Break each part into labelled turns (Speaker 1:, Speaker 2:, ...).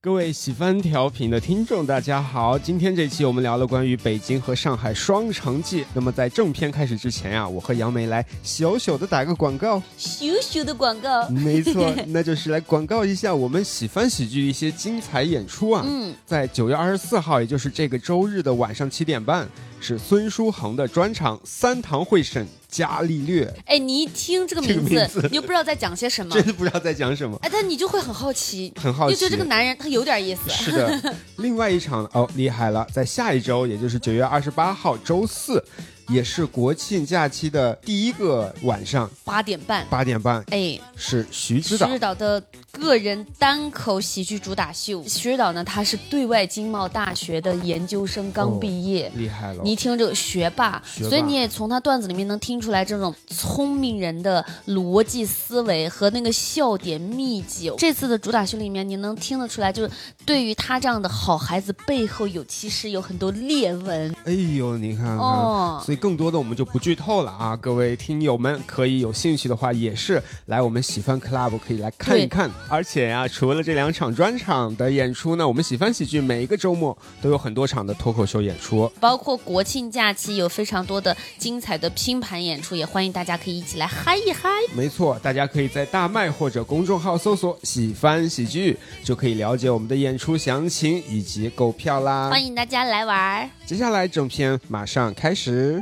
Speaker 1: 各位喜番调频的听众，大家好！今天这期我们聊了关于北京和上海双城记。那么在正片开始之前啊，我和杨梅来小小的打个广告。
Speaker 2: 咻咻的广告，
Speaker 1: 没错，那就是来广告一下我们喜番喜剧的一些精彩演出啊。
Speaker 2: 嗯，
Speaker 1: 在九月二十四号，也就是这个周日的晚上七点半，是孙书恒的专场《三堂会审伽利略》，
Speaker 2: 哎，你一听这个
Speaker 1: 这个
Speaker 2: 名字，
Speaker 1: 名字
Speaker 2: 你就不知道在讲些什么，
Speaker 1: 真的不知道在讲什么，
Speaker 2: 哎，但你就会很好奇，
Speaker 1: 很好
Speaker 2: 就
Speaker 1: 奇。
Speaker 2: 觉得这个男人他有点意思，
Speaker 1: 是的，另外一场哦，厉害了，在下一周，也就是九月二十八号周四，也是国庆假期的第一个晚上
Speaker 2: 八点半，
Speaker 1: 八点半，
Speaker 2: 哎。
Speaker 1: 是徐
Speaker 2: 徐
Speaker 1: 指导
Speaker 2: 日导的个人单口喜剧主打秀，徐日导呢，他是对外经贸大学的研究生，
Speaker 1: 哦
Speaker 2: 刚毕业。
Speaker 1: 厉害了，
Speaker 2: 你一听这个学霸，
Speaker 1: 学霸
Speaker 2: 所以你也从他段子里面能听出来这种聪明人的逻辑思维和那个笑点密集。这次的主打秀里面，你能听得出来，就是对于他这样的好孩子背后有其实有很多裂纹
Speaker 1: 哎呦，你看看。
Speaker 2: 哦。
Speaker 1: 所以更多的我们就不剧透了啊，各位听友们可以有兴趣的话，也是来我们喜番 club 可以来看一看。而且呀、除了这两场专场的演出呢，我们喜番喜剧每一个周末都有很多场的脱口秀演 出。哦
Speaker 2: 包括国庆假期有非常多的精彩的拼盘演出，也欢迎大家可以一起来嗨一嗨。
Speaker 1: 没错，大家可以在大麦或者公众号搜索“喜番喜剧”，就可以了解我们的演出详情以及购票啦。
Speaker 2: 欢迎大家来玩儿。
Speaker 1: 接下来正片马上开始。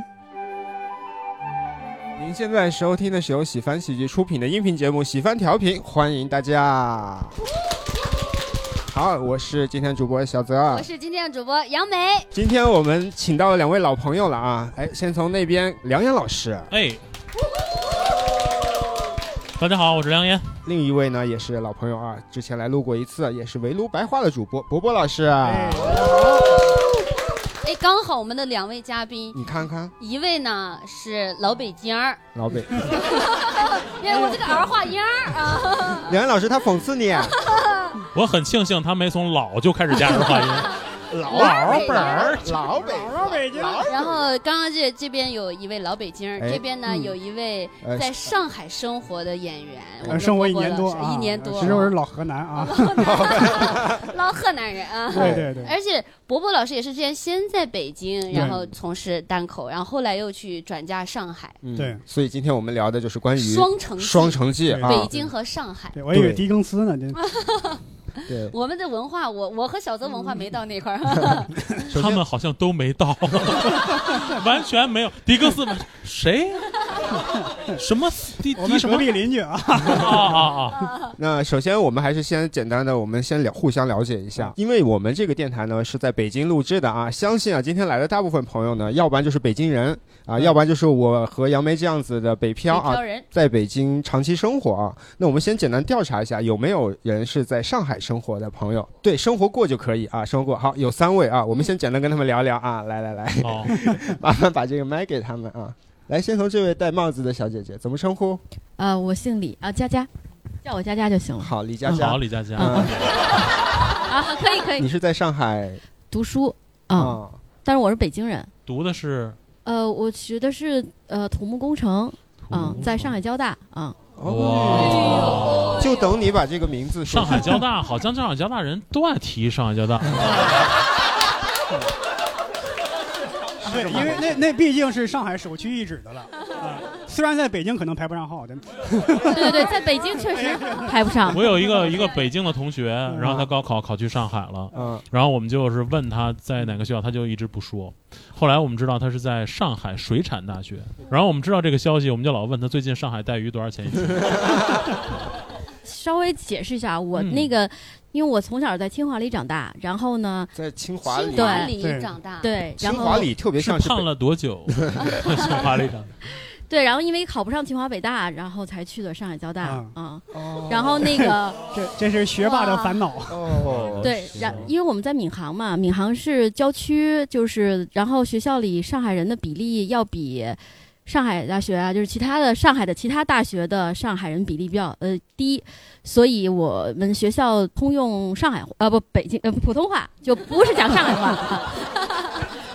Speaker 1: 您现在收听的是由喜翻喜剧出品的音频节目《喜翻调频》，欢迎大家。好，我是今天主播小泽啊
Speaker 2: 我。是今天的主播杨梅，
Speaker 1: 今天我们请到了两位老朋友了啊！哎，先从那边梁岩老师，
Speaker 3: 哎，大家好，我是梁岩。
Speaker 1: 另一位呢也是老朋友啊，之前来录过一次，也是围炉白话的主播博博老师。啊
Speaker 2: 哎，刚好我们的两位嘉宾，
Speaker 1: 你看看
Speaker 2: 一位呢是老北京儿，
Speaker 1: 老北，
Speaker 2: 因哎为我这个儿化音儿 啊，
Speaker 1: 梁岩老师他讽刺你，
Speaker 3: 我很庆幸他没从老就开始加入话音。
Speaker 1: 老
Speaker 3: 老本儿，
Speaker 1: 老北，老北京，
Speaker 2: 然后刚刚这这边有一位老北京儿，
Speaker 1: 哎
Speaker 2: 这边呢
Speaker 4: 嗯
Speaker 2: 有一位
Speaker 1: 呃
Speaker 2: 在上海生活的演员，我
Speaker 4: 呃，
Speaker 2: 们
Speaker 4: 生活
Speaker 2: 的
Speaker 4: 一
Speaker 2: 波波
Speaker 4: 年多
Speaker 2: 老师
Speaker 4: 啊，
Speaker 2: 一年多，
Speaker 4: 其实我是老河南啊，
Speaker 2: 老河南人啊。
Speaker 4: 对对对，
Speaker 2: 而且伯伯老师也是之前先在北京，
Speaker 4: 对
Speaker 2: 然后从事单口，然后后来又去转嫁上海，
Speaker 1: 嗯
Speaker 4: 对
Speaker 1: 所以今天我们聊的就是关于
Speaker 2: 双城记
Speaker 1: 双城记
Speaker 4: 对
Speaker 1: 啊，
Speaker 2: 北京和上海。
Speaker 4: 对我以为
Speaker 1: 对
Speaker 4: 狄更斯呢，这
Speaker 1: 对，
Speaker 2: 我们的文化，我我和小泽文化没到那块儿，
Speaker 4: 嗯
Speaker 1: 首
Speaker 3: 他
Speaker 1: 先
Speaker 3: 们好像都没 到， 完全没有。狄更斯完谁？什么狄
Speaker 4: 我
Speaker 3: 狄
Speaker 4: 们
Speaker 3: 什
Speaker 4: 隔
Speaker 3: 么？
Speaker 4: 壁邻居啊，
Speaker 3: 啊啊啊！
Speaker 1: 那首先我们还是先简单的，我们先了互相了解一
Speaker 2: 嗯
Speaker 1: 下，因为我们这个电台呢是在北京录制的啊，相信啊今天来的大部分朋友
Speaker 2: 嗯
Speaker 1: 呢，要不然就是北京人啊，要不然就是我和杨梅这样子的北漂啊
Speaker 2: 漂，人。
Speaker 1: 在北京长期生活啊。那我们先简单调查一下，有没有人是在上海生活的朋友？对，生活过就可以啊，生活过。好，有三位啊，我们先简单跟他们聊聊啊。
Speaker 2: 嗯
Speaker 1: 来来来，
Speaker 3: 哦，
Speaker 1: 麻烦把这个麦给他们啊。来，先从这位戴帽子的小姐姐怎么称呼？
Speaker 5: 啊，我姓李啊，佳佳，叫我佳佳就行了。
Speaker 1: 好，李佳
Speaker 3: 好，
Speaker 1: 佳。
Speaker 3: 李佳佳，
Speaker 1: 嗯，
Speaker 5: 啊，可以可
Speaker 1: 你是在上海
Speaker 5: 读书
Speaker 1: 啊、
Speaker 5: 啊，但是我是北京人。
Speaker 3: 读的是
Speaker 5: 呃，我学的是呃土木工程，嗯，在上海交 大啊。
Speaker 3: 哇，
Speaker 1: 哦哎就等你把这个名字说
Speaker 3: 上
Speaker 1: 出
Speaker 3: 海交大，好像上海交大人都爱提上海交大。
Speaker 4: 对，因为那那毕竟是上海首屈一指的了啊，虽然在北京可能排不上号，但
Speaker 5: 对对对，在北京确实排不上。
Speaker 3: 我有一个一个北京的同学，然后他高考考去上海了。
Speaker 1: 嗯，
Speaker 3: 然后我们就是问他在哪个学校，他就一直不说。后来我们知道他是在上海水产大学，然后我们知道这个消息，我们就老问他最近上海带鱼多少钱一斤。
Speaker 5: 稍微解释一下，我
Speaker 3: 嗯
Speaker 5: 那个，因为我从小在清华里长大，然后呢，
Speaker 1: 在清华
Speaker 2: 清
Speaker 1: 里，
Speaker 2: 华
Speaker 5: 对
Speaker 2: 里
Speaker 4: 对
Speaker 2: 长大，
Speaker 5: 对，然
Speaker 1: 清华
Speaker 5: 后
Speaker 1: 里特别
Speaker 3: 是
Speaker 1: 像是北
Speaker 3: 胖了 多久？清华里长。
Speaker 5: 对，然后因为考不上清华北大，然后才去的上海交大
Speaker 4: 啊
Speaker 5: 啊。
Speaker 1: 哦
Speaker 5: 然后那个
Speaker 4: 这这是学霸的烦 恼，
Speaker 1: 哦，
Speaker 5: 对，
Speaker 1: 是
Speaker 5: 然因为我们在闵行嘛，闵行是郊区，就是然后学校里上海人的比例要比上海大学啊，就是其他的上海的其他大学的上海人比例比较呃低，所以我们学校通用上海话呃不北京呃普通话，就不是讲上海话。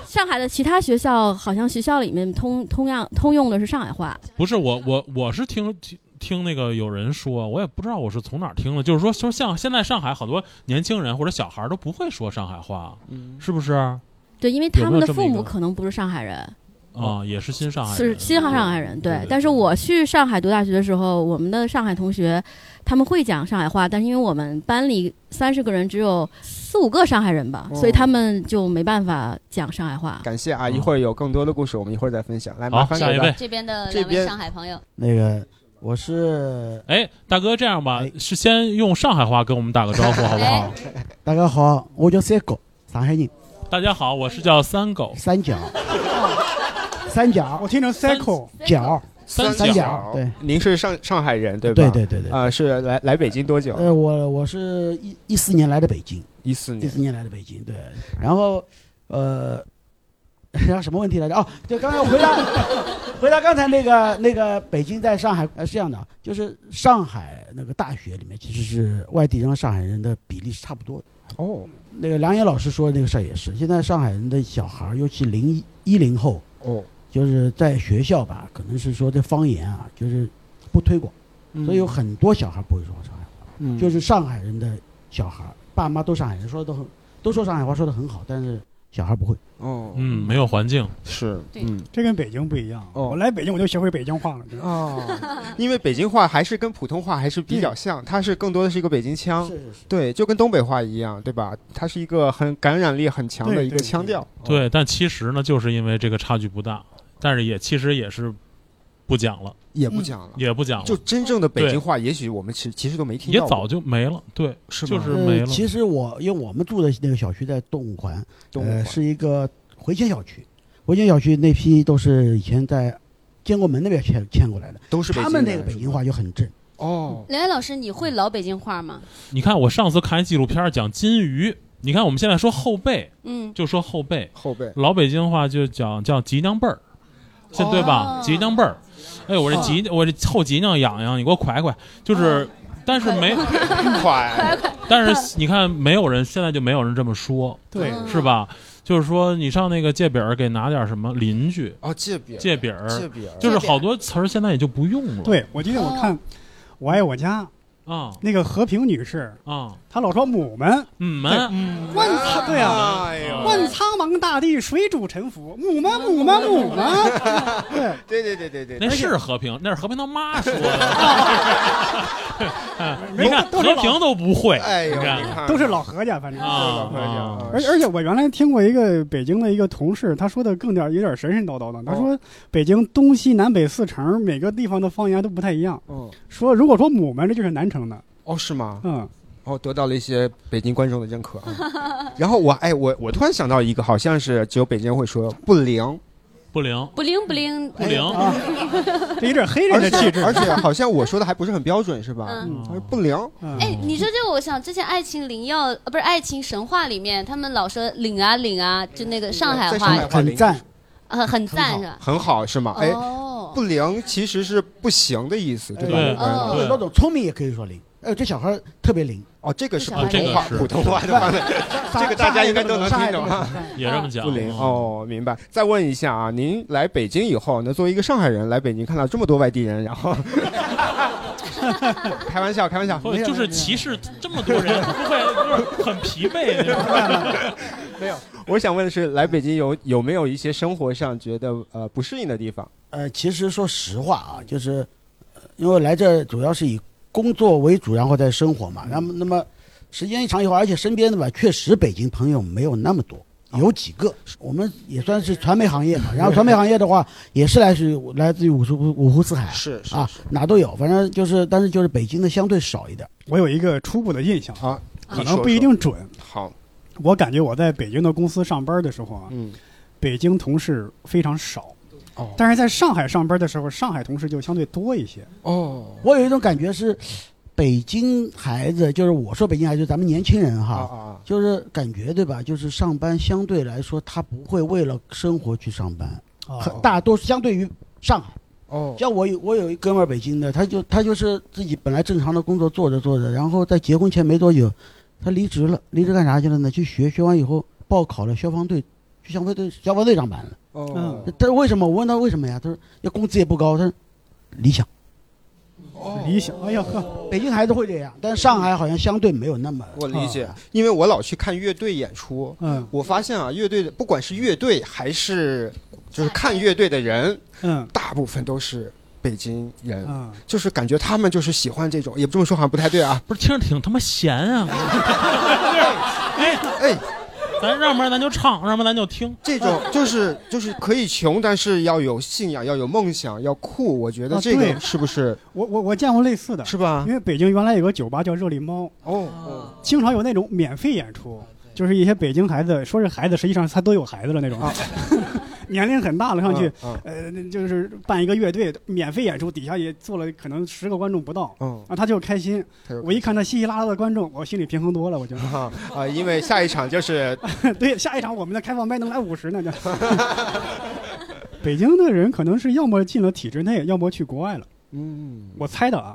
Speaker 5: 上海的其他学校好像学校里面通通样通用的是上海话，
Speaker 3: 不是我我我是听听听那个有人说，我也不知道我是从哪儿听的，就是说说像现在上海好多年轻人或者小孩儿都不会说上海话，
Speaker 1: 嗯，
Speaker 3: 是不是？啊、
Speaker 5: 对，因为他
Speaker 3: 有没
Speaker 5: 们的
Speaker 3: 有这么
Speaker 5: 父
Speaker 3: 一
Speaker 5: 母
Speaker 3: 个
Speaker 5: 可能不是上海人，
Speaker 1: 哦
Speaker 3: 啊也是新上海
Speaker 5: 是
Speaker 3: 人，
Speaker 5: 西上上海人。
Speaker 3: 对
Speaker 5: 对
Speaker 3: 对，
Speaker 5: 但是我去上海读大学的时候，我们的上海同学他们会讲上海话，但是因为我们班里三十个人只有四五个上海人吧，
Speaker 1: 哦
Speaker 5: 所以他们就没办法讲上海话。
Speaker 1: 感谢啊，一会儿有更多的故事，我们一会儿再分享。来，
Speaker 3: 嗯好
Speaker 1: 麻烦
Speaker 3: 下
Speaker 1: 给
Speaker 3: 一
Speaker 1: 大
Speaker 3: 位
Speaker 1: 家
Speaker 2: 这边的
Speaker 1: 这
Speaker 2: 两位
Speaker 1: 边
Speaker 2: 上海朋友，
Speaker 6: 那个我是
Speaker 3: 哎，大哥，这样吧
Speaker 6: 哎，
Speaker 3: 是先用上海话跟我们打个招 呼，好不好？
Speaker 6: 大家好，我叫三狗，上海人，
Speaker 3: 大家好，我是叫三狗，
Speaker 6: 三角，三角
Speaker 4: 啊我听成 cycle，
Speaker 6: 角，
Speaker 3: 三
Speaker 6: 三
Speaker 3: 角，
Speaker 6: 角，对
Speaker 1: 您是上上海人对吧？
Speaker 6: 对对对对。
Speaker 1: 啊、是来来北京多久？
Speaker 6: 呃，我我是一一四年来的北京，
Speaker 1: 一四
Speaker 6: 一
Speaker 1: 年
Speaker 6: 四。年来的北京，对。然后，呃， 然后什么问题来着？哦，就刚刚回答 回答刚才那个那个北京在上海呃是这样的，就是上海那个大学里面其实是外地人和上海人的比例是差不多的。
Speaker 1: 哦
Speaker 6: 那个梁岩老师说的那个事儿也是，现在上海人的小孩儿，尤其零一零后，
Speaker 1: 哦，
Speaker 6: 就是在学校吧，可能是说这方言啊，就是不推广，所以有很多小孩不会说上海话，
Speaker 1: 嗯
Speaker 6: 就是上海人的小孩，爸妈都上海人，说的都很都说上海话，说的很好，但是小孩不会。
Speaker 1: 哦
Speaker 3: 嗯，没有环境，
Speaker 1: 是
Speaker 2: 对
Speaker 1: 嗯
Speaker 4: 这跟北京不一样。
Speaker 1: 哦
Speaker 4: 我来北京我就学会北京话了。真的
Speaker 1: 哦，因为北京话还是跟普通话还是比较像，它是更多的是一个北京腔，
Speaker 6: 是是是，
Speaker 1: 对，就跟东北话一样，对吧？它是一个很感染力很强的
Speaker 4: 对
Speaker 1: 一个
Speaker 4: 对
Speaker 1: 腔调。
Speaker 3: 对，但其实呢，就是因为这个差距不大，但是也其实也是不讲了，
Speaker 1: 也不讲了，
Speaker 3: 嗯也不讲了，
Speaker 1: 就真正的北京话，也许我们其其实都没听
Speaker 3: 也
Speaker 1: 到过，
Speaker 3: 早就没了，对，
Speaker 1: 是
Speaker 3: 就是
Speaker 1: 吗
Speaker 3: 没了
Speaker 6: 呃其实我因为我们住的那个小区在东五环，
Speaker 1: 东
Speaker 6: 呃，
Speaker 1: 北话
Speaker 6: 是一个回迁小区，回迁小区那批都是以前在建国门那边迁迁过来的，
Speaker 1: 都是北京
Speaker 6: 他们
Speaker 1: 人
Speaker 6: 那个北京话就很正。
Speaker 1: 哦，
Speaker 2: 梁岩老师，你会老北京话吗？
Speaker 3: 你看我上次看纪录片儿讲金鱼，你看我们现在说后背，
Speaker 2: 嗯，
Speaker 3: 就说后背，
Speaker 1: 后背
Speaker 3: 老北京话就讲叫脊梁背儿，这对
Speaker 2: 哦
Speaker 3: 吧？脊梁背儿，哎，我这
Speaker 1: 哦
Speaker 3: 脊我这后脊梁痒痒，你给我快快，就是。但是没，
Speaker 1: 快
Speaker 3: 但是你看，没有人现在就没有人这么说，
Speaker 4: 对，
Speaker 2: 嗯
Speaker 3: 是？吧？就是说，你上那个借饼儿给拿点什么邻居
Speaker 1: 哦，借饼
Speaker 3: 借饼儿，
Speaker 1: 借饼儿
Speaker 3: 就是
Speaker 2: 借饼儿
Speaker 3: 好多词儿现在也就不用了。
Speaker 4: 对我记得
Speaker 1: 哦
Speaker 4: 我看《我爱我家》
Speaker 3: 啊
Speaker 4: 那个和平女士，
Speaker 3: 啊，
Speaker 4: 她老说母们，
Speaker 3: 你们
Speaker 4: 问她对啊。
Speaker 1: 嗯哎呦，
Speaker 4: 问苍茫大地，谁主沉浮？母们，母们，母们。 对，
Speaker 1: 对对对对对，
Speaker 3: 那是和平，那是和平他妈说的。
Speaker 4: 没
Speaker 3: 你看
Speaker 4: 都是
Speaker 3: 和
Speaker 4: 老
Speaker 3: 平都不会，
Speaker 1: 哎呦，
Speaker 3: 你
Speaker 1: 你
Speaker 3: 看
Speaker 1: 看
Speaker 4: 都是老何家，反正。
Speaker 3: 啊
Speaker 1: 老婆家啊
Speaker 4: 而而且我原来听过一个北京的一个同事，他说的更点儿有点神神叨叨
Speaker 3: 哦
Speaker 4: 的。他说北京东西南北四城每个地方的方言都不太一样。
Speaker 3: 哦
Speaker 1: 嗯
Speaker 4: 说如果说母们，这就是南城的。
Speaker 1: 哦是吗？
Speaker 4: 嗯，
Speaker 1: 哦，得到了一些北京观众的认可 啊。然后我哎，我我突然想到一个，好像是只有北京人会说不灵，
Speaker 3: 不灵
Speaker 2: 不灵不灵，哎
Speaker 3: 不灵，
Speaker 4: 哦 这有点黑
Speaker 1: 而
Speaker 4: 人的气
Speaker 1: 且
Speaker 4: 质。
Speaker 1: 而且好像我说的还不是很标准，是吧？
Speaker 2: 嗯
Speaker 1: 他说不灵，
Speaker 4: 嗯
Speaker 2: 哎，你说这个，我想之前《爱情灵药》呃，不是《爱情神话》里面，他们老说“领啊领啊”，就那个上海
Speaker 1: 在上
Speaker 2: 话
Speaker 1: 海，话
Speaker 6: 很
Speaker 1: 灵
Speaker 6: 赞，
Speaker 2: 呃，很赞是吧？
Speaker 1: 很好是吗？哎，
Speaker 2: 哦，
Speaker 1: 不灵其实是不行的意思，对嗯吧？
Speaker 3: 对
Speaker 1: 一般来
Speaker 2: 哦
Speaker 1: 说
Speaker 6: 对，那种聪明也可以说灵。哎，这小孩儿特别灵，
Speaker 1: 哦，这个是
Speaker 2: 这小
Speaker 1: 普通
Speaker 2: 孩，
Speaker 1: 话
Speaker 3: 啊也是
Speaker 1: 普通话的话呢，这个大家应该都能
Speaker 6: 上海
Speaker 1: 听懂
Speaker 6: 这么说
Speaker 1: 啊
Speaker 6: 上海这么说
Speaker 3: 也这么讲。
Speaker 1: 不灵
Speaker 3: 嗯，
Speaker 1: 哦，明白。再问一下啊，您来北京以后，那作为一个上海人来北京，看到这么多外地人，然后 开玩笑，开玩笑，
Speaker 3: 或者就是歧视这么多人，不会就是很疲惫那种。
Speaker 1: 我想问的是，来北京有有没有一些生活上觉得呃不适应的地方？
Speaker 6: 呃，其实说实话啊，就是呃因为来这儿主要是以工作为主，然后再生活嘛。那么，那么时间一长以后，而且身边的吧，确实北京朋友没有那么多，有几个。我们也算是传媒行业嘛，然后传媒行业的话，也是来自于来自于五湖五湖四海
Speaker 1: 是是
Speaker 6: 啊，哪都有。反正就是，但是就是北京的相对少一点。
Speaker 4: 我有一个初步的印象，
Speaker 1: 啊，
Speaker 4: 可
Speaker 1: 你说
Speaker 4: 能
Speaker 1: 说
Speaker 4: 不一定准。
Speaker 1: 好，
Speaker 4: 我感觉我在北京的公司上班的时候啊，
Speaker 1: 嗯，
Speaker 4: 北京同事非常少
Speaker 1: 哦。
Speaker 4: 但是在上海上班的时候，上海同事就相对多一些。
Speaker 1: 哦，
Speaker 6: 我有一种感觉是，北京孩子，就是我说北京孩子，就是咱们年轻人
Speaker 1: 啊
Speaker 6: 哈，
Speaker 1: 啊，
Speaker 6: 就是感觉对吧？就是上班相对来说，他不会为了生活去上班，
Speaker 3: 哦
Speaker 6: 很大多相对于上海。
Speaker 1: 哦，
Speaker 6: 像我有我有一哥们儿北京的，他就他就是自己本来正常的工作做着做着，然后在结婚前没多久，他离职了，离职干啥去了呢？去学，学完以后报考了消防队，去消防队消防队上班了。
Speaker 1: 哦
Speaker 4: 嗯
Speaker 6: 他说为什么？我问他为什么呀？他说要工资也不高，他说理想。
Speaker 1: 哦
Speaker 4: 理想。哎呀呵，
Speaker 6: 北京孩子会这样，但上海好像相对没有那么。
Speaker 1: 我理解，因为我老去看乐队演出，
Speaker 4: 嗯
Speaker 1: 我发现啊，乐队的不管是乐队还是就是看乐队的人，
Speaker 4: 嗯
Speaker 1: 大部分都是北京人，
Speaker 4: 嗯，
Speaker 1: 就是感觉他们就是喜欢这种，也不这么说好像不太对啊。
Speaker 3: 不是听着挺他妈闲啊！哎
Speaker 1: 哎，
Speaker 3: 咱要不然咱就唱，要不然咱就听。 嗯
Speaker 1: 这种就是就是可以穷，但是要有信仰，要有梦想，要酷。我觉得
Speaker 4: 啊
Speaker 1: 这个
Speaker 4: 对
Speaker 1: 是不是、
Speaker 4: 我我我见过类似的，
Speaker 1: 是吧
Speaker 4: 因？为北京原来有个酒吧叫热力猫，
Speaker 1: 哦
Speaker 4: 经常有那种免费演出，就是一些北京孩子，说是孩子，实际上他都有孩子了那种，
Speaker 1: 啊
Speaker 4: 年龄很大了
Speaker 1: 哦，
Speaker 4: 上去，
Speaker 1: 嗯
Speaker 4: 呃，那就是办一个乐队免费演出，底下也坐了可能十个观众不到，
Speaker 1: 嗯，
Speaker 4: 啊，他就开心。
Speaker 1: 嗯
Speaker 4: 我一看他稀稀拉拉的观众，我心里平衡多了，我就
Speaker 1: 啊啊，因为下一场就是
Speaker 4: 对下一场我们的开放麦能来五十呢，就。 北京的人可能是要么进了体制内，要么去国外了。
Speaker 1: 嗯
Speaker 4: 我猜的啊，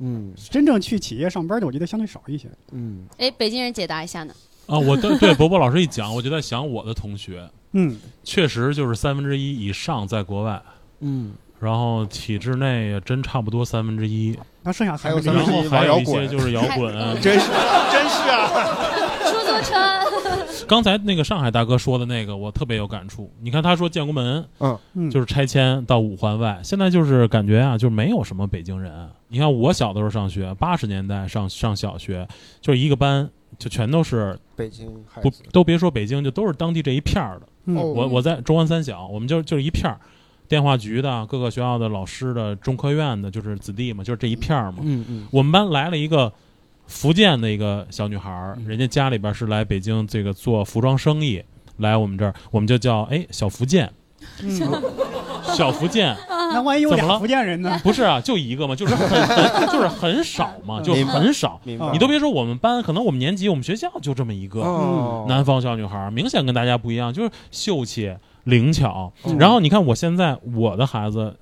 Speaker 1: 嗯
Speaker 4: 真正去企业上班的，我觉得相对少一些。
Speaker 1: 嗯，
Speaker 2: 哎，北京人解答一下呢？
Speaker 3: 啊，我对对伯伯老师一讲，我就在想我的同学，
Speaker 4: 嗯，
Speaker 3: 确实就是三分之一以上在国外，
Speaker 1: 嗯，
Speaker 3: 然后体制内也真差不多三分之一，
Speaker 4: 那剩下三分之
Speaker 1: 还有
Speaker 3: 然
Speaker 1: 三分
Speaker 3: 后
Speaker 1: 之
Speaker 4: 一，
Speaker 1: 一
Speaker 3: 还有一些
Speaker 1: 玩摇滚
Speaker 3: 就是摇滚。啊
Speaker 1: 真是真是啊，
Speaker 2: 出租车，
Speaker 3: 刚才那个上海大哥说的那个，我特别有感触。你看他说建国门
Speaker 4: 嗯，
Speaker 3: 就是拆迁到五环外，现在就是感觉啊，就是没有什么北京人。你看我小的时候上学，八十年代上上小学，就是一个班。就全都是
Speaker 1: 北京孩
Speaker 3: 不
Speaker 1: 子，
Speaker 3: 都别说北京，就都是当地这一片儿的。
Speaker 1: 哦
Speaker 4: 哎嗯
Speaker 3: 我我在中关三小，我们就就是一片儿，电话局的各个学校的老师的中科院的，就是子弟嘛，就是这一片儿嘛。
Speaker 1: 嗯嗯
Speaker 3: 我们班来了一个福建的一个小女孩儿，
Speaker 1: 嗯
Speaker 3: 人家家里边是来北京这个做服装生意，来我们这儿，我们就叫哎小福 建，
Speaker 4: 嗯，
Speaker 3: 小福建
Speaker 6: 啊
Speaker 4: 那万一有
Speaker 3: 怎么了
Speaker 4: 俩福建人呢？
Speaker 3: 不是啊，就一个嘛，就是很很 就是很少嘛，就
Speaker 1: 明白
Speaker 3: 很少。
Speaker 1: 嗯明白。
Speaker 3: 你都别说我们班，可能我们年级我们学校就这么一个，
Speaker 1: 哦，
Speaker 3: 南方小女孩儿明显跟大家不一样，就是秀气灵巧。
Speaker 1: 嗯
Speaker 3: 然后你看我现在我的孩子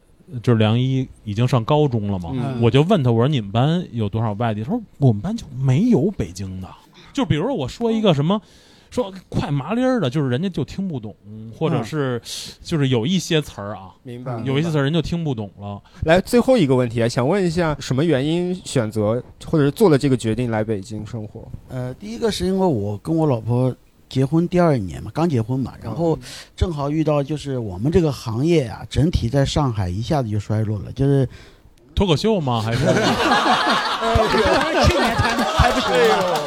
Speaker 3: 就是梁一已经上高中了嘛，
Speaker 1: 嗯
Speaker 3: 我就问他我说你们班有多少外地？他说我们班就没有北京的，就比如说我说一个什么。说快麻利儿的，就是人家就听不懂，或者
Speaker 4: 嗯
Speaker 3: 是，就是有一些词儿啊，
Speaker 1: 明白。
Speaker 3: 有一些
Speaker 1: 明白
Speaker 3: 词儿人就听不懂了。
Speaker 1: 来最后一个问题啊，想问一下，什么原因选择或者是做了这个决定来北京生活？
Speaker 6: 呃，第一个是因为我跟我老婆结婚第二年嘛，刚结婚嘛，然
Speaker 1: 嗯
Speaker 6: 后正好遇到就是我们这个行业啊，整体在上海一下子就衰落了，就是
Speaker 3: 脱口秀吗？还 是
Speaker 1: 哎
Speaker 4: 去年才才不
Speaker 3: 哎
Speaker 4: 行。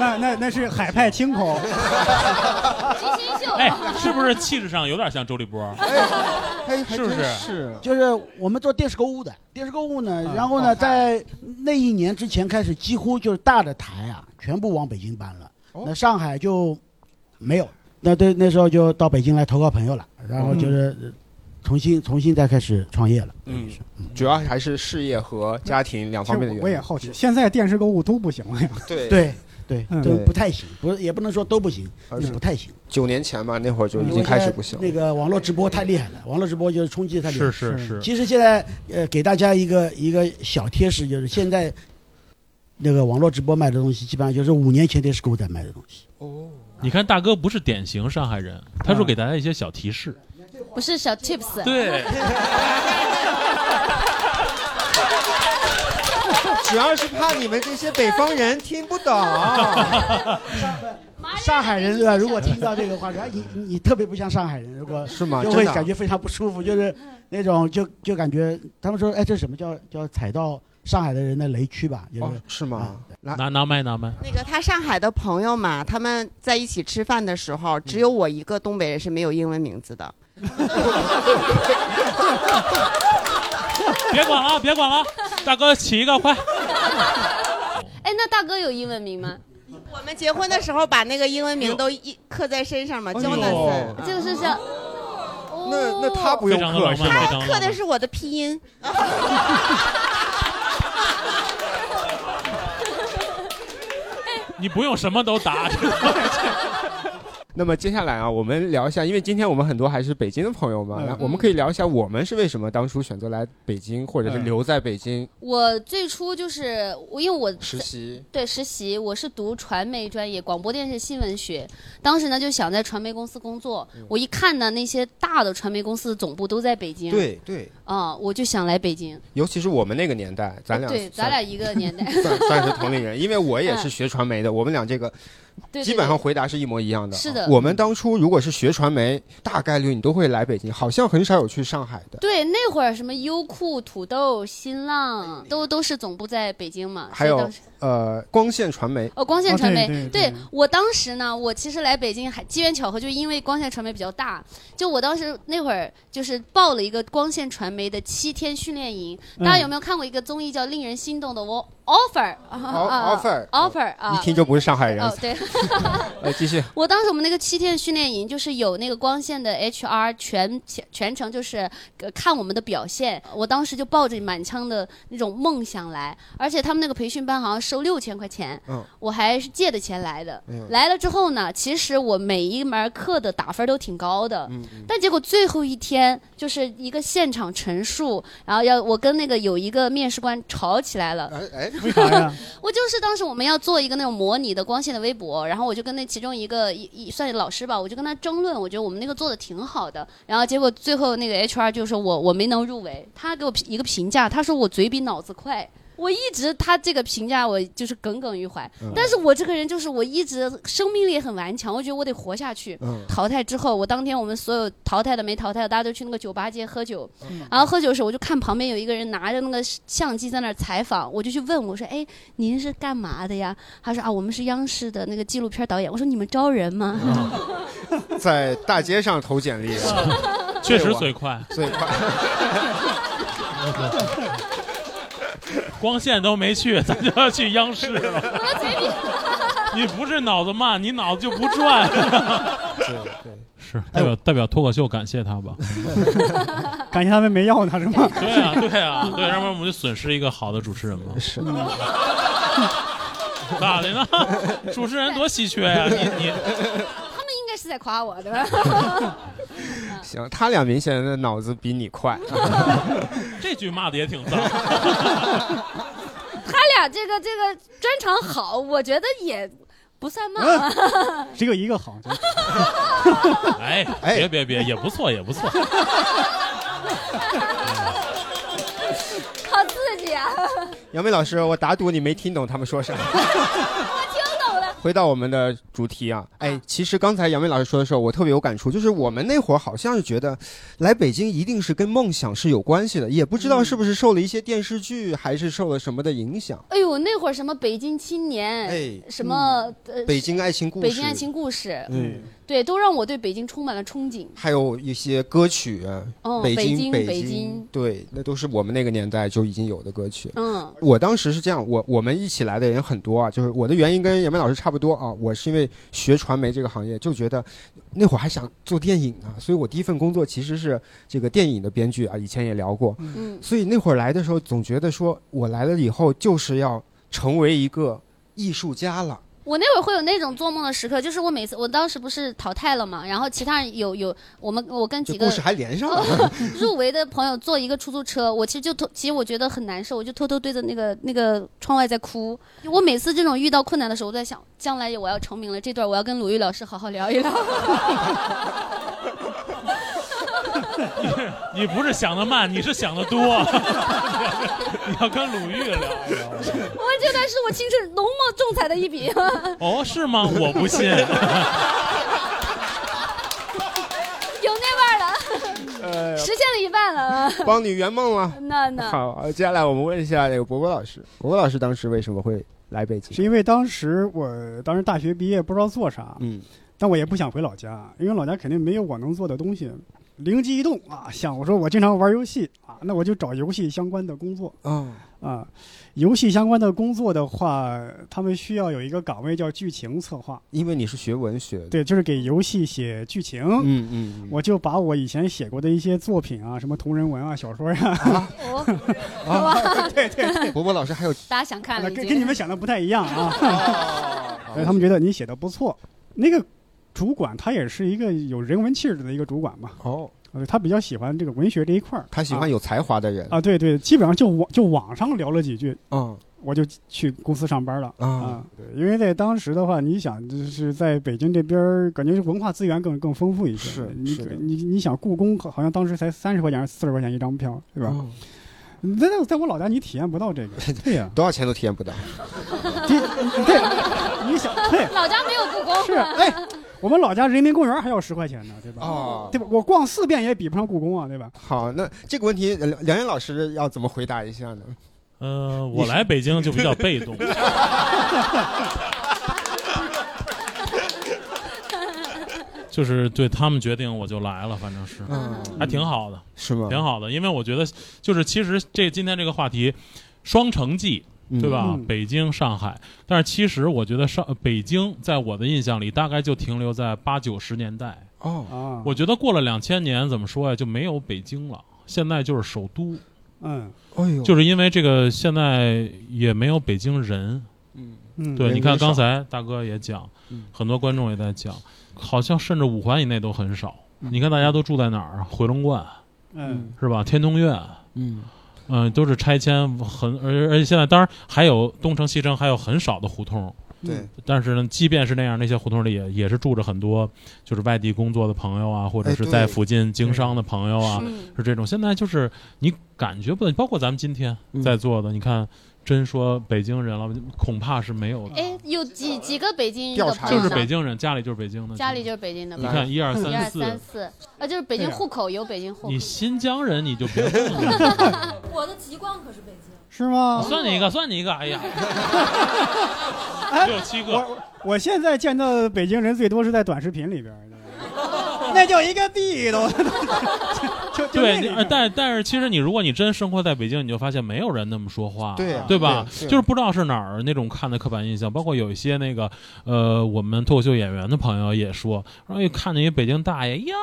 Speaker 4: 那那那是海派清口，
Speaker 2: 金星秀
Speaker 3: 哎，是不是气质上有点像周立波？
Speaker 1: 哎，还
Speaker 3: 是不
Speaker 1: 真
Speaker 3: 是
Speaker 1: 是
Speaker 6: 就是我们做电视购物的，电视购物
Speaker 3: 啊
Speaker 6: 呢，
Speaker 4: 嗯
Speaker 6: 然
Speaker 1: 哦
Speaker 6: 后呢，在那一年之前开始，几乎就是大的台啊，全部往北京搬了
Speaker 1: 哦，
Speaker 6: 那上海就没有。那对那时候就到北京来投靠朋友了，然后就是呃重新重新再开始创业了。
Speaker 1: 嗯，主要还是事业和家庭两
Speaker 4: 其
Speaker 1: 方面
Speaker 4: 实
Speaker 1: 的原因。
Speaker 4: 我也好奇，现在电视购物都不行了呀。
Speaker 1: 对，
Speaker 6: 对对，
Speaker 4: 嗯
Speaker 6: 都
Speaker 1: 对
Speaker 6: 不太行，不是也不能说都不行，
Speaker 1: 而
Speaker 6: 是
Speaker 1: 且
Speaker 6: 不太行。
Speaker 1: 九年前吧，那会儿就已
Speaker 6: 因
Speaker 4: 嗯
Speaker 1: 经
Speaker 6: 为
Speaker 1: 开
Speaker 6: 现
Speaker 1: 始
Speaker 6: 在
Speaker 1: 不行了。
Speaker 6: 那个网络直播太厉害了，网络直播就是冲击得太厉害
Speaker 3: 是
Speaker 6: 了。
Speaker 3: 是是，
Speaker 6: 其实现在呃，给大家一个一个小贴士，就是现在那个网络直播卖的东西，基本上就是五年前电视购物在卖的东西。
Speaker 1: 哦，
Speaker 3: 你看大哥不是典型上海人，他说给大家一些小提示。
Speaker 1: 嗯
Speaker 2: 不是小 tips，
Speaker 3: 对，
Speaker 1: 主要是怕你们这些北方人听不懂。
Speaker 6: 上海人对吧？如果听到这个话，说哎你你你特别不像上海人，如果
Speaker 1: 是吗？
Speaker 6: 就
Speaker 1: 真
Speaker 6: 会
Speaker 1: 的啊
Speaker 6: 感觉非常不舒服，就是那种就就感觉他们说哎，这什么叫叫踩到上海的人的雷区吧？就是、啊
Speaker 1: 哦，是吗？来，
Speaker 3: 拿拿麦拿麦，
Speaker 7: 那个他上海的朋友嘛，他们在一起吃饭的时候，只有我一个东北人是没有英文名字的。
Speaker 3: 别管了，啊别管了，大哥起一个快。
Speaker 2: 哎，那大哥有英文名吗？
Speaker 7: 我们结婚的时候把那个英文名都一刻在身上嘛
Speaker 1: 哎呦
Speaker 7: ，Jonathan
Speaker 2: 这
Speaker 7: 嗯。
Speaker 2: 个是叫，
Speaker 4: 哦
Speaker 1: 那那他不
Speaker 3: 非
Speaker 1: 用
Speaker 3: 常的
Speaker 1: 课
Speaker 3: 浪
Speaker 1: 是
Speaker 3: 漫，
Speaker 1: 吗？
Speaker 3: 非常浪
Speaker 7: 刻的
Speaker 3: 漫。
Speaker 7: 是我的拼音，
Speaker 3: 你不用什么都答，
Speaker 1: 那么接下来啊，我们聊一下，因为今天我们很多还是北京的朋友嘛，
Speaker 4: 嗯
Speaker 1: 那我们可以聊一下我们是为什么当初选择来北京，或者是
Speaker 4: 嗯
Speaker 1: 留在北京
Speaker 2: 我最初就是我，因为我
Speaker 1: 实习。
Speaker 2: 对实习，我是读传媒专业，广播电视新闻学。当时呢，就想在传媒公司工作。
Speaker 1: 嗯
Speaker 2: 我一看呢，那些大的传媒公司的总部都在北京，
Speaker 1: 对对，
Speaker 2: 啊、我就想来北京。
Speaker 1: 尤其是我们那个年代，咱俩
Speaker 2: 对，咱
Speaker 1: 算
Speaker 2: 俩一个年代，
Speaker 1: 算算 是同龄人，因为 我也是
Speaker 4: 嗯
Speaker 1: 学传媒的，我们俩这个
Speaker 2: 对对
Speaker 1: 基本上
Speaker 2: 对
Speaker 1: 回答是一模一样的。啊
Speaker 2: 是的
Speaker 1: 我们当初如果是学传媒，大概率你都会来北京，好像很少有去上海的。
Speaker 2: 对那会儿什么优酷、土豆、新浪都都是总部在北京嘛，
Speaker 1: 哎还
Speaker 2: 所以
Speaker 1: 有
Speaker 2: 当时
Speaker 1: 呃，光线传媒，
Speaker 2: 哦，光线
Speaker 4: 哦
Speaker 2: 传媒，
Speaker 4: 对对对
Speaker 2: 我当时呢，我其实来北京还机缘巧合，就因为光线传媒比较大，就我当时那会儿就是报了一个光线传媒的七天训练营，大家有
Speaker 1: 嗯
Speaker 2: 没有看过一个综艺叫《令人心动的我 offer》啊
Speaker 1: offer
Speaker 2: offer 啊
Speaker 1: 一。听就不是上海人
Speaker 2: 哦。，对，
Speaker 1: 呃，继续，
Speaker 2: 我当时我们那个七天训练营就是有那个光线的 HR 全全全程就是呃看我们的表现，我当时就抱着满腔的那种梦想来，而且他们那个培训班好像收六千块钱，
Speaker 1: 嗯
Speaker 2: 我还是借的钱来的。
Speaker 1: 嗯
Speaker 2: 来了之后呢，其实我每一门课的打分都挺高的，
Speaker 1: 嗯，嗯
Speaker 2: 但结果最后一天就是一个现场陈述，然后要我跟那个有一个面试官吵起来了。
Speaker 1: 哎哎，
Speaker 4: 为啥呀？
Speaker 2: 我就是当时我们要做一个那种模拟的光线的微博，然后我就跟那其中一个一一算是老师吧，我就跟他争论，我觉得我们那个做的挺好的，然后结果最后那个 HR 就说我我没能入围，他给我评一个评价，他说我嘴比脑子快。我一直他这个评价我就是耿耿于怀，
Speaker 1: 嗯
Speaker 2: 但是我这个人就是我一直生命力很顽强，我觉得我得活下去。
Speaker 1: 嗯，
Speaker 2: 淘汰之后，我当天我们所有淘汰的没淘汰的，大家都去那个酒吧街喝酒。然后喝酒的时候，我就看旁边有一个人拿着那个相机在那儿采访，我就去问我说：“哎，您是干嘛的呀？”他说：“啊，我们是央视的那个纪录片导演。”我说：“你们招人吗？”
Speaker 1: 啊在大街上投简历，
Speaker 3: 确实嘴快，
Speaker 1: 最 快。
Speaker 3: 光线都没去，咱就要去央视了。 你不是脑子慢，你脑子就不哎转。
Speaker 1: 对对，
Speaker 3: 是代表代表脱口秀感谢他 吧？
Speaker 4: 感谢他们没要他是吗？
Speaker 3: 对啊，对 啊，对，要不然我们就损失一个好的主持人嘛。
Speaker 1: 是
Speaker 3: 咋 的呢？主持人多稀缺呀、你你
Speaker 2: 他们应该是在夸我的。
Speaker 1: 行，他俩明显的脑子比 你快。
Speaker 3: 这句骂的也挺脏。
Speaker 2: 他俩这个这个专场好，我觉得也不算慢。
Speaker 1: 啊
Speaker 4: 只有一个好，真的
Speaker 3: 哎，
Speaker 1: 哎
Speaker 3: 别别别，也不错也不错。
Speaker 2: 好刺激啊！
Speaker 1: 杨梅老师，我打赌你没听懂他们说啥。
Speaker 2: 我听懂了。
Speaker 1: 回到我们的主题啊，哎，其实刚才杨梅老师说的时候，我特别有感触，就是我们那会儿好像是觉得来北京一定是跟梦想是有关系的，也不知
Speaker 2: 嗯
Speaker 1: 道是不是受了一些电视剧，还是受了什么的影响。
Speaker 2: 哎呦，那会儿什么北京青年，
Speaker 1: 哎，
Speaker 2: 什么、呃
Speaker 1: 北京爱情故事，
Speaker 2: 北京爱，情故事，
Speaker 1: 嗯，
Speaker 2: 对，都让我对北京充满了憧憬。
Speaker 1: 还有一些歌曲，
Speaker 2: 嗯，
Speaker 1: 北
Speaker 2: 京，
Speaker 1: 北
Speaker 2: 北，
Speaker 1: 对，那都是我们那个年代就已经有的歌曲。
Speaker 2: 嗯，
Speaker 1: 我当时是这样，我我们一起来的人很多啊，就是我的原因跟杨梅老师差不多啊，我是因为学传媒这个行业，就觉得那会儿还想做电影呢，所以我第一份工作其实是这个电影的编剧啊，以前也聊过，
Speaker 2: 嗯，
Speaker 1: 所以那会儿来的时候总觉得说我来了以后就是要成为一个艺术家了，
Speaker 2: 我那会儿会有那种做梦的时刻，就是我每次我当时不是淘汰了嘛，然后其他人有有我们我跟
Speaker 1: 这
Speaker 2: 几个哦
Speaker 1: 故事还连上了，
Speaker 2: 入围的朋友坐一个出租车，我其实就偷，其实我觉得很难受，我就偷偷对着那个那个窗外在哭。我每次这种遇到困难的时候，我都在想，将来我要成名了，这段我要跟鲁豫老师好好聊一 聊。
Speaker 3: 你不是想的慢，你是想的多。 你要跟鲁豫聊一聊。
Speaker 2: 我这段是我青春浓墨重彩的一笔。
Speaker 3: 哦，是吗？我不信。
Speaker 2: 有那味儿了，
Speaker 1: 呃，
Speaker 2: 实现了一半了。
Speaker 1: 帮你圆梦了。
Speaker 2: 那那
Speaker 1: 好，接下来我们问一下这个博博老师，博博老师当时为什么会来北
Speaker 4: 是
Speaker 1: 京？
Speaker 4: 因为当时我当时大学毕业不知道做啥，
Speaker 1: 嗯，
Speaker 4: 但我也不想回老家，因为老家肯定没有我能做的东西。灵机一动啊，想我说我经常玩游戏啊，那我就找游戏相关的工作
Speaker 1: 哦，
Speaker 4: 啊。游戏相关的工作的话，他们需要有一个岗位叫剧情策划，
Speaker 1: 因为你是学文学的，
Speaker 4: 对，就是给游戏写剧情。
Speaker 1: 嗯嗯，嗯
Speaker 4: 我就把我以前写过的一些作品啊，什么同人文啊、小说呀、
Speaker 2: 我
Speaker 1: 博博老师还有
Speaker 2: 大家想看了已
Speaker 4: 跟
Speaker 2: 经。
Speaker 4: 跟你们想的不太一样啊。
Speaker 1: 哦
Speaker 4: 哎，他们觉得你写的不错。那个主管他也是一个有人文气质的一个主管嘛，
Speaker 1: 哦，
Speaker 4: 呃，他比较喜欢这个文学这一块儿，
Speaker 1: 他喜欢有才华的人
Speaker 4: 啊，啊对对，基本上就网就网上聊了几句，
Speaker 1: 嗯
Speaker 4: 我就去公司上班了。
Speaker 1: 啊
Speaker 4: 啊，对，因为在当时的话，你想就是在北京这边儿，感觉是文化资源更更丰富一些。
Speaker 1: 是
Speaker 4: 你
Speaker 1: 是的
Speaker 4: 你你想故宫好好像当时才三十块钱还是四十块钱一张票，对吧？
Speaker 1: 嗯
Speaker 4: 在在在我老家你体验不到这个， 对呀、
Speaker 1: 多少钱都体验不到。
Speaker 4: 你想对
Speaker 2: 老家没有故宫，
Speaker 4: 是哎，我们老家人民公园还要十块钱呢，对吧？
Speaker 1: 哦
Speaker 4: 对吧？我逛四遍也比不上故宫啊，对吧？
Speaker 1: 好，那这个问题呃梁梁岩老师要怎么回答一下呢？
Speaker 3: 呃，我来北京就比较被动，就是对他们决定我就来了，反正是
Speaker 1: 嗯，
Speaker 3: 还挺好的，
Speaker 1: 是吗？
Speaker 3: 挺好的，因为我觉得就是其实这今天这个话题，双城记。
Speaker 1: 嗯
Speaker 3: 对吧？
Speaker 4: 嗯
Speaker 3: 北京、上海，但是其实我觉得上呃北京，在我的印象里，大概就停留在八九十年代。
Speaker 1: 哦，
Speaker 4: 啊，
Speaker 3: 我觉得过了两千年，怎么说呀，就没有北京了。现在就是首都，
Speaker 4: 嗯
Speaker 1: 哎呦，
Speaker 3: 就是因为这个，现在也没有北京人。
Speaker 1: 嗯，
Speaker 4: 嗯，
Speaker 3: 对，
Speaker 1: 人
Speaker 3: 你看
Speaker 1: 很少
Speaker 3: 刚才大哥也讲
Speaker 1: 嗯，
Speaker 3: 很多观众也在讲，好像甚至五环以内都很少。
Speaker 1: 嗯
Speaker 3: 你看大家都住在哪儿？回龙观
Speaker 4: 嗯
Speaker 3: 是吧？天通苑，
Speaker 1: 嗯，
Speaker 3: 嗯、都是拆迁很，而而且现在当然还有东城、西城，还有很少的胡同。
Speaker 1: 对，
Speaker 3: 但是呢，即便是那样，那些胡同里也也是住着很多就是外地工作的朋友啊，或者
Speaker 1: 哎
Speaker 3: 是
Speaker 1: 对
Speaker 3: 在附近经商的朋友啊，
Speaker 2: 嗯，
Speaker 3: 是这种。现在就是你感觉不到，包括咱们今天
Speaker 1: 嗯
Speaker 3: 在座的，你看，真说北京人了，恐怕是没有的，
Speaker 2: 哎，有几几个北京
Speaker 1: 啊调
Speaker 2: 的
Speaker 1: 查
Speaker 2: 朋
Speaker 1: 一
Speaker 2: 友
Speaker 3: 就
Speaker 1: 下
Speaker 3: 是
Speaker 2: 呢
Speaker 3: 北京人，家里就是北京的，
Speaker 2: 家里就是北京的
Speaker 3: 你
Speaker 2: 朋友，
Speaker 3: 看一二
Speaker 2: 一二
Speaker 3: 三
Speaker 2: 三
Speaker 3: 四，
Speaker 2: 四啊，就是北京户口有北 京户口
Speaker 3: 你，新疆人你就别 碰了，
Speaker 8: 我的籍贯可是北京。
Speaker 4: 是吗？
Speaker 3: 算你一个，算你一个，哎呀， 六七个，
Speaker 4: 嗯哎我我现在见到的北京人最多是在短视频里边儿，那叫一个地道，
Speaker 3: 嗯
Speaker 4: 就就就
Speaker 3: 对，
Speaker 4: 那里
Speaker 3: 你呃
Speaker 4: 边儿
Speaker 3: 但但是其实你如果你真生活在北京，你就发现没有人那么说话，
Speaker 1: 对啊
Speaker 3: 对吧？
Speaker 1: 对啊
Speaker 3: 就是不知道是哪儿那种看的刻板印象，包括有一些那个呃，我们脱口秀演员的朋友也说，然后一看见一北京大爷，哟，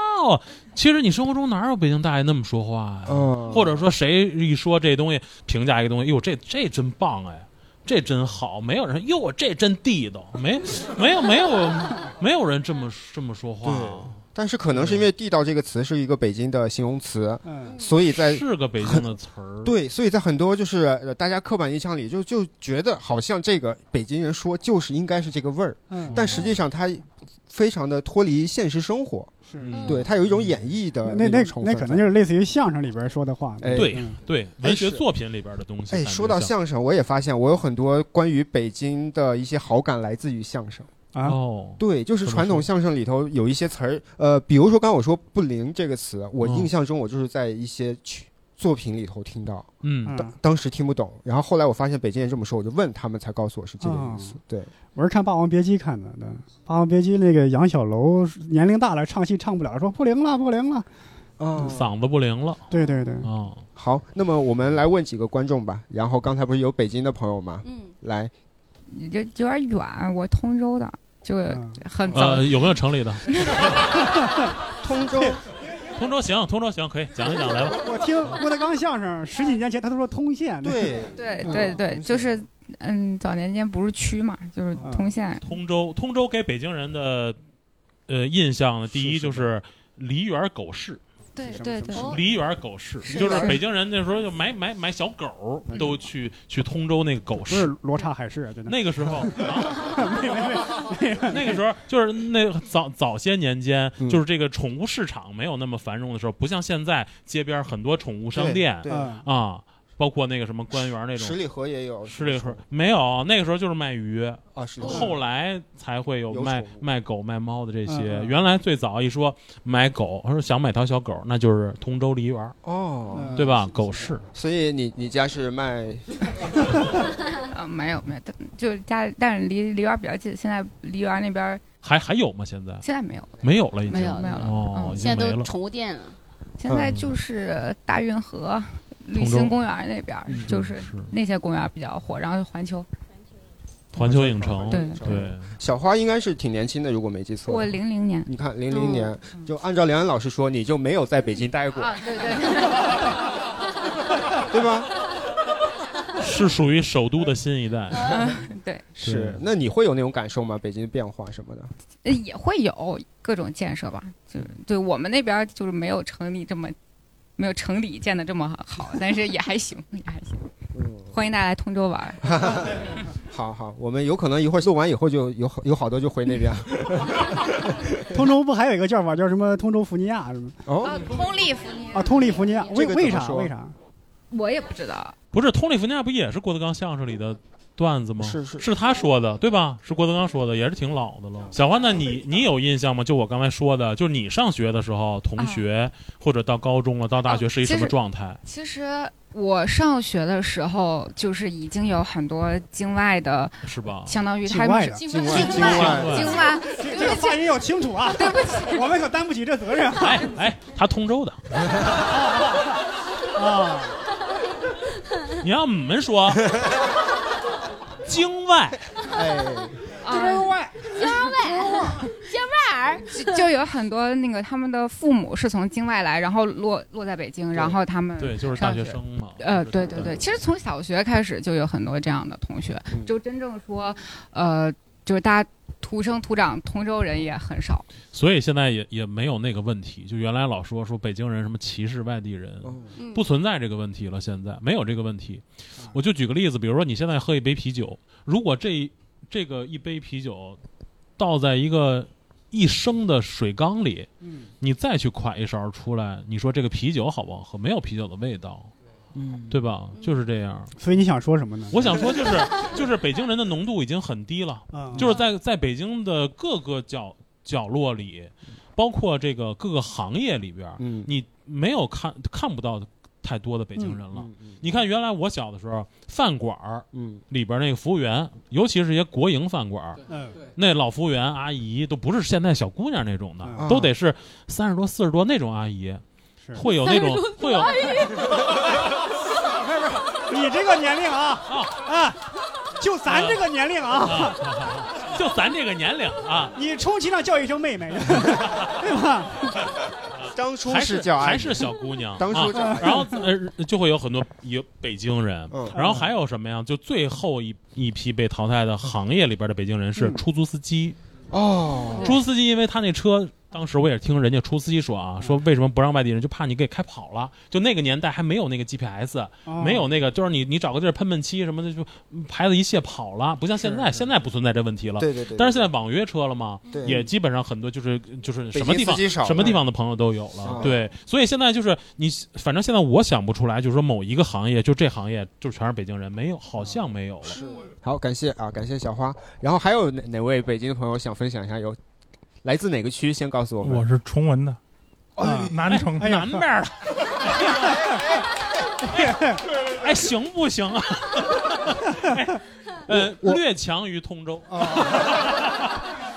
Speaker 3: 其实你生活中哪有北京大爷那么说话呀？
Speaker 1: 嗯，
Speaker 3: 或者说谁一说这东西评价一个东西，哟，哎这这真棒哎。这真好，没有人哟，我这真地道，没，没有，没有，没有人这么这么说话，
Speaker 1: 对但是可能是因为“地道”这个词是一个北京的形容词，
Speaker 4: 嗯
Speaker 1: 所以在
Speaker 3: 是个北京的词儿，
Speaker 1: 对，所以在很多就是呃大家刻板印象里就就觉得好像这个北京人说就是应该是这个味儿，
Speaker 4: 嗯，
Speaker 1: 但实际上他非常的脱离现实生活，
Speaker 4: 是
Speaker 3: 嗯
Speaker 1: 对他有一种演绎的
Speaker 4: 那
Speaker 1: 那
Speaker 4: 那
Speaker 1: 种成
Speaker 4: 那
Speaker 1: 分
Speaker 4: 可
Speaker 1: 在
Speaker 4: 能就是类似于相声里边儿说的话，
Speaker 1: 哎
Speaker 3: 对
Speaker 4: 嗯
Speaker 3: 对，
Speaker 1: 哎
Speaker 3: 文学
Speaker 1: 是
Speaker 3: 作品里边的东西。
Speaker 1: 哎，
Speaker 3: 感觉
Speaker 1: 说到
Speaker 3: 像
Speaker 1: 相声，我也发现我有很多关于北京的一些好感来自于相声。
Speaker 4: 啊，
Speaker 3: 哦，
Speaker 1: 对，就是
Speaker 3: 怎么
Speaker 1: 传统
Speaker 3: 说
Speaker 1: 相声里头有一些词儿，呃，比如说刚刚我说“不灵”这个词，我
Speaker 3: 嗯
Speaker 1: 印象中我就是在一些曲作品里头听到，
Speaker 3: 嗯，
Speaker 4: 嗯
Speaker 1: 当当时听不懂，然后后来我发现北京人这么说，我就问他们才告诉我是这个意
Speaker 4: 哦
Speaker 1: 思。对，
Speaker 4: 我是看《霸王别姬》看的，对《霸王别姬》那个杨小楼年龄大了，唱戏唱不了，说不灵了，不灵了，
Speaker 1: 啊
Speaker 3: 嗓子不灵了
Speaker 4: 对对对，
Speaker 3: 啊，
Speaker 1: 好，那么我们来问几个观众吧。然后刚才不是有北京的朋友吗？
Speaker 2: 嗯，
Speaker 1: 来，
Speaker 8: 这有点远，我通州的，就
Speaker 4: 嗯
Speaker 8: 很早。
Speaker 3: 呃，有没有城里的？
Speaker 1: 通州
Speaker 3: 通州行，通州行，可以讲一讲来吧。
Speaker 4: 我听郭德纲相声十几年前，他都说通县，
Speaker 1: 对
Speaker 8: 对
Speaker 1: 嗯
Speaker 8: 对对，就是嗯，早年间不是区嘛，就是
Speaker 4: 嗯
Speaker 8: 通县。
Speaker 3: 通州，通州给北京人的呃印象呢，第一就是梨园狗市，
Speaker 8: 对
Speaker 4: 什么
Speaker 8: 对
Speaker 4: 什么
Speaker 8: 对
Speaker 9: 哦
Speaker 4: 什，么
Speaker 3: 梨园狗市
Speaker 8: 是
Speaker 3: 就是
Speaker 8: 是
Speaker 3: 北京人那时候就买买买小狗
Speaker 4: 嗯
Speaker 3: 都去去通州那个狗
Speaker 4: 不是
Speaker 3: 市。
Speaker 4: 罗刹海市啊，真的，
Speaker 3: 那个时候，啊 那个时候就是那早早些年间，
Speaker 1: 嗯
Speaker 3: 就是这个宠物市场没有那么繁荣的时候，不像现在街边很多宠物商店，
Speaker 1: 对，
Speaker 4: 嗯
Speaker 3: 啊，包括那个什么官园那
Speaker 1: 十
Speaker 3: 种。
Speaker 1: 里河也有，
Speaker 3: 十里河没有，那个时候就是卖鱼，
Speaker 1: 啊，十里河
Speaker 3: 后来才会有
Speaker 1: 有
Speaker 3: 卖
Speaker 1: 宠物
Speaker 3: 卖狗、卖猫的这些
Speaker 4: 嗯。嗯
Speaker 3: 原来最早一说买狗，他说想买条小狗，那就是通州梨园儿，
Speaker 1: 哦，
Speaker 4: 嗯
Speaker 3: 对吧？狗市
Speaker 1: 所以你你家是卖
Speaker 8: 啊，没有没有，但就是家，但是离梨园比较近。现在梨园那边
Speaker 3: 还还有吗？现在
Speaker 8: 现在没有，
Speaker 3: 没有了，已经
Speaker 2: 没有
Speaker 8: 没有了
Speaker 3: 哦，
Speaker 8: 嗯
Speaker 3: 已经
Speaker 2: 现在
Speaker 3: 没
Speaker 2: 都
Speaker 3: 了。
Speaker 2: 宠物店了，
Speaker 8: 现
Speaker 4: 嗯
Speaker 8: 在就是大运河、
Speaker 3: 通
Speaker 8: 旅
Speaker 3: 州嗯
Speaker 8: 行公园那边，就是
Speaker 3: 是
Speaker 8: 那些公园比较火，然后环球。
Speaker 3: 环球影城，
Speaker 8: 对
Speaker 3: 对，
Speaker 1: 小花应该是挺年轻的，如果没记错。
Speaker 8: 我零零年嗯
Speaker 1: 你看零零年，就按照梁安老师说，你就没有
Speaker 8: 啊
Speaker 1: 在北京待过，
Speaker 8: 啊，对对，
Speaker 1: 对吧？
Speaker 3: 是属于首都的新一代，
Speaker 8: 对，
Speaker 1: 是，那你会有那种感受吗？北京变化什么的？
Speaker 8: 呃也会有各种建设吧，就是对我们那边儿就是没有城里这么没有城里建的这么好，但是也还行，也还行。
Speaker 4: 嗯
Speaker 8: 欢迎大家来通州玩儿，
Speaker 1: 好好，我们有可能一会儿做完以后就有好有好多就回 那边
Speaker 4: 通州不还有一个叫法叫什么通州福尼亚什么
Speaker 1: 哦。
Speaker 8: 呃通利福尼
Speaker 4: 啊？通利福尼亚，为
Speaker 1: 这个
Speaker 4: 为
Speaker 1: 怎么
Speaker 4: 啥
Speaker 1: 说
Speaker 4: 为啥？
Speaker 8: 我也不知道，
Speaker 3: 不是通利福尼亚不也是郭德纲相声里的段子吗？
Speaker 1: 是是
Speaker 3: 是他说的对吧？是郭德纲说的，也是挺老的了。小欢呢，你你有印象吗？就我刚才说的，就是你上学的时候，同学、或者到高中了，到大学
Speaker 8: 哦
Speaker 3: 是一什
Speaker 8: 其
Speaker 3: 么
Speaker 8: 实
Speaker 3: 状态？
Speaker 8: 其实我上学的时候，就是已经有很多境外的，
Speaker 3: 是吧？
Speaker 8: 相当于
Speaker 4: 境
Speaker 8: 他们
Speaker 4: 外
Speaker 8: 是
Speaker 4: 的
Speaker 2: 境
Speaker 1: 境
Speaker 2: 外
Speaker 1: 外
Speaker 8: 境
Speaker 1: 境
Speaker 3: 外
Speaker 8: 境外
Speaker 4: 这这个发音要清楚啊！对不起， 我们可担不起 这责任
Speaker 3: 哎哎，他通州的，
Speaker 4: 啊！
Speaker 3: 你让我 们说京外，
Speaker 1: 哎，
Speaker 8: 啊，
Speaker 4: 外
Speaker 8: 就就有很多那个他们的父母是从境外来，然后落落在北京，然后他们
Speaker 3: 对，就是大学生嘛。
Speaker 8: 呃，对对对，其实从小学开始就有很多这样的同学，
Speaker 1: 嗯
Speaker 8: 就真正说，呃，就是大家土生土长通州人也很少。
Speaker 3: 所以现在也也没有那个问题，就原来老说说北京人什么歧视外地人，
Speaker 1: 哦
Speaker 3: 不存在这个问题了。现在没有这个问题。我就举个例子，比如说你现在喝一杯啤酒，如果这这个一杯啤酒倒在一个一升的水缸里，你再去㧟一勺出来，你说这个啤酒好不好喝？没有啤酒的味道，
Speaker 4: 嗯，
Speaker 3: 对吧？就是这样。
Speaker 4: 所以你想说什么呢？
Speaker 3: 我想说就是就是北京人的浓度已经很低了。
Speaker 4: 啊，
Speaker 3: 就是在在北京的各个角角落里，包括这个各个行业里边儿，
Speaker 1: 嗯，
Speaker 3: 你没有看看不到太多的北京人了。
Speaker 1: 嗯嗯
Speaker 3: 你看，原来我小的时候，饭馆儿
Speaker 1: 嗯
Speaker 3: 里边那个服务员，尤其是一些国营饭馆儿，
Speaker 4: 嗯，
Speaker 3: 那老服务员阿姨都不是现在小姑娘那种的，
Speaker 4: 嗯
Speaker 3: 都得是三十多、四十多那种阿姨，
Speaker 4: 是
Speaker 3: 会有那种会有
Speaker 4: 你这个年龄啊啊，就咱这个年龄啊，
Speaker 3: 就咱这个年龄啊，
Speaker 4: 你充其量叫一声妹 妹，对吧？
Speaker 1: 当初
Speaker 3: 还
Speaker 1: 是
Speaker 3: 是
Speaker 1: 叫
Speaker 3: 还
Speaker 1: 爱，
Speaker 3: 是小姑娘，
Speaker 1: 当初
Speaker 3: 啊
Speaker 1: 叫爱
Speaker 3: 然后呃，就会有很多有北京人，
Speaker 1: 嗯
Speaker 3: 然后还有什么呀？就最后一一批被淘汰的行业里边的北京人
Speaker 1: 嗯
Speaker 3: 是出租司机。
Speaker 1: 哦，
Speaker 3: 出租司机，因为他那车，当时我也是听人家出租司机说
Speaker 1: 嗯
Speaker 3: 啊，说为什么不让外地人，就怕你给开跑了。就那个年代还没有那个 GPS，没
Speaker 1: 哦
Speaker 3: 有那个，就是你你找个地儿喷喷漆什么的，就嗯牌子一卸跑了，不像现在，现在不存在这问题了。
Speaker 1: 对对对，
Speaker 3: 但是现在网约车了嘛，
Speaker 1: 对
Speaker 3: 也基本上很多就是就是什么地
Speaker 1: 北京
Speaker 3: 方
Speaker 1: 司机少了
Speaker 3: 什么地方的朋友都有了
Speaker 1: 啊，
Speaker 3: 对，所以现在就是你，反正现在我想不出来，就是说某一个行业，就这行业就全是北京人，没有，好像没有了。
Speaker 1: 好，感谢啊，感谢小花。然后还有哪哪位北京的朋友想分享一下？有来自哪个区？先告诉我们。
Speaker 10: 我是崇文的，
Speaker 4: 啊
Speaker 10: 南城。
Speaker 4: 哎呀
Speaker 3: 南边儿的，哎，行不行啊？哎呃，略强于通州，
Speaker 1: 啊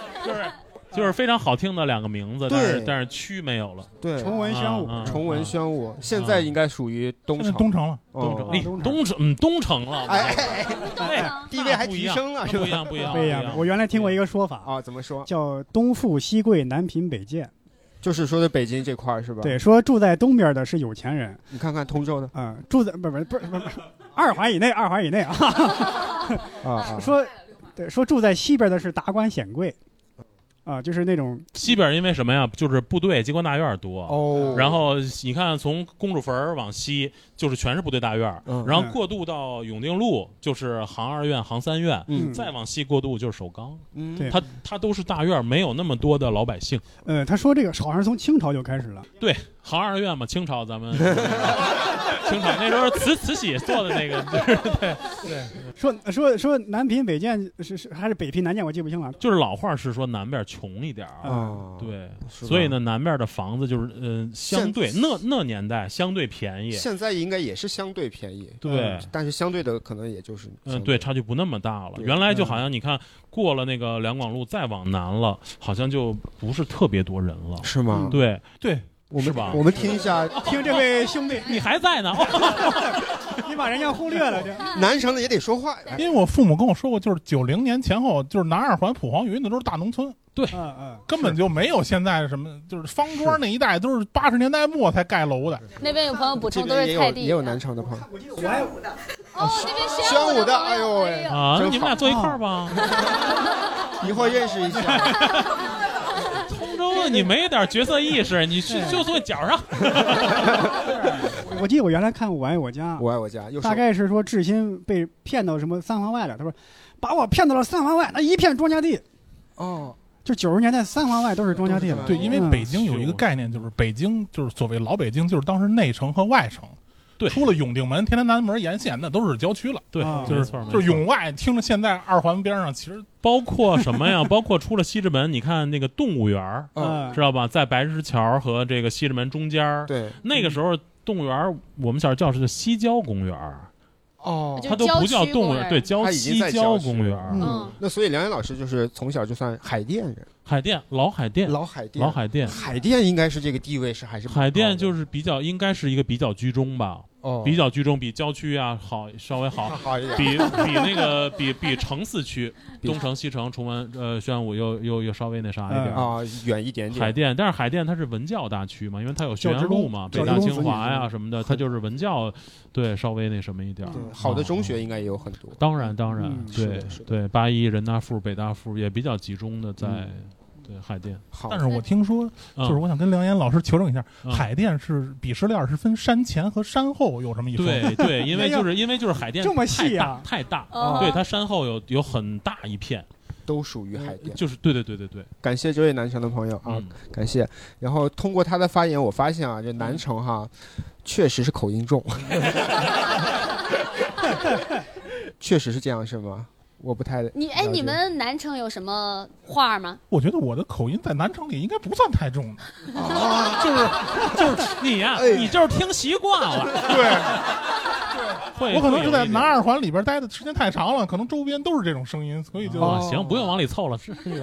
Speaker 3: 就是就是非常好听的两个名字，
Speaker 1: 对
Speaker 3: 但是但是区没有了，
Speaker 1: 对，
Speaker 4: 崇文宣武
Speaker 3: 啊啊
Speaker 1: 崇文宣武，现在应该属于东
Speaker 10: 现在
Speaker 1: 城。
Speaker 10: 东城了，
Speaker 1: 哦
Speaker 3: 东城，东城，嗯，东城
Speaker 4: 啊
Speaker 3: 了，
Speaker 1: 哎哎哎，
Speaker 3: 对，
Speaker 1: 地位还提升了
Speaker 3: 那
Speaker 1: 是吧
Speaker 3: 不一样，不一样，
Speaker 4: 不一样。我原来听过一个说法，
Speaker 1: 啊，怎么说？
Speaker 4: 叫东富西贵，南贫北贱。
Speaker 1: 就是说的北京这块儿是吧？，
Speaker 4: 对，说住在东边的是有钱人，
Speaker 1: 你看看通州的
Speaker 4: 啊，住在不不不不不，二环以内，二环以内啊。
Speaker 1: 啊啊，
Speaker 4: 说，对，说住在西边的是达官显贵，
Speaker 1: 嗯
Speaker 4: 啊，就是那种
Speaker 3: 西边因为什么呀？就是部队机关大院多，
Speaker 1: 哦，
Speaker 3: 然后你看，从公主坟儿往西就是全是部队大院儿，
Speaker 1: 嗯
Speaker 3: 然后过渡到永定路就是航二院、航三院，
Speaker 1: 嗯
Speaker 3: 再往西过渡就是首钢。
Speaker 1: 嗯
Speaker 4: 对
Speaker 3: 它它都是大院儿，没有那么多的老百姓。
Speaker 4: 呃，他说这个好像是从清朝就开始了，
Speaker 3: 对，航二院嘛，清朝咱们清朝那时候慈慈禧做的那个，就是对，
Speaker 4: 说说说南贫北贱是是还是北贫南贱，我记不清了。
Speaker 3: 就是老话是说南边儿穷一点儿。
Speaker 1: 啊，，
Speaker 3: 对，
Speaker 1: 是吧
Speaker 3: 所以呢，南边儿的房子就是，嗯，相
Speaker 1: 现
Speaker 3: 对那那年代相对便宜，
Speaker 1: 现在应该也是相对便宜，
Speaker 3: 对，
Speaker 4: 嗯
Speaker 1: 但是相对的可能也就是
Speaker 3: 嗯，对，，差距不那么大了。
Speaker 1: 对嗯
Speaker 3: 原来就好像你看过了那个两广路，再往南了，好像就不是特别多人了。
Speaker 1: 是吗？
Speaker 3: 对，
Speaker 10: 对，
Speaker 1: 我
Speaker 3: 是
Speaker 10: 啊
Speaker 1: 们
Speaker 3: 吧
Speaker 1: 我们听一下，
Speaker 4: 听这位兄弟，
Speaker 3: 你还在呢，哦
Speaker 4: 你把人家忽略了，这
Speaker 1: 南城的也得说话呀。
Speaker 10: 因为我父母跟我说过，就是九零年前后，就是南二环普黄鱼那都是大农村，
Speaker 4: 嗯嗯，
Speaker 10: 根本就没有现在什么，就是方庄那一带都是八十年代末才盖楼的。
Speaker 2: 那边有朋友补
Speaker 1: 这
Speaker 2: 充，都
Speaker 1: 边也
Speaker 2: 是
Speaker 1: 有
Speaker 2: 菜
Speaker 1: 也
Speaker 2: 地。
Speaker 1: 有南城的朋友，
Speaker 4: 我还
Speaker 2: 哦，那边宣
Speaker 1: 宣武
Speaker 2: 武
Speaker 1: 的
Speaker 2: 的，
Speaker 1: 哎呦
Speaker 2: 哎
Speaker 1: 喂
Speaker 3: 啊，那
Speaker 1: 真
Speaker 3: 你们俩
Speaker 1: 好
Speaker 3: 坐一块儿吧。
Speaker 1: 一会儿认识一下。
Speaker 3: 通州的你没点角色意识，你去就坐角上。
Speaker 4: 我记得我原来看《我爱我家》，
Speaker 1: 我爱我家，又是
Speaker 4: 大概是说志新被骗到什么三环外了，他说把我骗到了三环外，那一片庄稼地，
Speaker 1: 哦，
Speaker 4: 就九十年代三环外都是庄稼地了。
Speaker 10: 对，因为
Speaker 4: 嗯
Speaker 10: 北京有一个概念，就是北京就是所谓老北京，就是当时内城和外城。
Speaker 3: 对
Speaker 10: 除了永定门、天坛南门沿线，那都是郊区了。
Speaker 3: 对
Speaker 4: 啊，
Speaker 10: 就是
Speaker 3: 没错
Speaker 10: 就是。
Speaker 3: 没错
Speaker 10: 永外，听着现在二环边上，其实
Speaker 3: 包括什么呀？ 包括出了西直门，你看那个动物园儿，
Speaker 1: 嗯，
Speaker 4: 嗯
Speaker 3: 知道吧？在白石桥和这个西直门中间儿，
Speaker 1: 对，
Speaker 3: 那个时候动物园儿，我们小时候叫是叫西郊公园儿，
Speaker 1: 哦
Speaker 2: 就，
Speaker 3: 它都不叫动物园儿，对，
Speaker 2: 就是
Speaker 3: 叫
Speaker 1: 它已经
Speaker 3: 西
Speaker 1: 在郊
Speaker 3: 郊
Speaker 1: 区
Speaker 3: 公园儿。
Speaker 4: 嗯
Speaker 2: 嗯，
Speaker 1: 那所以梁岩老师就是从小就算海淀人，
Speaker 3: 海淀，老海淀，
Speaker 1: 老海淀，
Speaker 3: 老海淀，
Speaker 1: 海淀应该是这个地位是还是蛮
Speaker 3: 海淀
Speaker 1: 高的
Speaker 3: 就是比较，应该是一个比较居中吧，
Speaker 1: 哦
Speaker 3: 比较居中，比郊区啊好稍微好，
Speaker 1: 好一点，
Speaker 3: 比比那个比比城四区，
Speaker 1: 比
Speaker 3: 东城、西城、崇文、呃宣武又又又稍微那啥一
Speaker 4: 嗯
Speaker 3: 点儿。
Speaker 1: 啊远一点点。
Speaker 3: 海淀，但是海淀它是文教大区嘛，因为它有学
Speaker 4: 教
Speaker 3: 园
Speaker 4: 职工
Speaker 3: 路嘛，
Speaker 4: 教
Speaker 3: 北
Speaker 4: 职
Speaker 3: 大
Speaker 4: 工
Speaker 3: 清华
Speaker 4: 子
Speaker 3: 呀
Speaker 4: 女
Speaker 3: 什么的，它就是文教，对，稍微那什么一点儿
Speaker 1: 对，。好的中学应该也有很多
Speaker 3: 啊，。当然当然
Speaker 4: 嗯，
Speaker 1: 是
Speaker 3: 对
Speaker 1: 的是的
Speaker 3: 对，八一人大附、北大附也比较集中的在
Speaker 1: 嗯
Speaker 3: 对海淀，
Speaker 1: 好，
Speaker 10: 但是我听说，
Speaker 3: 嗯
Speaker 10: 就是我想跟梁岩老师求证一下，
Speaker 3: 嗯
Speaker 10: 海淀是鄙视链是分山前和山后，有这么一说吗？
Speaker 3: 对对， 因为就是因为就是海淀
Speaker 4: 这么
Speaker 3: 太
Speaker 4: 细
Speaker 3: 大
Speaker 4: 啊
Speaker 3: 太大，
Speaker 2: 哦
Speaker 3: 对它山后有有很大一片，
Speaker 1: 都属于海淀。
Speaker 3: 就是对对对对对，
Speaker 1: 感谢这位南城的朋友啊，
Speaker 3: 嗯，
Speaker 1: 感谢。然后通过他的发言，我发现啊，这南城哈，确实是口音重， 确实是这样是吗？我不太
Speaker 2: 你哎，你们南城有什么画吗？
Speaker 10: 我觉得我的口音在南城里应该不算太重的。
Speaker 1: 哦
Speaker 3: 就是 就是 你呀，
Speaker 1: 哎
Speaker 3: 你就是听习惯了，
Speaker 1: 对，
Speaker 3: 会
Speaker 10: 我可能
Speaker 3: 会
Speaker 10: 是
Speaker 3: 有
Speaker 10: 在
Speaker 3: 一点
Speaker 10: 南二环里边待的时间太长了，可能周边都是这种声音，所以就、
Speaker 3: 啊，行，
Speaker 1: 哦
Speaker 3: 不用往里凑了，是，是有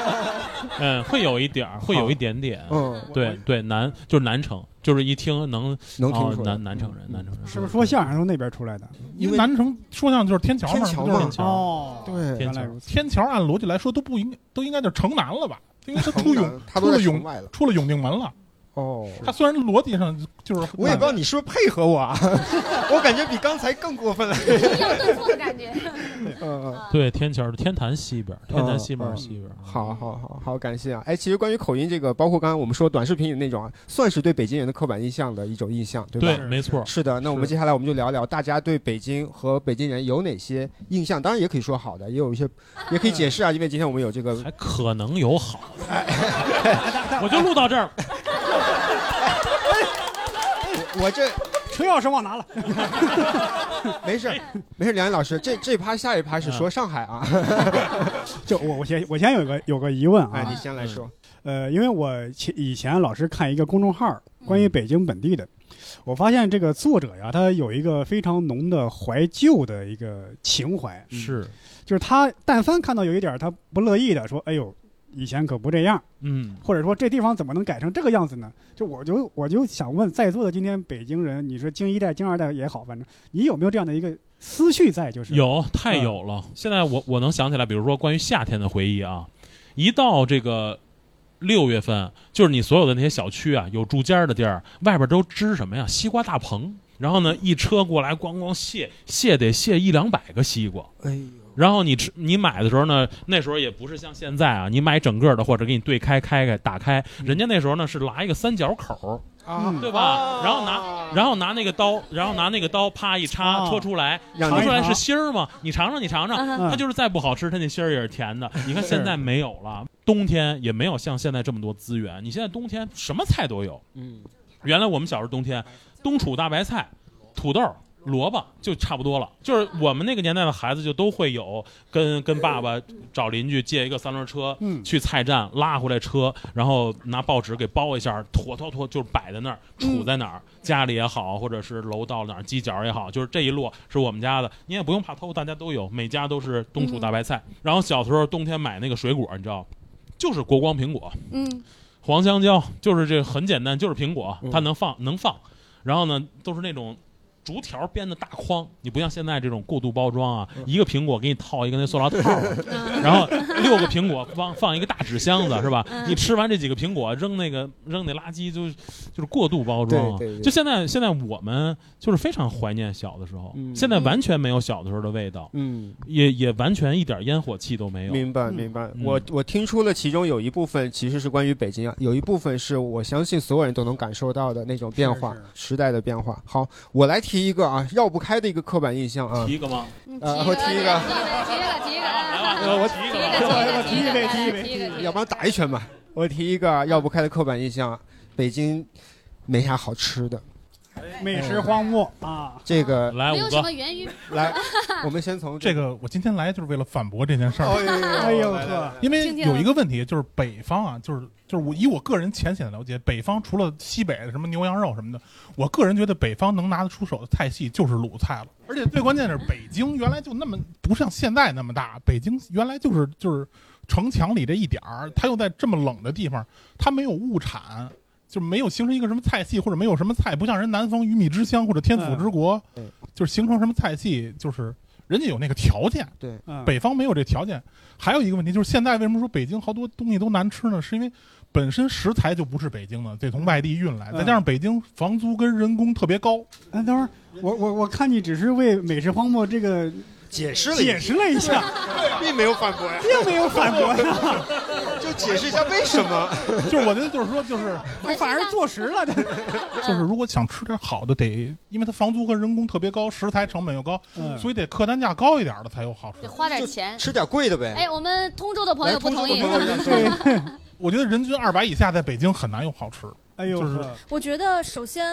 Speaker 3: 嗯，会有一点儿，会有一点点，
Speaker 1: 嗯，
Speaker 3: 对对，南就是南城，就是一听能
Speaker 1: 能听
Speaker 3: 哦
Speaker 1: 出来。
Speaker 3: 南南城人，南城人
Speaker 4: 是不是说相声从那边出来的？
Speaker 10: 因为南城说像就是天桥
Speaker 1: 天
Speaker 10: 嘛，
Speaker 1: 桥
Speaker 10: 就是
Speaker 1: 嘛
Speaker 3: 桥
Speaker 4: 哦，
Speaker 1: 对，
Speaker 4: 原
Speaker 3: 天
Speaker 4: 来
Speaker 3: 桥
Speaker 4: 如此。
Speaker 10: 天桥按逻辑来说都不应都应该叫城南了吧？因为它出永
Speaker 1: 他都
Speaker 10: 出
Speaker 1: 在
Speaker 10: 了
Speaker 1: 城
Speaker 10: 永
Speaker 1: 外了。
Speaker 10: 出了永定门了。
Speaker 1: 哦，
Speaker 10: 它虽然逻辑上就是
Speaker 1: 我也不知道你是不是配合我啊， 我感觉比刚才更过分了。
Speaker 2: 要顿挫的感觉。
Speaker 1: 嗯，
Speaker 3: 对天桥，天坛西边儿，天
Speaker 1: 嗯
Speaker 3: 坛西边儿
Speaker 1: 嗯
Speaker 3: 西边儿，
Speaker 1: 好好好好，感谢啊！哎，其实关于口音这个，包括刚刚我们说短视频里那种啊，算是对北京人的刻板印象的一种印象，对吧？
Speaker 3: 对，没错，
Speaker 1: 是的，那我们接下来我们就聊聊大家对北京和北京人有哪些印象，当然也可以说好的，也有一些也可以解释啊，因为今天我们有这个
Speaker 3: 还可能有 好的，我就录到这儿，
Speaker 1: 我 这
Speaker 4: 车钥匙忘 拿了，
Speaker 1: 没事儿没事儿，梁岩老师，这这趴下一趴是说上海啊，
Speaker 4: 就我我先我先有个有个疑问
Speaker 1: 哎，
Speaker 4: 啊
Speaker 1: 你，先来说，
Speaker 4: 呃，因为我前以前老是看一个公众号关
Speaker 1: 嗯
Speaker 4: 于北京本地的，我发现这个作者呀，他有一个非常浓的怀旧的一个情怀，嗯
Speaker 3: 是，
Speaker 4: 就是他但凡看到有一点儿他不乐意的，说哎呦，以前可不这样。
Speaker 3: 嗯，
Speaker 4: 或者说这地方怎么能改成这个样子呢？就我就我就想问在座的今天北京人，你说京一代、京二代也好，反正你有没有这样的一个思绪在？就是，嗯
Speaker 3: 有太有了。嗯现在我我能想起来，比如说关于夏天的回忆啊，一到这个六月份，就是你所有的那些小区啊，有住家的地儿，外边都支什么呀？西瓜大棚。然后呢，一车过来，咣咣卸卸得卸一两百个西瓜。
Speaker 1: 哎呦，
Speaker 3: 然后你吃你买的时候呢，那时候也不是像现在啊，你买整个的或者给你对开开开打开，人家那时候呢是拿一个三角口儿，
Speaker 1: 啊，
Speaker 3: 嗯对吧？然后拿，然后拿那个刀，然后拿那个刀，啪一插，
Speaker 4: 哦
Speaker 3: 戳出来，
Speaker 1: 让
Speaker 3: 尝
Speaker 4: 你
Speaker 3: 出来
Speaker 4: 尝
Speaker 3: 是芯儿嘛？你尝尝，你尝尝，
Speaker 4: 嗯
Speaker 3: 它就是再不好吃，它那芯儿也是甜的。你看现在没有了，冬天也没有像现在这么多资源。你现在冬天什么菜都有。
Speaker 1: 嗯，
Speaker 3: 原来我们小时候冬天，冬储大白菜、土豆。萝卜就差不多了，就是我们那个年代的孩子就都会有跟跟爸爸找邻居借一个三轮车，
Speaker 4: 嗯，
Speaker 3: 去菜站拉回来车，然后拿报纸给包一下，妥妥妥就是摆在那儿，
Speaker 2: 嗯
Speaker 3: 杵在哪儿，家里也好，或者是楼道哪儿犄角也好，就是这一摞是我们家的，你也不用怕偷，大家都有，每家都是冬储大白菜。然后小时候冬天买那个水果，你知道，就是国光苹果、
Speaker 2: 嗯，
Speaker 3: 黄香蕉，就是这很简单，就是苹果
Speaker 1: 嗯，
Speaker 3: 它能放能放。然后呢，都是那种竹条编的大筐，你不像现在这种过度包装
Speaker 1: 嗯
Speaker 3: 啊，一个苹果给你套一个那塑料套儿， 然后六个苹果放放一个大纸箱子是吧？
Speaker 1: 嗯
Speaker 3: 你吃完这几个苹果扔那个扔那垃圾就就是过度包装、啊
Speaker 1: 对对对
Speaker 3: 就现在现在我们就是非常怀念小的时候，
Speaker 1: 嗯
Speaker 3: 现在完全没有小的时候的味道，
Speaker 1: 嗯，
Speaker 3: 也也完全一点烟火气都没有。
Speaker 1: 明白，
Speaker 5: 嗯
Speaker 1: 明白。
Speaker 3: 嗯
Speaker 1: 我我听出了其中有一部分其实是关于北京啊，有一部分是我相信所有人都能感受到的那种变化
Speaker 4: 是，
Speaker 1: 时代的变化。好，我来提一个啊，绕不开的一个刻板印象啊
Speaker 3: 提。一个吗？
Speaker 2: 嗯
Speaker 1: 呃我提一个
Speaker 2: 提一个，
Speaker 3: 来
Speaker 1: 我
Speaker 3: 提一
Speaker 2: 提一
Speaker 3: 个
Speaker 2: 个，
Speaker 3: 吧。
Speaker 4: 我提一
Speaker 9: 呃
Speaker 4: 杯提一杯
Speaker 2: 提一个，
Speaker 1: 要不然呃打一拳吧。我提一个啊绕不开的刻板印象啊，北京没啥好吃的。
Speaker 4: 美食荒漠啊，
Speaker 1: 这个
Speaker 3: 来
Speaker 2: 没
Speaker 3: 五
Speaker 2: 有什
Speaker 3: 个，
Speaker 2: 么啊源于
Speaker 1: 来，我们先从
Speaker 10: 这个我今天来就是为了反驳这件事儿，
Speaker 1: 哦。哎
Speaker 4: 哎呦
Speaker 1: 来来来
Speaker 4: 呵，
Speaker 10: 因为
Speaker 5: 听见了
Speaker 10: 有一个问题就是北方啊，就是就是我以我个人浅显的了解，北方除了西北的什么牛羊肉什么的，我个人觉得北方能拿得出手的菜系就是鲁菜了。而且最关键是，北京原来就那么不像现在那么大，北京原来就是就是城墙里这一点儿，它又在这么冷的地方，它没有物产。就没有形成一个什么菜系，或者没有什么菜，不像人南方鱼米之乡或者天府之国，
Speaker 1: 嗯对
Speaker 10: 就是形成什么菜系，就是人家有那个条件，
Speaker 4: 嗯，
Speaker 10: 北方没有这条件。还有一个问题就是，现在为什么说北京好多东西都难吃呢？是因为本身食材就不是北京的，得从外地运来，
Speaker 4: 嗯
Speaker 10: 再加上北京房租跟人工特别高，
Speaker 4: 哎，等会儿，我我我看你只是为美食荒漠这个
Speaker 1: 解释了一
Speaker 4: 解
Speaker 1: 下，
Speaker 4: 释了一下，
Speaker 1: 并没有反驳呀，
Speaker 4: 并没有反驳呀，
Speaker 1: 就解释一下为什么。
Speaker 10: 就是我觉得就是说就是
Speaker 4: 反而坐实了，这
Speaker 10: 就是如果想吃点好的，得因为它房租和人工特别高，食材成本又高，
Speaker 4: 嗯
Speaker 10: 所以得客单价高一点的才有好吃
Speaker 2: 得。花点钱。
Speaker 1: 吃点贵的呗。
Speaker 2: 哎，我们通州的朋友不同意
Speaker 1: 来，通知我朋友
Speaker 4: 对，
Speaker 10: 我觉得人均二百以下，在北京很难有好吃。
Speaker 4: 哎呦
Speaker 10: 就是
Speaker 4: 呵，
Speaker 11: 我觉得首先，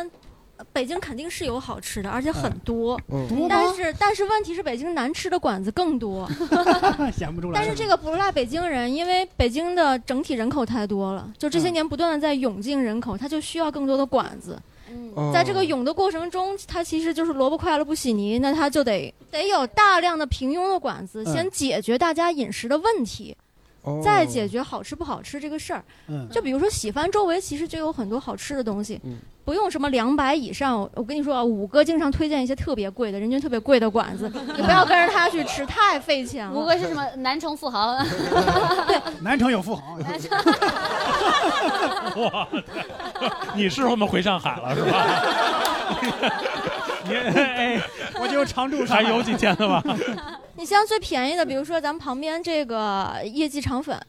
Speaker 11: 呃北京肯定是有好吃的，而且很多。
Speaker 1: 嗯，
Speaker 4: 多
Speaker 11: 但是但是问题是，北京难吃的馆子更多。
Speaker 4: 吗？显不出来。
Speaker 11: 但是这个不赖北京人，因为北京的整体人口太多了，就这些年不断的在涌进人口，它就需要更多的馆子。
Speaker 2: 嗯
Speaker 1: 哦
Speaker 11: 在这个涌的过程中，它其实就是萝卜快了不洗泥，那它就得得有大量的平庸的馆子，
Speaker 4: 嗯
Speaker 11: 先解决大家饮食的问题，
Speaker 1: 哦
Speaker 11: 再解决好吃不好吃这个事儿。
Speaker 4: 嗯，
Speaker 11: 就比如说喜欢周围其实就有很多好吃的东西，
Speaker 1: 嗯
Speaker 11: 不用什么两百以上。我我跟你说啊，五哥经常推荐一些特别贵的，人均特别贵的馆 子，你不要跟着他去吃，太费钱
Speaker 2: 五
Speaker 11: 了。
Speaker 2: 个是什么？南城富 豪，
Speaker 4: 南城有富豪，
Speaker 3: 哇，你是我们回上海了是吧？你 哎，
Speaker 4: 我就常驻上
Speaker 3: 还
Speaker 4: 海
Speaker 3: 有几天 的吧？
Speaker 11: 你像最便宜的，比如说咱们旁边这个叶记肠粉，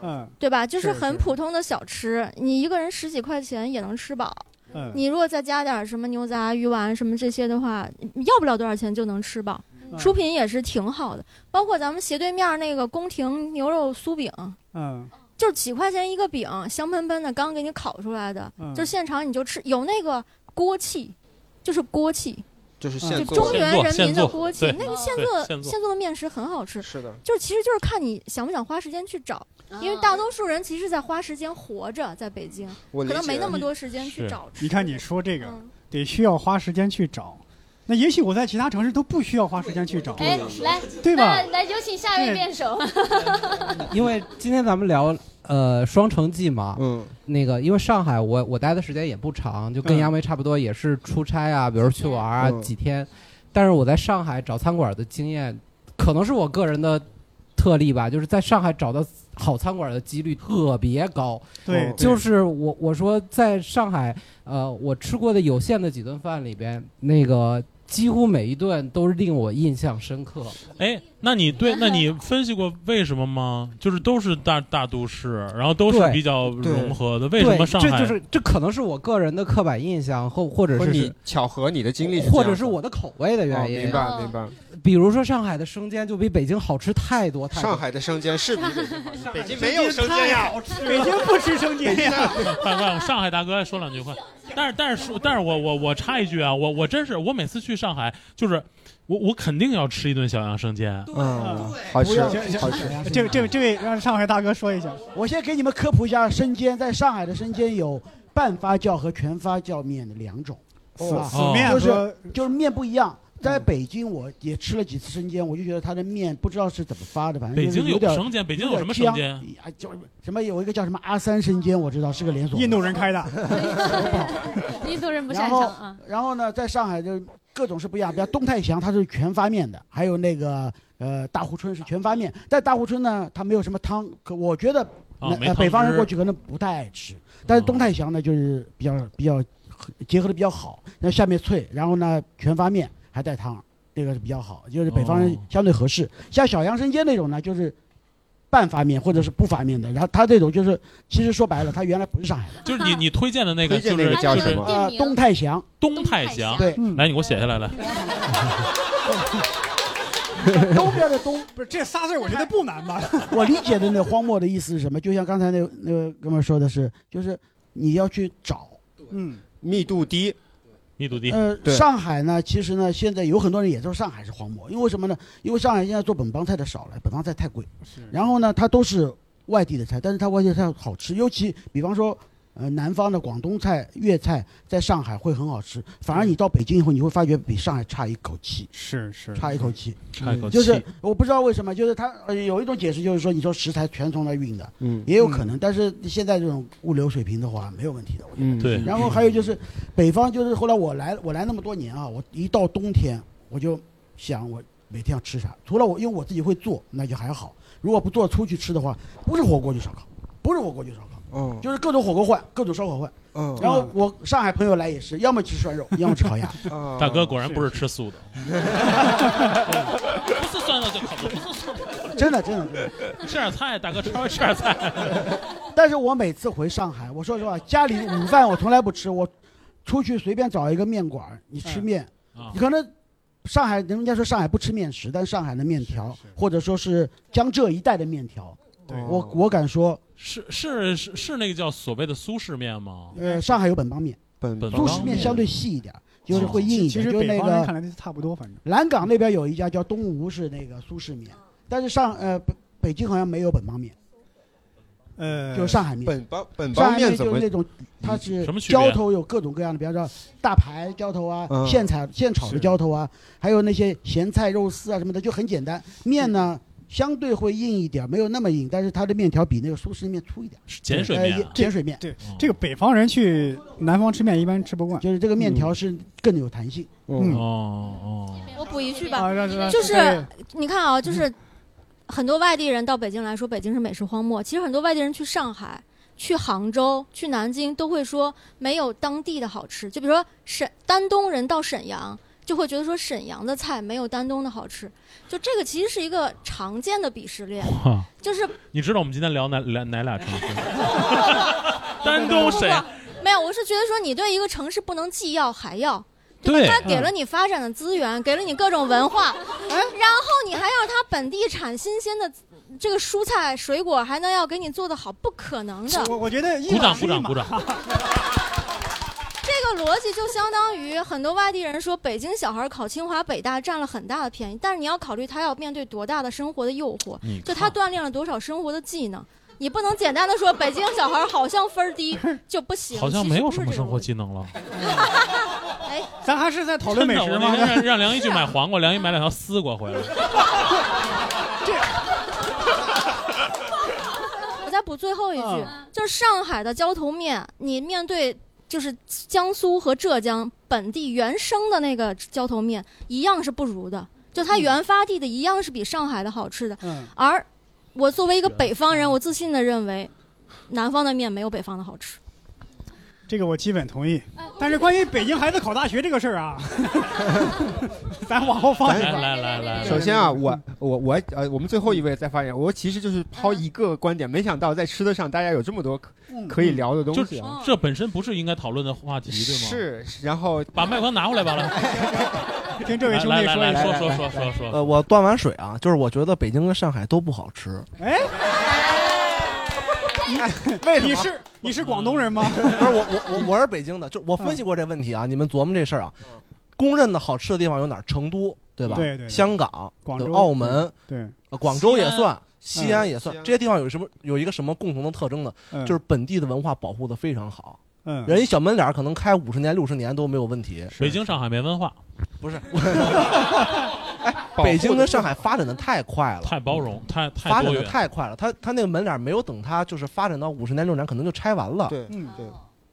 Speaker 4: 嗯
Speaker 11: 对吧？就是是很
Speaker 1: 是
Speaker 11: 普通的小吃，你一个人十几块钱也能吃饱。
Speaker 4: 嗯，
Speaker 11: 你如果再加点什么牛杂、鱼丸什么这些的话，要不了多少钱就能吃饱。
Speaker 4: 嗯
Speaker 11: 出品也是挺好的，包括咱们斜对面那个宫廷牛肉酥饼，
Speaker 4: 嗯
Speaker 11: 就是几块钱一个饼，香喷喷的，刚给你烤出来的，
Speaker 4: 嗯
Speaker 11: 就现场你就吃，有那个锅气。就是锅气，
Speaker 1: 就是
Speaker 11: 就
Speaker 1: 现做
Speaker 11: 中
Speaker 1: 的。
Speaker 11: 原人民
Speaker 3: 现做
Speaker 11: 的锅气
Speaker 3: 对，
Speaker 11: 那个现
Speaker 3: 对
Speaker 11: 做
Speaker 3: 现做
Speaker 11: 现做的面食很好吃，
Speaker 1: 是的，
Speaker 11: 就是其实就是看你想不想花时间去找，因为大多数人其实在花时间活着，在北京
Speaker 1: 我
Speaker 11: 可能没那么
Speaker 1: 多。
Speaker 11: 多时间去
Speaker 3: 是
Speaker 11: 找吃。
Speaker 4: 你看你说这个
Speaker 11: 嗯，
Speaker 4: 得需要花时间去找，那也许我在其他城市都不需要花时间去找，
Speaker 2: 哎，来，
Speaker 4: 对吧
Speaker 2: 那？来有请下一位辩手。
Speaker 12: 因为今天咱们聊呃双城记嘛，
Speaker 1: 嗯，
Speaker 12: 那个因为上海我我待的时间也不长，就跟
Speaker 4: 嗯
Speaker 12: 杨梅差不多，也是出差啊，比如去玩啊、
Speaker 1: 嗯
Speaker 12: 几天，但是我在上海找餐馆的经验，可能是我个人的特例吧，就是在上海找到好餐馆的几率特别高，
Speaker 4: 对
Speaker 1: 哦，
Speaker 12: 就是是我我说在上海，呃，我吃过的有限的几顿饭里边，那个几乎每一顿都令我印象深刻。
Speaker 3: 哎，那你 对，那你分析过为什么吗？就是都是大大都市，然后都是
Speaker 12: 对
Speaker 3: 比较
Speaker 1: 对
Speaker 3: 融合的，为
Speaker 12: 对，
Speaker 3: 什么上海？
Speaker 12: 这 就是这可能是我个人的刻板印象，或或者
Speaker 1: 或
Speaker 12: 是
Speaker 1: 者你巧合你的经历，
Speaker 12: 或者是我的口味的
Speaker 1: 哦，
Speaker 12: 原因。啊
Speaker 1: 明白明白。
Speaker 12: 比如说上海的生煎就比北京好吃太多太多。
Speaker 1: 上海的生煎是比北京好吃，北京没有生煎呀。
Speaker 4: 北京不吃生煎呀，
Speaker 3: 快快，哎上海大哥说两句快。但是但是说，但是我我我插一句啊，我我真是我每次去上海，就是我我肯定要吃一顿小杨生煎。
Speaker 1: 嗯，好吃
Speaker 4: 行行
Speaker 1: 好吃。
Speaker 4: 这这这位让上海大哥说一下，
Speaker 6: 我先给你们科普一下生煎，在上海的生煎有半发酵和全发酵面的两种，
Speaker 1: 哦
Speaker 6: 啊
Speaker 4: 死面
Speaker 6: 就
Speaker 4: 和
Speaker 6: 是就是面不一样，在北京我也吃了几次生煎，我就觉得它的面不知道是怎么发的，反正
Speaker 3: 北
Speaker 6: 就是
Speaker 3: 京有
Speaker 6: 有点
Speaker 3: 生煎北京有什么
Speaker 6: 点
Speaker 3: 生煎
Speaker 6: 僵哎叫什么有一个叫什么阿三生煎，我知道是个连锁，印度人开的。
Speaker 2: 印度人不
Speaker 6: 然
Speaker 2: 擅
Speaker 6: 后
Speaker 2: 长啊。
Speaker 6: 然后呢，在上海就各种是不一样，比方东泰祥它是全发面的，还有那个呃大湖春是全发面，但大湖春呢它没有什么汤，可我觉得、
Speaker 3: 哦
Speaker 6: 那
Speaker 3: 没
Speaker 6: 呃
Speaker 3: 汤
Speaker 6: 北方人
Speaker 3: 汁哦
Speaker 6: 过去可能不太爱吃，但是东泰祥呢就是比较比较结合的比较好，那下面脆，然后呢全发面还带汤，这个是比较好，就是北方人
Speaker 3: 哦
Speaker 6: 相对合适。像小杨生煎那种呢，就是。半发面或者是不发面的，然后他这种就是，其实说白了，他原来不是上海的，
Speaker 3: 就是你你推荐的那个，
Speaker 6: 推荐
Speaker 3: 就
Speaker 6: 那
Speaker 3: 是
Speaker 6: 个叫
Speaker 3: 就
Speaker 6: 什
Speaker 3: 是
Speaker 6: 么呃东泰祥，
Speaker 3: 东泰祥。
Speaker 6: 对，
Speaker 3: 来你给我写下来，来，
Speaker 6: 东边的东，
Speaker 4: 不是这仨字儿我觉得不难吧？
Speaker 6: 我理解的那荒漠的意思是什么？就像刚才那那个哥们儿说的是，就是你要去找。
Speaker 4: 嗯，
Speaker 1: 密度低，
Speaker 3: 密度低。
Speaker 6: 呃，上海呢，其实呢，现在有很多人也说上海是荒漠，因为什么呢？因为上海现在做本帮菜的少了，本帮菜太贵。然后呢，它都是外地的菜，但是它外地的菜好吃，尤其比方说。呃，南方的广东菜、粤菜在上海会很好吃，反而你到北京以后，你会发觉比上海差一口气。
Speaker 4: 是是
Speaker 3: 嗯
Speaker 6: 差一口气，
Speaker 3: 差
Speaker 1: 嗯
Speaker 3: 一口气
Speaker 6: 就是我不知道为什么，就是它呃有一种解释，就是说你说食材全从那儿运的，
Speaker 1: 嗯
Speaker 6: 也有可能，但是现在这种物流水平的话，没有问题的，我觉得。
Speaker 1: 嗯
Speaker 3: 对
Speaker 6: 然后 还有就是，北方就是后来我来我来那么多年啊，我一到冬天我就想我每天要吃啥，除了我因为我自己会做，那就还好。如果不做出去吃的话，不是火锅就烧烤，不是火锅就烧烤，
Speaker 1: 嗯
Speaker 6: 就是各种火锅换，各种烧烤换。
Speaker 1: 嗯
Speaker 6: 然后我上海朋友来也是，要么吃涮肉，要么吃烤 鸭。
Speaker 1: 嗯
Speaker 3: 大哥 果然不嗯是吃素的，不是酸肉就烤，不是酸肉，
Speaker 6: 真的真的真的。
Speaker 3: 吃点菜，大哥稍微吃点菜。
Speaker 6: 但是我每次回上海，我说实话，家里午饭我从来不吃，我出去随便找一个面馆儿，你
Speaker 4: 嗯
Speaker 6: 吃面，
Speaker 3: 啊
Speaker 6: 你可能上海人家说上海不吃面食，但上海的面条或者说是江浙一带的面条，我我敢说，
Speaker 3: 是是是是那个叫所谓的苏式面吗？
Speaker 4: 嗯
Speaker 6: 呃，上海有本帮面，
Speaker 1: 本
Speaker 3: 本
Speaker 6: 苏
Speaker 3: 帮
Speaker 6: 式面相对细一点，就是会硬一
Speaker 4: 哦其
Speaker 6: 点，
Speaker 4: 实
Speaker 6: 就是
Speaker 4: 北
Speaker 6: 那
Speaker 4: 方人看
Speaker 6: 个
Speaker 4: 来就差不多，反正
Speaker 6: 蓝港那边有一家叫东吴是那个苏式面，但是上呃北北京好像没有本帮面，
Speaker 4: 呃，
Speaker 6: 就是上海面。
Speaker 1: 本帮本
Speaker 6: 上
Speaker 1: 帮
Speaker 6: 海
Speaker 1: 面怎
Speaker 6: 就
Speaker 1: 么
Speaker 6: 是那种，它是
Speaker 3: 什么区别啊
Speaker 6: 浇头有各种各样的，比方说大排浇头啊
Speaker 1: 嗯，
Speaker 6: 现采现炒的浇头啊，还有那些咸菜肉丝啊什么的，就很简单。面呢
Speaker 4: 嗯
Speaker 6: 相对会硬一点，没有那么硬，但是它的面条比那个苏式面粗一点，
Speaker 3: 是碱水
Speaker 6: 呃
Speaker 3: 面
Speaker 6: 也
Speaker 3: 啊。
Speaker 6: 碱水面，
Speaker 4: 对这个北方人去南方吃面一般吃不惯。
Speaker 6: 就是这个面条是更有弹性。
Speaker 4: 嗯
Speaker 3: 嗯哦哦，
Speaker 11: 我补一句吧，
Speaker 4: 啊，让让嗯
Speaker 11: 就是你看啊，就是很多外地人到北京来说，北京是美食荒漠。其实很多外地人去上海、去杭州、去南京，都会说没有当地的好吃。就比如说沈丹东人到沈阳，就会觉得说沈阳的菜没有丹东的好吃。就这个其实是一个常见的鄙视链，
Speaker 3: 哇
Speaker 11: 就是
Speaker 3: 你知道我们今天聊哪哪哪俩城市？丹东沈阳，
Speaker 11: 没有，我是觉得说你对一个城市不能既要还要。吧？
Speaker 3: 对
Speaker 11: 它给了你发展的资源，给了你各种文化，嗯然后你还要它本地产新鲜的这个蔬菜水果，还能要给你做的好，不可能的。
Speaker 4: 我我觉得一
Speaker 3: 鼓
Speaker 4: 码
Speaker 3: 掌
Speaker 4: 是
Speaker 3: 鼓
Speaker 4: 一
Speaker 3: 掌
Speaker 4: 码
Speaker 3: 鼓掌！
Speaker 11: 这个逻辑就相当于很多外地人说北京小孩考清华北大占了很大的便宜，但是你要考虑他要面对多大的生活的诱惑
Speaker 3: 你，
Speaker 11: 就他
Speaker 3: 看
Speaker 11: 锻炼了多少生活的技能。你不能简单的说北京小孩好像分儿 低就不行，
Speaker 3: 好像
Speaker 11: 其实
Speaker 3: 没有
Speaker 11: 不是
Speaker 3: 什么
Speaker 11: 这种
Speaker 3: 生活
Speaker 11: 逻辑
Speaker 3: 技能了。
Speaker 4: 咱还是在讨论
Speaker 3: 真
Speaker 4: 美
Speaker 3: 的，
Speaker 4: 食
Speaker 3: 我那
Speaker 4: 吗？
Speaker 3: 天让让梁一去买黄瓜，梁一买两条丝瓜回来。
Speaker 11: 我再补最后一句，
Speaker 4: 嗯
Speaker 11: 就是上海的浇头面，你面对就是江苏和浙江本地原生的那个浇头面，一样是不如的，就它原发地的一样是比上海的好吃的。
Speaker 4: 嗯，
Speaker 11: 而我作为一个北方
Speaker 1: 嗯
Speaker 11: 人，我自信的认为，南方的面没有北方的好吃。
Speaker 4: 这个我基本同意。但是关于北京孩子考大学这个事儿 啊，咱往后放一
Speaker 3: 来
Speaker 4: 放。
Speaker 3: 来来来
Speaker 1: 首
Speaker 3: 来，
Speaker 1: 先啊，我我我呃，我们最后一位在发言，我其实就是抛
Speaker 4: 嗯
Speaker 1: 一个观点，没想到在吃的上大家有这么多可可以聊的东
Speaker 3: 就
Speaker 1: 西啊。
Speaker 3: 这本身不是应该讨论的话题，对吗？，
Speaker 1: 是，然后
Speaker 3: 把麦克风拿过来 吧，来，
Speaker 4: 听这位兄
Speaker 3: 来
Speaker 4: 弟
Speaker 3: 来
Speaker 4: 说一
Speaker 3: 来
Speaker 4: 说。
Speaker 3: 说说说说说，
Speaker 13: 呃，我断完水啊，就是我觉得北京跟上海都不好吃。 哎
Speaker 4: 哎，
Speaker 13: 为
Speaker 4: 你是你是广东人吗？ 嗯
Speaker 13: 不是我我我我是北京的，就我分析过这问题啊，你们琢磨这事儿啊。公认的好吃的地方有哪儿？成都，对吧？
Speaker 4: 对对对
Speaker 13: 香港、
Speaker 4: 广州嗯
Speaker 13: 对澳门、
Speaker 4: 对，
Speaker 13: 呃广州也算，
Speaker 4: 西安
Speaker 13: 西安也算
Speaker 1: 西。安
Speaker 13: 这些地方有什么有一个什么共同的特征呢？
Speaker 4: 嗯
Speaker 13: 就是本地的文化保护的非常好。
Speaker 4: 嗯
Speaker 13: 人一小门脸儿可能开五十年、六十年都没有问题。
Speaker 3: 北京、上海没文化，
Speaker 13: 不是？哎北京跟上海发展的太快了，
Speaker 3: 太 包容，太太
Speaker 13: 发
Speaker 3: 多
Speaker 13: 展的
Speaker 3: 元
Speaker 13: 太快了。它它那个门脸儿没有等它就是发展到五十年、六十年，可能就拆完了。
Speaker 1: 对，
Speaker 6: 嗯对。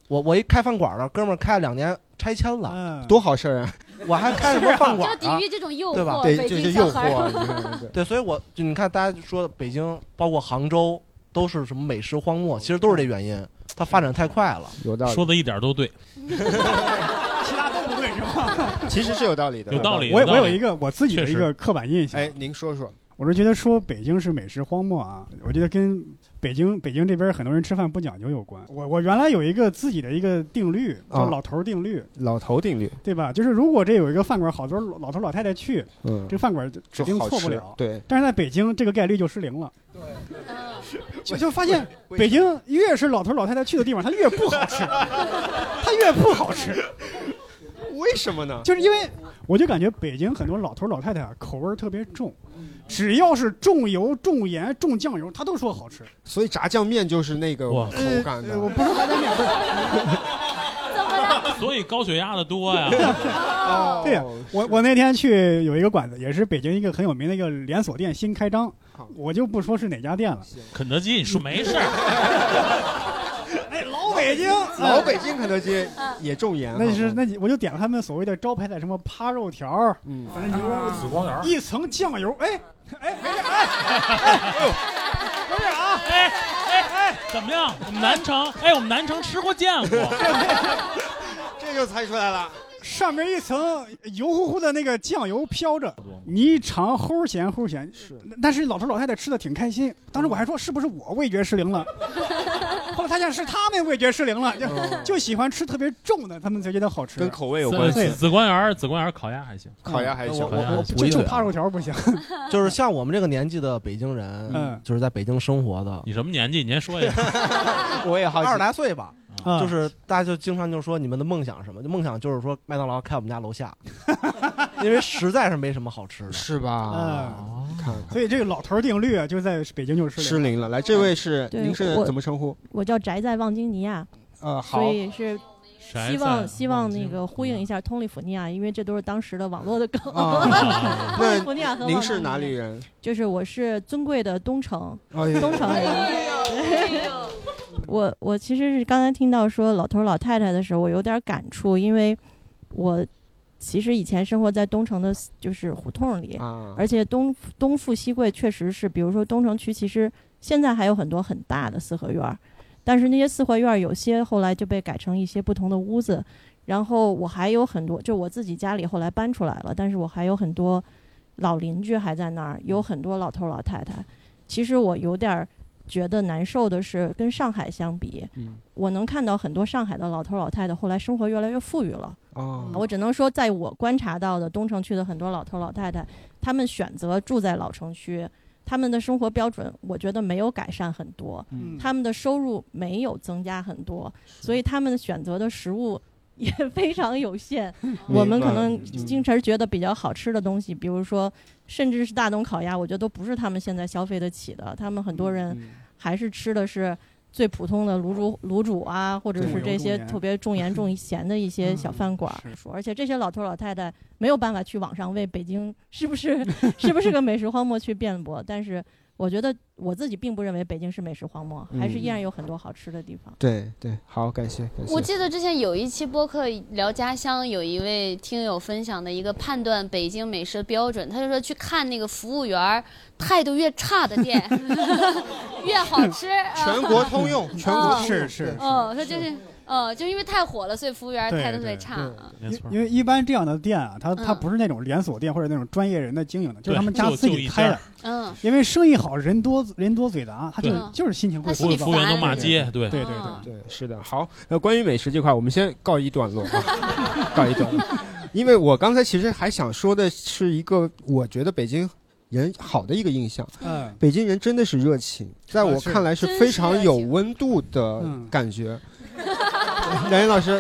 Speaker 13: 我我一开饭馆儿的哥们儿开了两年拆迁了，
Speaker 1: 多好事儿啊！
Speaker 13: 我还开什么饭馆儿啊？
Speaker 2: 就抵御这种诱惑
Speaker 13: 对吧？
Speaker 2: 对北京这是诱小孩惑儿你
Speaker 1: 看
Speaker 13: 对，所以我就你看，大家说北京，包括杭州，都是什么美食荒漠，其实都是这原因，它发展太快了。
Speaker 1: 有道
Speaker 3: 说的一点儿都对。
Speaker 4: 其他都不对是吧？
Speaker 1: 其实是有道理的，
Speaker 3: 有道理
Speaker 4: 我
Speaker 3: 有道
Speaker 4: 我
Speaker 3: 理
Speaker 4: 有一个我自己的一
Speaker 3: 确
Speaker 4: 个
Speaker 3: 实
Speaker 4: 刻板印象，
Speaker 1: 哎，您说说，
Speaker 4: 我是觉得说北京是美食荒漠啊，我觉得跟北京北京这边很多人吃饭不讲究有关。我我原来有一个自己的一个定律，
Speaker 1: 啊
Speaker 4: 叫老头儿定律，
Speaker 1: 老头定律，
Speaker 4: 对吧？就是如果这有一个饭馆，好多老老头老太太去，
Speaker 1: 嗯，
Speaker 4: 这饭馆就指定
Speaker 1: 就好
Speaker 4: 错不
Speaker 1: 吃
Speaker 4: 了。
Speaker 1: 对
Speaker 4: 但是在北京，这个概率就失灵了。对，我就发现北京越是老头老太太去的地方，它越不好 吃，它越不好吃。
Speaker 1: 为什么呢？
Speaker 4: 就是因为我就感觉北京很多老头老太太啊，口味儿特别重，
Speaker 1: 嗯
Speaker 4: 只要是重油、重盐、重酱油，他都说好吃。
Speaker 1: 所以炸酱面就是那个
Speaker 3: 哇
Speaker 1: 口感的。
Speaker 4: 呃我不是炸酱面，不是
Speaker 3: 所以高血压的多 呀。
Speaker 4: 嗯对
Speaker 13: 哦
Speaker 4: 呀，
Speaker 1: 哦
Speaker 4: 我我那天去有一个馆子，也是北京一个很有名的一个连锁店新开张，我就不说是哪家店了。
Speaker 3: 肯德基，你说没事儿，
Speaker 4: 老北京， 嗯
Speaker 1: 老北京肯德基也重盐啊，
Speaker 4: 那是那你我就点了他们所谓的招牌菜，什么扒肉条儿，
Speaker 1: 嗯，
Speaker 4: 反正牛
Speaker 10: 紫光园儿
Speaker 4: 一层酱油，哎哎没事哎哎，没事啊，
Speaker 3: 哎哎，怎么样？我们南城，哎，我们南城吃过见过，
Speaker 1: 这就猜出来了。
Speaker 4: 上面一层油乎乎的那个酱油飘着，你一尝齁咸齁咸，是，但是老头老太太吃的挺开心。当时我还说是不是我味觉失 灵了，后来发现是他们味觉失灵了，就就喜欢吃特别重的，他们才觉得好吃。
Speaker 1: 嗯跟口味有
Speaker 3: 紫
Speaker 1: 关
Speaker 3: 紫
Speaker 1: 系。
Speaker 3: 紫官园儿，紫官园儿烤鸭还行，
Speaker 1: 烤鸭还行
Speaker 13: 嗯我我我
Speaker 3: 就
Speaker 13: 补一
Speaker 4: 就
Speaker 13: 嘴
Speaker 4: 怕
Speaker 13: 啊，
Speaker 4: 肉条不行，
Speaker 13: 就是像我们这个年纪的北京人，
Speaker 4: 嗯
Speaker 13: 就是在北京生活的，
Speaker 3: 你什么年纪？你先说一下。
Speaker 1: 我也好嗯
Speaker 13: 二十来岁吧，
Speaker 4: 啊
Speaker 13: 就是大家就经常就说你们的梦想是什么？就梦想就是说麦当劳开我们家楼下， 因为实在是没什么好吃的。
Speaker 1: 是吧？
Speaker 4: 嗯，
Speaker 1: 看
Speaker 4: 所以这个老头定律啊，就在北京就是
Speaker 1: 看
Speaker 4: 失
Speaker 1: 失
Speaker 4: 灵。
Speaker 1: 灵了。来，这位是
Speaker 14: 对
Speaker 1: 您是
Speaker 14: 我
Speaker 1: 怎么称呼？
Speaker 14: 我叫宅在望京尼亚，
Speaker 1: 呃，好
Speaker 14: 所，以是
Speaker 3: 宅
Speaker 14: 希
Speaker 3: 在
Speaker 14: 望希望那
Speaker 3: 京
Speaker 14: 个呼应一下通利福尼亚，因为这都是当时的网络的梗。
Speaker 1: 啊
Speaker 14: 通利福尼亚和
Speaker 1: 您
Speaker 14: 网
Speaker 1: 是
Speaker 14: 络
Speaker 1: 哪
Speaker 14: 梗
Speaker 1: 里？人？
Speaker 14: 就是我是尊贵的东城，
Speaker 1: 哎呀
Speaker 14: 东城人。
Speaker 1: 哎
Speaker 14: 我我其实是刚才听到说老头老太太的时候，我有点感触，因为我其实以前生活在东城的，就是胡同里，
Speaker 1: 啊，
Speaker 14: 而且东东富西贵确实是，比如说东城区，其实现在还有很多很大的四合院儿，但是那些四合院儿有些后来就被改成一些不同的屋子。然后我还有很多，就我自己家里后来搬出来了，但是我还有很多老邻居还在那儿，
Speaker 1: 嗯
Speaker 14: 有很多老头儿老太太。其实我有点儿觉得难受的是，跟上海相比，
Speaker 1: 嗯
Speaker 14: 我能看到很多上海的老头儿老太太后来生活越来越富裕了。
Speaker 4: 嗯
Speaker 1: 哦，
Speaker 14: 我只能说，在我观察到的东城区的很多老头老太太，他们选择住在老城区，他们的生活标准，我觉得没有改善很多，
Speaker 4: 嗯
Speaker 14: 他们的收入没有增加很多，所以他们选择的食物也 非常有限。
Speaker 4: 嗯
Speaker 14: 我们可能经常觉得比较好吃的东西，比如说，甚至是大董烤鸭，我觉得都不是他们现在消费得起的。他们很
Speaker 4: 嗯
Speaker 14: 多人还是吃的是。最普通的卤煮、卤煮啊，或者
Speaker 4: 重
Speaker 14: 是
Speaker 4: 油
Speaker 14: 这
Speaker 4: 重
Speaker 14: 些
Speaker 4: 盐
Speaker 14: 特别重盐重咸的一些小饭馆儿说，而且这些老头儿老太太没有办法去网上为北京是不是是不是个美食荒漠去辩驳，但是我觉得我自己并不认为北京是美食荒漠，还是依然有很多好吃的地方。
Speaker 1: 对对，好，感谢感谢。
Speaker 2: 我记得之前有一期播客聊家乡，有一位听友分享的一个判断北京美食的标准，他就说去看那个服务员儿态度越差的 店越好吃。
Speaker 1: 全国通用，全国通用
Speaker 4: 是是
Speaker 1: 对
Speaker 2: 哦，他就是哦，就因为太火了，所以服务员儿
Speaker 4: 对
Speaker 2: 态度特
Speaker 4: 对
Speaker 2: 别差。啊
Speaker 3: 没错
Speaker 4: 因为一般这样的店啊，它它
Speaker 2: 嗯
Speaker 4: 不是那种连锁店或者那种专业人的经营的，就是他们
Speaker 3: 对
Speaker 4: 家
Speaker 3: 就
Speaker 4: 自
Speaker 3: 就一
Speaker 4: 己
Speaker 3: 家
Speaker 4: 开的
Speaker 3: 儿。
Speaker 2: 嗯，
Speaker 4: 因为生意好，人多人多嘴杂，他就
Speaker 2: 对
Speaker 4: 就是心情会
Speaker 2: 他心
Speaker 3: 服
Speaker 2: 里
Speaker 4: 浮躁
Speaker 3: 务服务员都骂
Speaker 2: 烦
Speaker 3: 街，对，
Speaker 4: 对对对，
Speaker 2: 嗯
Speaker 1: 对，是的。好，那关于美食这块，我们先告一段落，啊，告一段落。因为我刚才其实还想说的是一个，我觉得北京人好的一个印象，
Speaker 4: 嗯，
Speaker 1: 北京人真的是热情，在
Speaker 2: 啊
Speaker 1: 我看来是非常有温度的
Speaker 4: 嗯
Speaker 1: 感觉。
Speaker 2: 嗯
Speaker 1: 梁云老师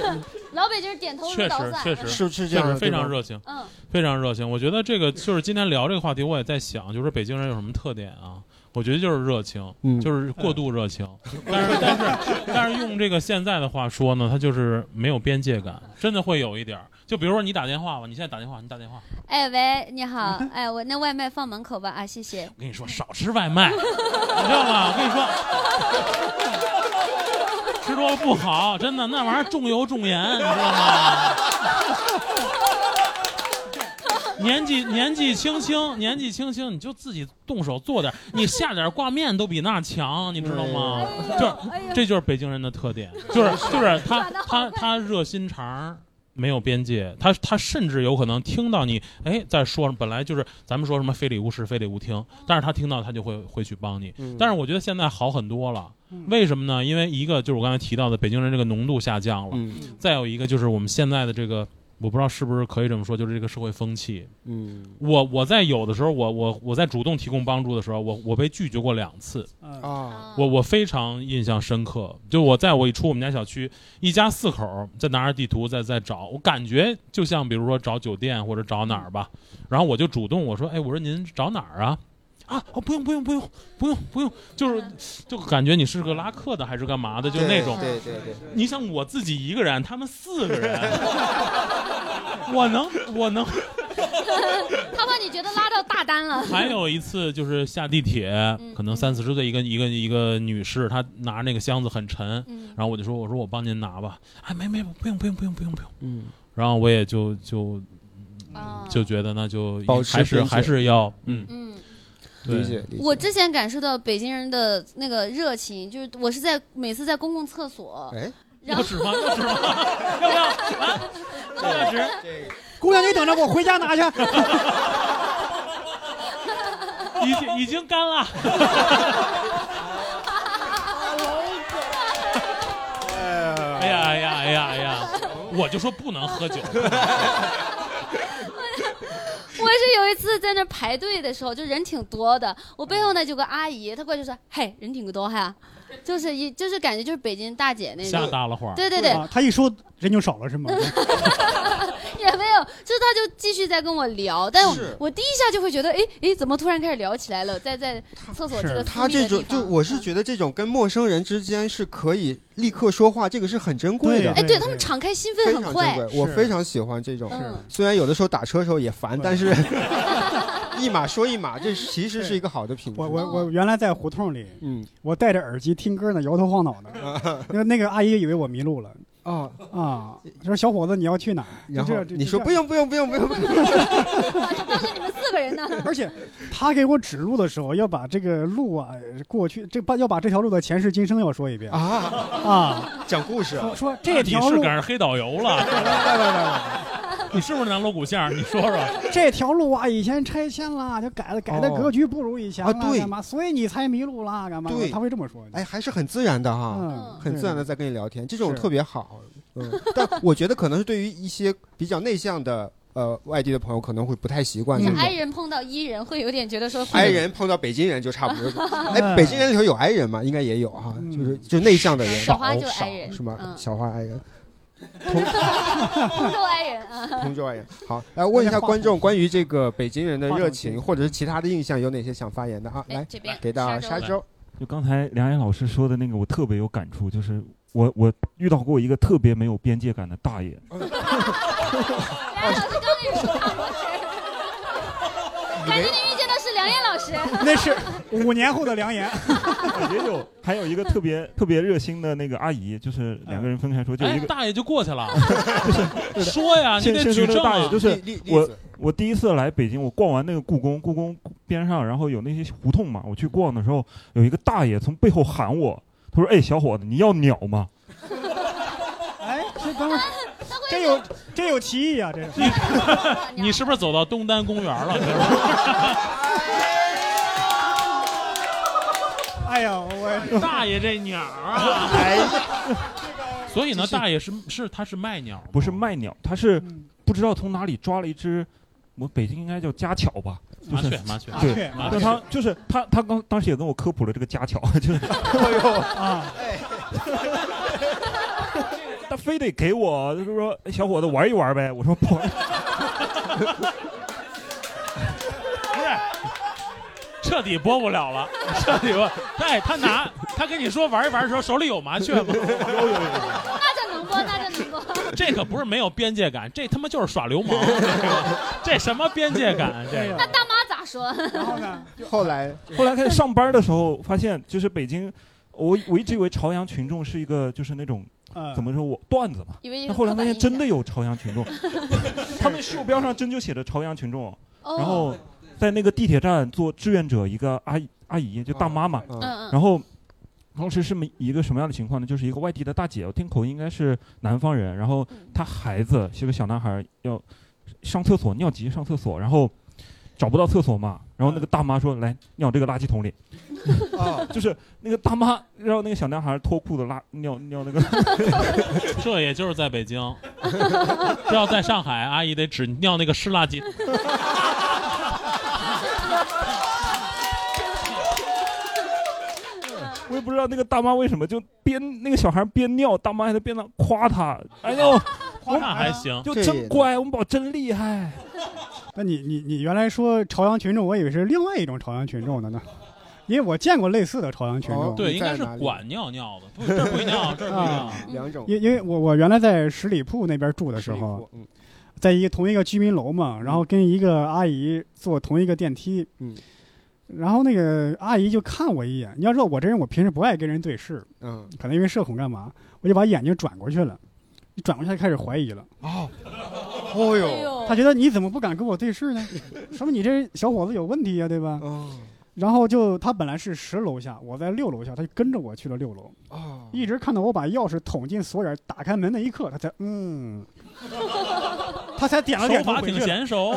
Speaker 2: 老北京人点头如
Speaker 3: 确
Speaker 2: 捣
Speaker 3: 实
Speaker 2: 蒜。
Speaker 3: 确实
Speaker 1: 是是这
Speaker 3: 确
Speaker 1: 样
Speaker 3: 实
Speaker 1: 的，
Speaker 3: 非常
Speaker 1: 对吧。
Speaker 3: 热情，
Speaker 2: 嗯
Speaker 3: 非常热情。我觉得这个就是今天聊这个话题，我也在想，就是北京人有什么特点啊？我觉得就是热情，
Speaker 1: 嗯
Speaker 3: 就是过度热情。但是但是但是用这个现在的话说呢，它就是没有边界感，真的会有一点儿。就比如说你打电话吧，你现在打电话，你打电话，
Speaker 2: 哎喂，你好，哎，我那外卖放门口吧啊，谢谢。
Speaker 3: 我跟你说少吃外卖， 你知道吗？我跟你说，吃多了不好，真的那玩意儿重油重盐，你知道吗？年纪年纪轻轻，年纪轻轻，你就自己动手做点儿，你下点儿挂面都比那强，啊你知道吗？
Speaker 9: 哎
Speaker 3: 就是这就是北京人的特点，就是就是他他他热心肠儿。没有边界，他他甚至有可能听到你哎在说，本来就是咱们说什么非礼勿视，非礼勿听，但是他听到他就会会去帮你。但是我觉得现在好很多了，为什么呢？因为一个就是我刚才提到的北京人这个浓度下降了，
Speaker 9: 嗯
Speaker 1: 嗯
Speaker 3: 再有一个就是我们现在的这个，我不知道是不是可以这么说，就是这个社会风气，
Speaker 1: 嗯，
Speaker 3: 我我在有的时候，我我我在主动提供帮助的时候，我我被拒绝过两次，
Speaker 1: 啊，
Speaker 3: 我我非常印象深刻。就我在我一出我们家小区，一家四口在拿着地图在在找，我感觉就像比如说找酒店或者找哪儿吧，然后我就主动我说，哎，我说您找哪儿啊？啊，哦，不用不用不用不用不用，就是就感觉你是个拉客的还是干嘛的，就那种。
Speaker 15: 对对对
Speaker 3: 你想我自己一个人，他们四个啊人，我能我能。
Speaker 2: 他把你觉得拉到大单了。
Speaker 3: 还有一次就是下地铁，可能三四十岁一个一个一个女士，她拿那个箱子很沉，然后我就说我说我帮您拿吧，哎没没不用不用不用不用不用，
Speaker 1: 嗯，
Speaker 3: 然后我也就就就觉得那
Speaker 16: 嗯
Speaker 3: 就
Speaker 1: 保持
Speaker 3: 还是
Speaker 1: 边界
Speaker 3: 还是要嗯
Speaker 2: 嗯。
Speaker 3: 对
Speaker 1: 理解理解。
Speaker 2: 我之前感受到北京人的那个热情，就是我是在每次在公共厕所，
Speaker 1: 哎，
Speaker 2: 然后
Speaker 3: 纸吗？要纸 吗？要不要？啊要纸？
Speaker 4: 姑娘，你等着，我回家拿去。
Speaker 3: 已经已经干了。哎呀哎呀哎呀哎呀！我就说不能喝酒。
Speaker 2: 我是有一次在那排队的时候，就人挺多的，我背后那有个阿姨，她过来就说：“嘿，人挺多哈。”就是一就是感觉就是北京大 姐那种，
Speaker 4: 吓
Speaker 3: 大了会儿
Speaker 2: 对对嗯对，
Speaker 4: 啊他一说人就少了是吗？
Speaker 2: 也没有，就是她就继续在跟我聊，但我
Speaker 4: 是
Speaker 2: 我第一下就会觉得，哎哎，怎么突然开始聊起来了？在在厕所这个
Speaker 1: 是
Speaker 2: 私
Speaker 1: 他
Speaker 2: 密
Speaker 1: 这
Speaker 2: 的地嗯
Speaker 1: 种，就我是觉得这种跟陌生人之间是可以立刻说话，这个是很珍贵的。
Speaker 2: 方哎，对他们敞开心
Speaker 1: 非
Speaker 2: 扉
Speaker 1: 常
Speaker 2: 很
Speaker 1: 珍
Speaker 2: 快，
Speaker 1: 贵，我非常喜欢这种
Speaker 2: 是。
Speaker 1: 虽然有的时候打车的时候也烦，但是 一码说一码，这其实是一个好的品质。
Speaker 4: 我我我原来在胡同里，
Speaker 1: 嗯，
Speaker 4: 我戴着耳机听歌呢，摇头晃脑的。 那那个阿姨以为我迷路了。
Speaker 1: 啊
Speaker 4: 啊！说小伙子你要去哪儿？
Speaker 1: 然后
Speaker 4: 就这
Speaker 1: 你说不用不用不用不 用，
Speaker 2: 当时你们四个人呢，
Speaker 4: 而且他给我指路的时候，要把这个路啊过去，这把要把这条路的前世今生要说一遍
Speaker 1: 啊
Speaker 4: 啊！
Speaker 1: 讲故事，
Speaker 4: 说说
Speaker 3: 那
Speaker 4: 这
Speaker 3: 啊你
Speaker 4: 条
Speaker 3: 是
Speaker 4: 路
Speaker 3: 赶上黑导游了？你是不是南锣鼓巷？你说说。
Speaker 4: 这条路啊，以前拆迁了，就改了，改的
Speaker 1: 哦
Speaker 4: 格局不如以前了，
Speaker 1: 啊对
Speaker 4: 干嘛？所以你才迷路啦，干嘛？
Speaker 1: 对
Speaker 4: 他会这么说。
Speaker 1: 哎，还是很自然的哈
Speaker 4: 嗯，
Speaker 1: 很自然的
Speaker 4: 对
Speaker 1: 在跟你聊天，这种
Speaker 4: 是
Speaker 1: 特别好。嗯，但我觉得可能是对于一些比较内向的呃外地的朋友，可能会不太习惯这
Speaker 2: 就
Speaker 1: 种。
Speaker 2: 嗯 i 人碰到 e 人会有点觉得说
Speaker 1: 哀人碰到北京人就差不多。哎，
Speaker 2: 嗯
Speaker 1: 北京人里头有哀人吗？应该也有哈，
Speaker 4: 嗯
Speaker 1: 就是就内向的人
Speaker 2: 小花就
Speaker 1: 少
Speaker 2: 哀人
Speaker 1: 是吗？
Speaker 2: 嗯
Speaker 1: 小花哀人，
Speaker 2: 通州 i 人啊，
Speaker 1: 同州 哀人。好，来问一下
Speaker 2: 有点话
Speaker 1: 观众关于这个北京人的
Speaker 2: 话筒
Speaker 1: 热情或者是其他的印象，有哪些想发言的啊？
Speaker 2: 哎
Speaker 1: 来
Speaker 2: 这边，
Speaker 1: 给到
Speaker 2: 沙
Speaker 1: 沙
Speaker 2: 洲
Speaker 1: 洲。
Speaker 16: 就刚才梁岩老师说的那个，我特别有感触，就是我我遇到过一个特别没有边界感的大爷，
Speaker 2: 哎梁老师刚跟你说他感觉你遇见的是梁岩老师，
Speaker 4: 那是五年后的良言。
Speaker 16: 也有，还有一个特别 特别热心的那个阿姨，就是两个人分开说，就一
Speaker 3: 哎，
Speaker 16: 个
Speaker 3: 大爷就过去了。说呀，你
Speaker 16: 先
Speaker 3: 得
Speaker 16: 先
Speaker 3: 举
Speaker 16: 说这
Speaker 3: 证
Speaker 16: 个大
Speaker 3: 啊
Speaker 16: 爷，。就是我我第一次来北京，我逛完那个故宫，故宫边上然后有那些胡同嘛，我去逛的时候，有一个大爷从背后喊我，他说：“哎，小伙子，你要鸟吗？”
Speaker 4: 哎，这哥们儿，这有这有歧义啊！这是
Speaker 3: 你 是不是走到东单公园了？
Speaker 4: 哎呀，我哎
Speaker 3: 大爷这鸟啊！所以呢，大爷是是他是卖鸟，
Speaker 16: 不是卖鸟，他是
Speaker 3: 嗯
Speaker 16: 不知道从哪里抓了一只，我北京应该叫家巧吧，就
Speaker 3: 麻
Speaker 16: 是
Speaker 3: 雀麻雀
Speaker 16: 对，
Speaker 3: 麻雀
Speaker 16: 但他就是他他刚当时也跟我科普了这个家巧， 就是
Speaker 3: 哎
Speaker 4: 啊，
Speaker 16: 他非得给我，就是说哎小伙子玩一玩呗，我说不玩，
Speaker 3: 这彻底播不了了，彻底播。哎，他拿他跟你说玩一玩的时候，手里有麻雀吗？
Speaker 2: 那就能播，那就能 播。
Speaker 3: 这可不是没有边界感，这他妈就是耍流氓，这什么边界感？啊这个
Speaker 2: 那大妈咋说？然后 呢？
Speaker 1: 后来
Speaker 16: 后来开始上班的时候，发现就是北京，我我一直以为朝阳群众是一个就是那种
Speaker 4: 嗯
Speaker 16: 怎么说我段子嘛
Speaker 4: 以为，
Speaker 16: 但后来发现真的有朝阳群众， 他们袖标上真就写着朝阳群众，
Speaker 4: 哦
Speaker 16: 然后在那个地铁站做志愿者，一个阿姨阿姨就大妈嘛
Speaker 4: 嗯嗯，
Speaker 16: 然后。当时是一个什么样的情况呢？就是一个外地的大姐，我听口音应该是南方人，
Speaker 4: 嗯
Speaker 16: 然后她孩子是个小男孩，要上厕所尿急上厕所，然后找不到厕所嘛，然后
Speaker 3: 嗯
Speaker 16: 那个大妈说：“来尿这个垃圾 桶里。”
Speaker 3: 啊
Speaker 16: 就是那个大妈让那个小男孩脱裤子拉尿尿那个，
Speaker 3: 这也就是在北京，这要在上海，阿姨得只尿那个湿垃圾。
Speaker 16: 我也不知道那个大妈为什么就边那个小孩边尿，大妈还在边上夸他，哎呦，
Speaker 3: 夸他还行
Speaker 16: 就真乖，我们宝真厉害。
Speaker 4: 那你你你原来说朝阳群众，我以为是另外一种朝阳群众的呢，因为我见过类似的朝阳群众。
Speaker 3: 哦对，应该是管尿尿的，不，这儿不尿，这儿不尿
Speaker 4: 啊，
Speaker 1: 两种
Speaker 4: 因因为我我原来在十里铺那边住的时候，
Speaker 1: 嗯
Speaker 4: 在一个同一个居民楼嘛，然后跟一个阿姨坐同一个电梯，
Speaker 1: 嗯，
Speaker 4: 然后那个阿姨就看我一眼。你要知道我这人，我平时不爱跟人对视，
Speaker 1: 嗯，
Speaker 4: 可能因为社恐干嘛，我就把眼睛转过去了，一转过去她开始怀疑了。哦，
Speaker 1: 哦呦
Speaker 4: 他觉得你怎么不敢跟我对视呢？说明你这小伙子有问题呀、对吧？
Speaker 1: 哦
Speaker 4: 然后就他本来是十楼下，我在六楼下，他就跟着我去了六楼，
Speaker 1: 哦，
Speaker 4: 一直看到我把钥匙捅进锁眼，打开门那一刻，他才嗯， 他才点了点
Speaker 3: 手
Speaker 4: 头
Speaker 3: 法
Speaker 4: 回
Speaker 3: 挺
Speaker 4: 去了，
Speaker 3: 娴熟。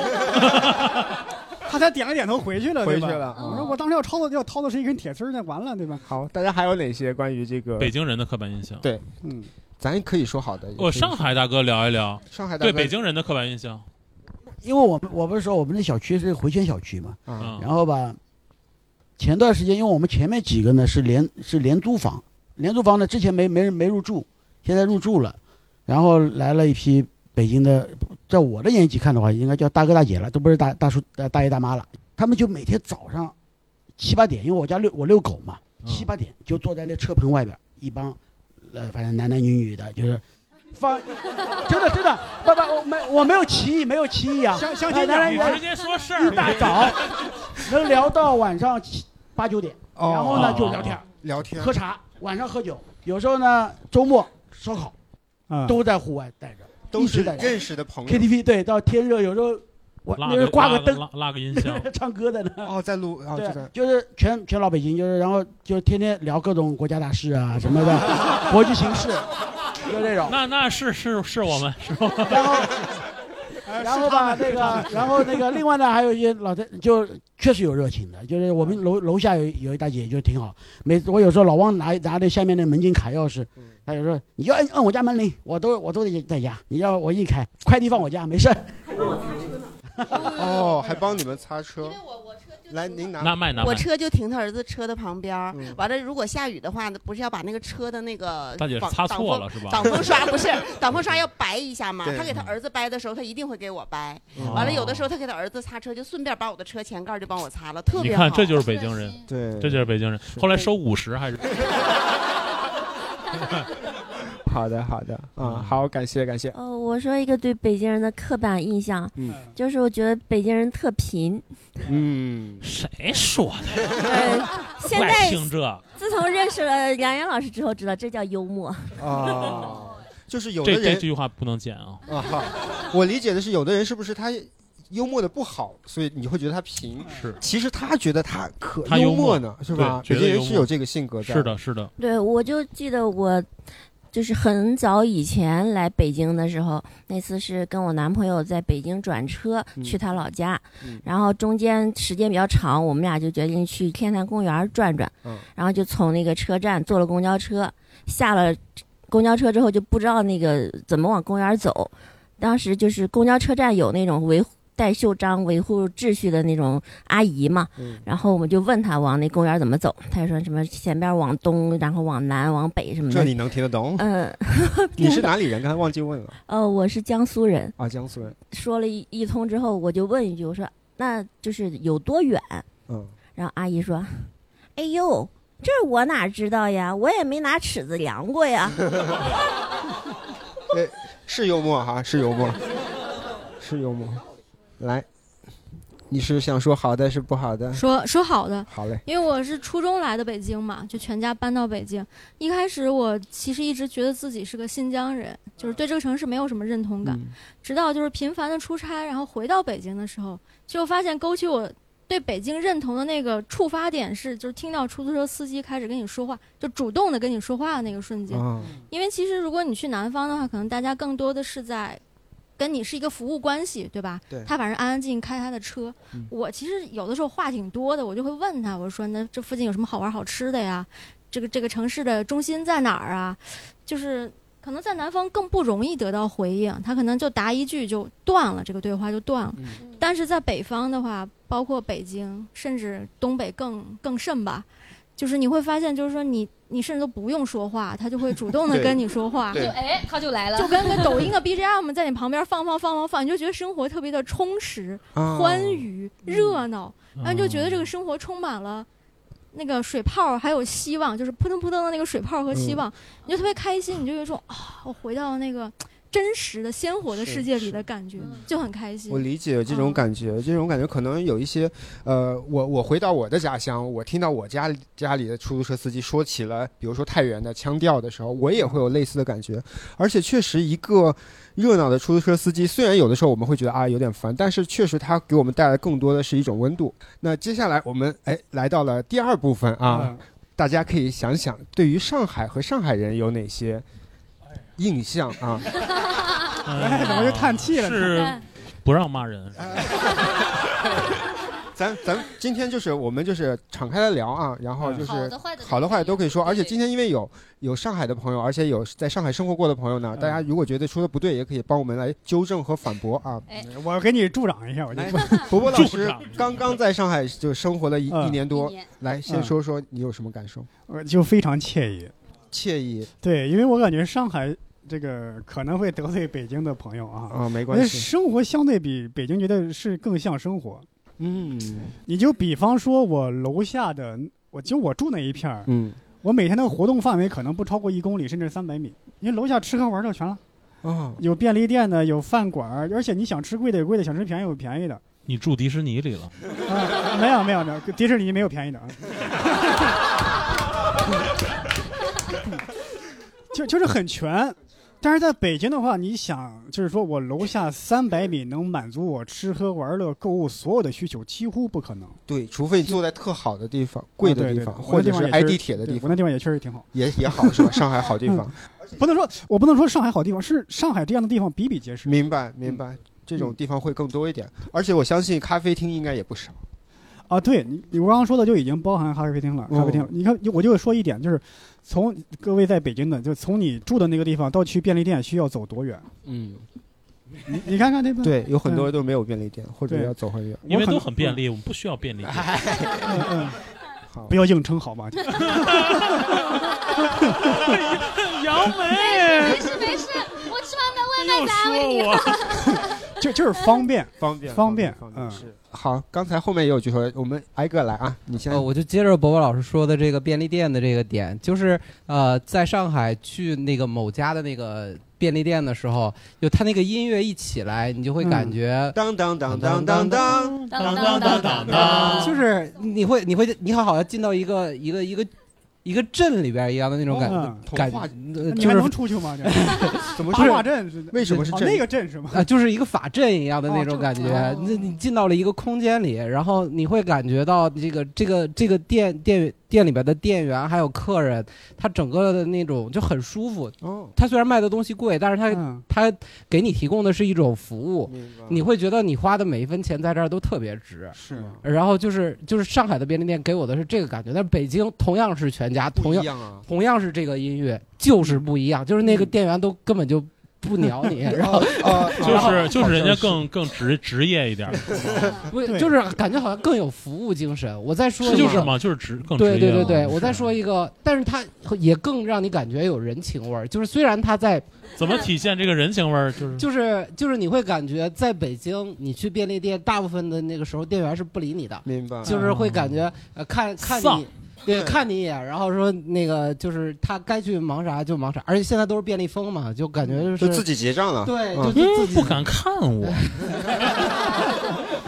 Speaker 4: 他才点了点头回去了，对吧
Speaker 1: 回去了嗯
Speaker 4: 我说我当时要掏的要掏的是一根铁丝儿，那完了，对吧？
Speaker 1: 好，大家还有哪些关于这个
Speaker 3: 北京人的刻板印象，
Speaker 1: 对，
Speaker 4: 嗯，
Speaker 1: 咱可以说 好的。也可以
Speaker 3: 我、
Speaker 1: 说
Speaker 3: 上海大哥聊一聊，
Speaker 1: 上海大
Speaker 3: 对
Speaker 1: 哥
Speaker 3: 北京人的刻板印象，
Speaker 6: 因为我们我不是说我们那小区是回迁小区嘛，
Speaker 1: 嗯
Speaker 6: 然后吧，前段时间因为我们前面几个呢是廉是廉租房，廉租房呢之前没没人没入住，现在入住了，然后来了一批北京的，在我的年纪看的话，应该叫大哥大姐了，都不是大大叔大大爷大妈了，他们就每天早上七八点，因为我家遛我遛狗嘛，七八点就坐在那车棚外边，一帮呃反正男男女女的，就是 放，真的真的，爸爸我没我没有歧义，没有歧义啊，
Speaker 4: 相相
Speaker 6: 哎
Speaker 4: 亲
Speaker 6: 男男
Speaker 4: 你
Speaker 6: 女
Speaker 4: 直
Speaker 3: 接说事
Speaker 6: 一大早能聊到晚上七八九点，
Speaker 1: 哦
Speaker 6: 然后呢就聊天儿，
Speaker 1: 聊天
Speaker 6: 喝茶，晚上喝酒，有时候呢周末烧烤，都在户外待着，
Speaker 1: 都
Speaker 6: 一直
Speaker 1: 是
Speaker 6: 待着
Speaker 1: 认识的朋友
Speaker 6: KTV 对，到天热有时候我
Speaker 3: 拉
Speaker 6: 那时候挂
Speaker 3: 拉
Speaker 6: 灯，
Speaker 3: 拉拉个音箱，
Speaker 6: 唱歌的呢。
Speaker 1: 哦，在录哦，就
Speaker 6: 对
Speaker 1: 在，
Speaker 6: 就是全全老北京，就是然后就天天聊各种国家大事啊什么的， 国际形势，就这种。
Speaker 3: 那那是是是我 们，是我们。
Speaker 6: 然后 吧，那
Speaker 4: 哎
Speaker 6: 个，然后那个，另外呢，还有一些老太，就确实有热情的，就是我们楼楼下有有一大姐，就挺好。每我有时候老汪拿拿着下面的门禁卡钥匙，他就说你要摁摁我家门铃，我都我都得在家，你要我一开，快递放我家，没事儿。
Speaker 1: 哦，还帮你们擦车。来，您拿。嗯
Speaker 3: 那卖
Speaker 7: 我车就停他儿子车的旁边儿，完了如果下雨的话，那不是要把那个车的那个
Speaker 3: 大姐
Speaker 7: 防
Speaker 3: 擦错
Speaker 7: 挡
Speaker 3: 了
Speaker 7: 风
Speaker 3: 是吧
Speaker 7: 挡风刷不是挡风刷要掰一下嘛？
Speaker 3: 对
Speaker 7: 他给
Speaker 1: 嗯
Speaker 7: 他儿子掰的时候，他一定会给我掰
Speaker 3: 嗯。
Speaker 7: 完了
Speaker 3: 哦
Speaker 7: 有的时候他给他儿子擦车，就顺便把我的车前盖就帮我擦了，特
Speaker 3: 你
Speaker 7: 别好。
Speaker 3: 看，这就是北 京人，
Speaker 1: 对，
Speaker 3: 这就是北京人。后来收五十还是？
Speaker 1: 好的，好的，嗯，好，感谢感
Speaker 2: 哦
Speaker 1: 谢。
Speaker 15: 呃，我说一个对北京人的刻板印象，
Speaker 1: 嗯
Speaker 15: 就是我觉得北京人特 贫。
Speaker 1: 嗯，
Speaker 3: 谁说的？
Speaker 15: 呃，现
Speaker 3: 怪
Speaker 15: 在
Speaker 3: 听这
Speaker 15: 自从认识了梁岩老师之后，知道这叫幽默。
Speaker 1: 啊，就是有的
Speaker 3: 这这
Speaker 1: 人
Speaker 3: 句话不能剪啊！
Speaker 1: 啊哈，我理解的是，有的人是不是他幽默的不好，所以你会觉得他贫？
Speaker 3: 是，
Speaker 1: 其实他觉得他可
Speaker 3: 他幽
Speaker 1: 默
Speaker 3: 默
Speaker 1: 呢，是吧？
Speaker 3: 对
Speaker 1: 有
Speaker 3: 觉得
Speaker 1: 些人
Speaker 3: 幽
Speaker 1: 是
Speaker 3: 默
Speaker 1: 有这个性格在。
Speaker 3: 是的，是的。
Speaker 15: 对，我就记得我就是很早以前来北京的时候，那次是跟我男朋友在北京转车
Speaker 9: 嗯
Speaker 15: 去他老家，
Speaker 9: 嗯
Speaker 15: 然后中间时间比较长，我们俩就决定去天坛公园转转，
Speaker 1: 哦
Speaker 9: 嗯
Speaker 15: 然后就从那个车站坐了公交车，下了公交车之后就不知道那个怎么往公园走，当时就是公交车站有那种维护。带袖章维护秩序的那种阿姨嘛，
Speaker 9: 嗯
Speaker 15: 然后我们就问她往那公园怎么走，她就说什么前边往东，然后往南，往北什么的。
Speaker 1: 这你能听得懂？
Speaker 11: 呃
Speaker 15: 嗯，
Speaker 1: 你是哪里人？刚才忘记问了
Speaker 15: 呃，我是江苏人，
Speaker 1: 啊，江苏人。
Speaker 15: 说了一一通之后，我就问一句，我说那就是有多远？
Speaker 1: 嗯，
Speaker 15: 然后阿姨说：“哎呦，这我哪知道呀？我也没拿尺子量过呀。
Speaker 1: 哎，是幽默哈，是幽默， 是幽默。来，你是想说好的，是不好的？
Speaker 11: 说说好的，
Speaker 1: 嗯好嘞。
Speaker 11: 因为我是初中来的北京嘛，就全家搬到北京。一开始我其实一直觉得自己是个新疆人，就是对这个城市没有什么认同感。直到就是频繁的出差，然后回到北京的时候，就发现勾起我对北京认同的那个触发点是，就是听到出租车司机开始跟你说话，就主动的跟你说话的那个瞬间。
Speaker 1: 嗯
Speaker 9: 啊
Speaker 11: 因为其实如果你去南方的话，可能大家更多的是在跟你是一个服务关系，对吧？
Speaker 9: 对
Speaker 11: 他反正安安静静开他的车。
Speaker 9: 嗯
Speaker 11: 我其实有的时候话挺多的，我就会问他，我说那这附近有什么好玩好吃的呀？这个这个城市的中心在哪儿啊？就是可能在南方更不容易得到回应，他可能就答一句就断了，这个对话就断了。
Speaker 9: 嗯
Speaker 2: 嗯
Speaker 11: 但是在北方的话，包括北京，甚至东北更更甚吧，就是你会发现，就是说你你甚至都不用说话，他就会主动的
Speaker 2: 对
Speaker 11: 跟你说话，
Speaker 2: 就哎，他就来了，
Speaker 11: 就跟个抖音的 BGM 在你旁边放放放放放，你就觉得生活特别的充实、
Speaker 2: 哦
Speaker 11: 欢愉、热闹，
Speaker 2: 嗯
Speaker 11: 然后你就觉得这个生活充满了。那个水泡还有希望，就是扑腾扑腾的那个水泡和希
Speaker 2: 嗯
Speaker 11: 望，你就特别开心，你就有一种啊，我回到那个真实的鲜活的世界里的感觉，
Speaker 2: 嗯
Speaker 11: 就很开心。
Speaker 1: 我理解这种感觉，这种感觉可能有一些，呃，我我回到我的家乡，我听到我家里家里的出租车司机说起了，比如说太原的腔调的时候，我也会有类似的感觉。而且确实，一个热闹的出租车司机，虽然有的时候我们会觉得啊有点烦，但是确实他给我们带来更多的是一种温度。那接下来我们哎来到了第二部分啊，
Speaker 10: 嗯
Speaker 1: 大家可以想想对于上海和上海人有哪些印象啊？
Speaker 4: 哎怎么就叹气了呢
Speaker 3: 是不让骂人，
Speaker 1: 哎咱咱们今天就是我们就是敞开来聊啊，然后就是
Speaker 2: 好的坏的
Speaker 1: 好的坏的都可以说，而且今天因为有有上海的朋友，而且有在上海生活过的朋友呢，大
Speaker 3: 嗯
Speaker 1: 家如果觉得说的不对，也可以帮我们来纠正和反驳啊。
Speaker 4: 我给你助长一下，我就
Speaker 1: 伯伯老师刚刚在上海就生活了一
Speaker 4: 嗯
Speaker 1: 一年多
Speaker 4: 一年，
Speaker 1: 来先
Speaker 4: 嗯
Speaker 1: 说说你有什么感受？
Speaker 4: 我就非常惬意，
Speaker 1: 惬意。
Speaker 4: 对，因为我感觉上海这个可能会得罪北京的朋友啊，
Speaker 1: 啊没关系
Speaker 4: 那生活相对比北京觉得是更像生活。
Speaker 1: 嗯，
Speaker 4: 你就比方说我楼下的，我就我住那一片儿，
Speaker 1: 嗯，
Speaker 4: 我每天的活动范围可能不超过一公里，甚至三百米，因为楼下吃喝玩乐全了。
Speaker 1: 啊，
Speaker 4: 有便利店的，有饭馆儿，而且你想吃贵的有贵的，想吃便宜有便宜的。
Speaker 3: 你住迪士尼里了，
Speaker 4: 啊，没有没有没有，迪士尼没有便宜的啊。 就就是很全，但是在北京的话，你想就是说我楼下三百米能满足我吃喝玩乐购物所有的需求，几乎不可能。
Speaker 1: 对，除非你坐在特好的地方、贵
Speaker 4: 啊
Speaker 1: 的
Speaker 4: 对
Speaker 1: 地
Speaker 4: 对
Speaker 1: 方，
Speaker 4: 对
Speaker 1: 或者
Speaker 4: 我那地方也
Speaker 1: 挨
Speaker 4: 是
Speaker 1: 地铁的
Speaker 4: 对
Speaker 1: 地
Speaker 4: 我
Speaker 1: 方
Speaker 4: 那地方也嗯确实挺好，
Speaker 1: 也也好是吧？上海好地方，
Speaker 4: 不能说我不能说上海好地方，是上海这样的地方比比皆是。嗯
Speaker 1: 明白明白，这种地方会更多一点，而且我相信咖啡厅应该也不少。
Speaker 4: 啊，对你，你刚刚说的就已经包含咖啡厅了，咖
Speaker 1: 哦
Speaker 4: 啡厅了。你看，我就说一点，就是从各位在北京的，就从你住的那个地方到去便利店需要走多远？
Speaker 1: 嗯，
Speaker 4: 你你看看这边，嗯
Speaker 1: 对，有很多都没有便利店，或者
Speaker 4: 对
Speaker 1: 要走很远，
Speaker 3: 因为都很便利，我们不需要便利店。
Speaker 1: 好，
Speaker 4: 不要硬撑好吧？
Speaker 3: 杨梅
Speaker 9: 没事没事，我吃完
Speaker 3: 外
Speaker 9: 卖再安慰你吧。
Speaker 4: 就就是方便，
Speaker 1: 方便
Speaker 4: 方便，
Speaker 1: 嗯，好，刚才后面也有句说，我们挨个来啊，你先。
Speaker 12: 呃，我就接着伯伯老师说的这个便利店的这个点，就是呃，在上海去那个某家的那个便利店的时候，就他那个音乐一起来，你就会感觉
Speaker 1: 嗯当当当当当当
Speaker 12: 当
Speaker 9: 当当
Speaker 12: 当
Speaker 9: 当
Speaker 12: 就是你会你会你好像进到一个一个一个一个镇里边一样的那种感
Speaker 4: 嗯
Speaker 12: 感
Speaker 4: 童话，
Speaker 12: 呃
Speaker 4: 你还
Speaker 12: 就是
Speaker 4: 能出去吗？这
Speaker 12: 怎么
Speaker 4: 八
Speaker 12: 是
Speaker 4: 卦阵是？
Speaker 12: 为什么是
Speaker 4: 哦
Speaker 12: 阵
Speaker 4: 那个阵是吗？
Speaker 12: 啊，就是一个法阵一样的那
Speaker 4: 哦
Speaker 12: 种
Speaker 4: 这
Speaker 12: 感觉。
Speaker 4: 哦
Speaker 12: 那你进到了一个空间里，然后你会感觉到这个这个这个店店店里边的店员还有客人，他整个的那种就很舒服。
Speaker 1: 哦，
Speaker 12: 他虽然卖的东西贵，但是他、
Speaker 4: 嗯
Speaker 12: 他给你提供的是一种服务
Speaker 1: 明白，
Speaker 12: 你会觉得你花的每一分钱在这儿都特别值。
Speaker 4: 是
Speaker 12: 然后就是就是上海的便利店给我的是这个感觉，但是北京同样是全家，同
Speaker 1: 一
Speaker 12: 样
Speaker 1: 样啊嗯
Speaker 12: 同样是这个音乐，就是不一样，就是那个店员都根本就不鸟你，啊然
Speaker 1: 哦
Speaker 12: 后
Speaker 3: 就是就是人家更更职职业一点儿，
Speaker 1: 哦
Speaker 12: 不就是感觉好像更有服务精神。我再说一
Speaker 3: 是
Speaker 12: 个
Speaker 3: 就是嘛，就是啊职更职业
Speaker 12: 对
Speaker 3: 了。
Speaker 12: 对对对，我再说一个，但是它也更让你感觉有人情味儿。就是虽然它在
Speaker 3: 怎么体现这个人情味儿？就是
Speaker 12: 就是就是你会感觉在北京，你去便利店，大部分的那个时候店员是不理你的，
Speaker 1: 明白
Speaker 12: 就是会
Speaker 3: 嗯
Speaker 12: 感觉呃看看
Speaker 1: 丧
Speaker 12: 你。对，看你一眼，然后说那个就是他该去忙啥就忙啥，而且现在都是便利蜂嘛，就感觉就是
Speaker 1: 就自己结账了
Speaker 12: 对，就
Speaker 1: 嗯
Speaker 12: 就自己
Speaker 3: 不敢看我，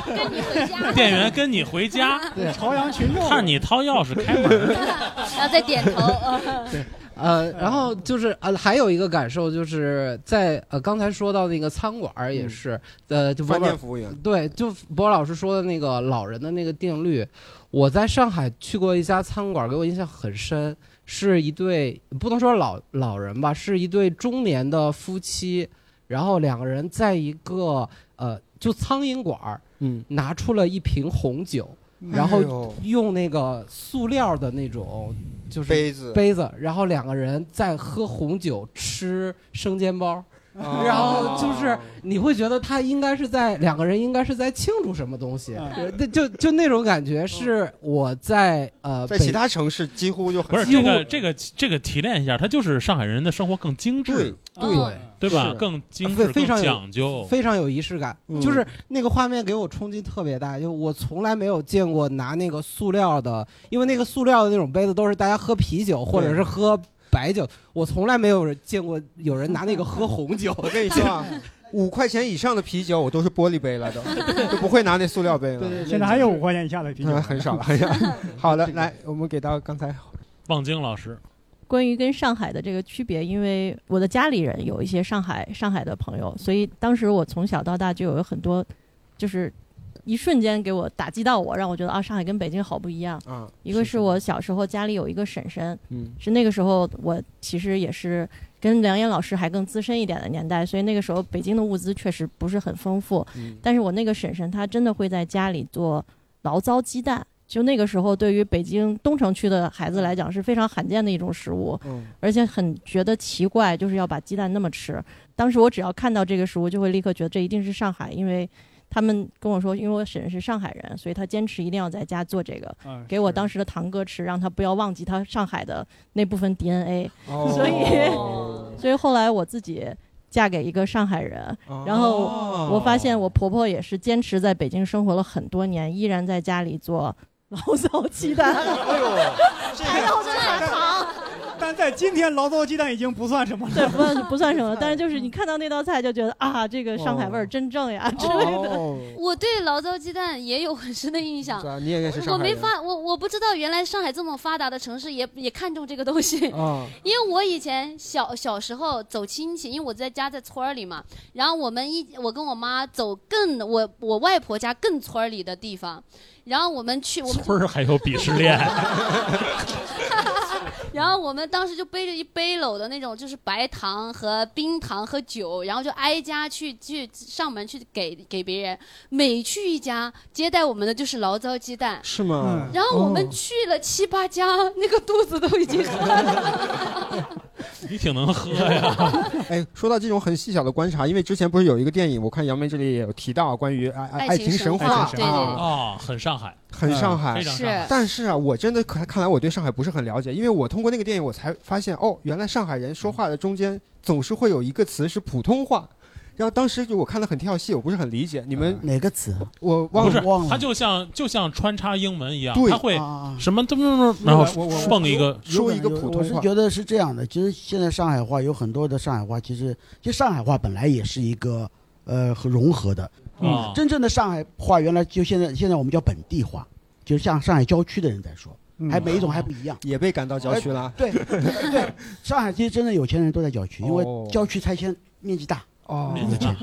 Speaker 9: 跟你回家
Speaker 3: 店员跟你回家，
Speaker 4: 朝阳群众
Speaker 3: 看你掏钥匙开门，
Speaker 2: 然后再点头。啊
Speaker 12: 对 呃，然后就是呃，还有一个感受就是在呃刚才说到那个餐馆儿也是，呃，就
Speaker 1: 嗯饭
Speaker 12: 博
Speaker 1: 店服务员
Speaker 12: 对，就博老师说的那个老人的那个定律，我在上海去过一家餐馆儿，给我印象很深，是一对不能说老老人吧，是一对中年的夫妻，然后两个人在一个呃就苍蝇馆儿，
Speaker 1: 嗯，
Speaker 12: 拿出了一瓶红酒。然
Speaker 1: 哎
Speaker 12: 后
Speaker 1: 呦
Speaker 12: 用那个塑料的那种，就是
Speaker 1: 杯子
Speaker 12: 杯子，然后两个人在喝红酒，吃生煎包，
Speaker 1: 哦
Speaker 12: 然后就是你会觉得他应该是在两个人应该是在庆祝什么东西，对就就那种感觉是我在呃
Speaker 1: 在
Speaker 12: 北
Speaker 1: 其他城市几乎就很
Speaker 3: 不是
Speaker 1: 几
Speaker 3: 这
Speaker 1: 乎
Speaker 3: 个这个这个提炼一下，它就是上海人的生活更精致，
Speaker 12: 对对
Speaker 3: 对吧？
Speaker 12: 是啊
Speaker 3: 更精
Speaker 12: 非
Speaker 3: 致，
Speaker 12: 非常
Speaker 3: 更
Speaker 12: 有
Speaker 3: 讲究，
Speaker 12: 非常有仪式感。
Speaker 3: 嗯
Speaker 12: 就是那个画面给我冲击特别大，就我从来没有见过拿那个塑料的，因为那个塑料的那种杯子都是大家喝啤酒或者是喝白酒，我从来没有见过有人拿那个喝红酒。
Speaker 1: 我 跟你说啊，五块钱以上的啤酒我都是玻璃杯了都，就不会拿那塑料杯了。
Speaker 4: 现在还有五块钱以 下的啤酒，
Speaker 1: 嗯很少了，很少。 好的，来，我们给到刚才
Speaker 3: 望京老师，
Speaker 14: 关于跟上海的这个区别，因为我的家里人有一些上海上海的朋友，所以当时我从小到大就有很多，就是一瞬间给我打击到我，让我觉得啊，上海跟北京好不一样。
Speaker 1: 啊
Speaker 14: 一个是我小时候家里有一个婶婶，
Speaker 1: 嗯
Speaker 14: 是那个时候我其实也是跟梁岩老师还更资深一点的年代，所以那个时候北京的物资确实不是很丰富。
Speaker 9: 嗯
Speaker 14: 但是我那个婶婶她真的会在家里做醪糟鸡蛋，就那个时候对于北京东城区的孩子来讲是非常罕见的一种食物，
Speaker 1: 嗯
Speaker 14: 而且很觉得奇怪，就是要把鸡蛋那么吃。当时我只要看到这个食物，就会立刻觉得这一定是上海，因为。他们跟我说，因为我婶婶是上海人，所以她坚持一定要在家做这个，
Speaker 4: 啊
Speaker 14: 给我当时的堂哥吃，让他不要忘记他上海的那部分 DNA。
Speaker 9: 哦
Speaker 14: 所以，所以后来我自己嫁给一个上海人，
Speaker 4: 哦
Speaker 14: 然后我发现我婆婆也是坚持在北京生活了很多年，依然在家里做醪糟鸡蛋。
Speaker 4: 哎呦，还要再打糖。但在今天，醪糟鸡蛋已经不算什么了。
Speaker 14: 对，不算不算什么，但是就是 你看到那道菜就觉得啊，这个上海
Speaker 4: 哦
Speaker 14: 味儿真正呀之类的。
Speaker 2: 我对醪糟鸡蛋也有很深的印象
Speaker 1: 嗯是。啊吧？你也认识上
Speaker 2: 我
Speaker 1: 海
Speaker 2: 没
Speaker 1: 人？
Speaker 2: 发，我我不知道原来上海这么发达的城市也也看重这个东西，
Speaker 1: 啊
Speaker 2: 因为我以前小小时候走亲戚，因为我在家在村儿里嘛，然后我们一我跟我妈走更我我外婆家更村儿里的地方，然后我们去我们
Speaker 3: 村儿还有鄙视链，
Speaker 2: 然后我们当时就背着一背篓的那种，就是白糖和冰糖和酒，然后就挨家去去上门去给给别人。每去一家，接待我们的就是醪糟鸡蛋。
Speaker 1: 是吗？
Speaker 2: 然后我们
Speaker 1: 哦
Speaker 2: 去了七八家，那个肚子都 已经饿了。
Speaker 3: 你挺能喝 呀。
Speaker 1: 哎，说到这种很细小的观察，因为之前不是有一个电影，我看杨梅这里也有提到关于爱爱
Speaker 3: 爱
Speaker 1: 情神
Speaker 3: 爱
Speaker 1: 话
Speaker 3: 情神话
Speaker 1: 啊。
Speaker 3: 啊，很上海，
Speaker 1: 很上海，
Speaker 3: 非常上海。
Speaker 1: 但是啊，我真的看看来我对上海不是很了解，因为我通过那个电影，我才发现哦，原来上海人说话的中间总是会有一个词是普通话，然后当时就我看得很跳戏，我不是很理解你们
Speaker 6: 哪个词，啊
Speaker 1: 我忘
Speaker 3: 嗯不
Speaker 1: 了
Speaker 3: 是
Speaker 1: 忘，
Speaker 3: 它
Speaker 1: 了。
Speaker 3: 就像就像穿插英文一样，
Speaker 1: 对
Speaker 3: 它会
Speaker 1: 啊
Speaker 3: 什么
Speaker 6: 嗯
Speaker 3: 然后
Speaker 1: 我我我
Speaker 3: 蹦一个
Speaker 1: 说一个普
Speaker 6: 我
Speaker 1: 通
Speaker 6: 是
Speaker 1: 话，
Speaker 6: 觉得是这样的，其实现在上海话有很多的上海话，其实其实上海话本来也是一个呃和融合的。
Speaker 3: 啊
Speaker 6: 真正的上海话原来就现在现在我们叫本地话，就是像上海郊区的人在说，
Speaker 1: 嗯
Speaker 3: 嗯
Speaker 6: 还每一种还不一样。哎
Speaker 1: 也被赶到郊区了。
Speaker 6: 对对，上海其实真的有钱人都在郊区，因为
Speaker 1: 哦
Speaker 6: 郊区拆迁面积大。
Speaker 1: 哦
Speaker 6: 有 钱。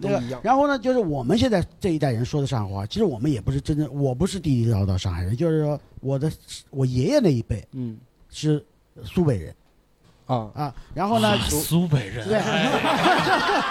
Speaker 1: 都
Speaker 6: 对吧
Speaker 1: 一
Speaker 3: 嗯
Speaker 1: 样？
Speaker 6: 然后呢，就是我们现在这一代人说的上海话，其实我们也不是真正，我不是第一代到上海人，就是说我的我爷爷那一辈，
Speaker 1: 嗯，
Speaker 6: 是苏北人，
Speaker 1: 啊
Speaker 6: 啊，然后呢，
Speaker 3: 啊苏北人
Speaker 6: 对，
Speaker 3: 哎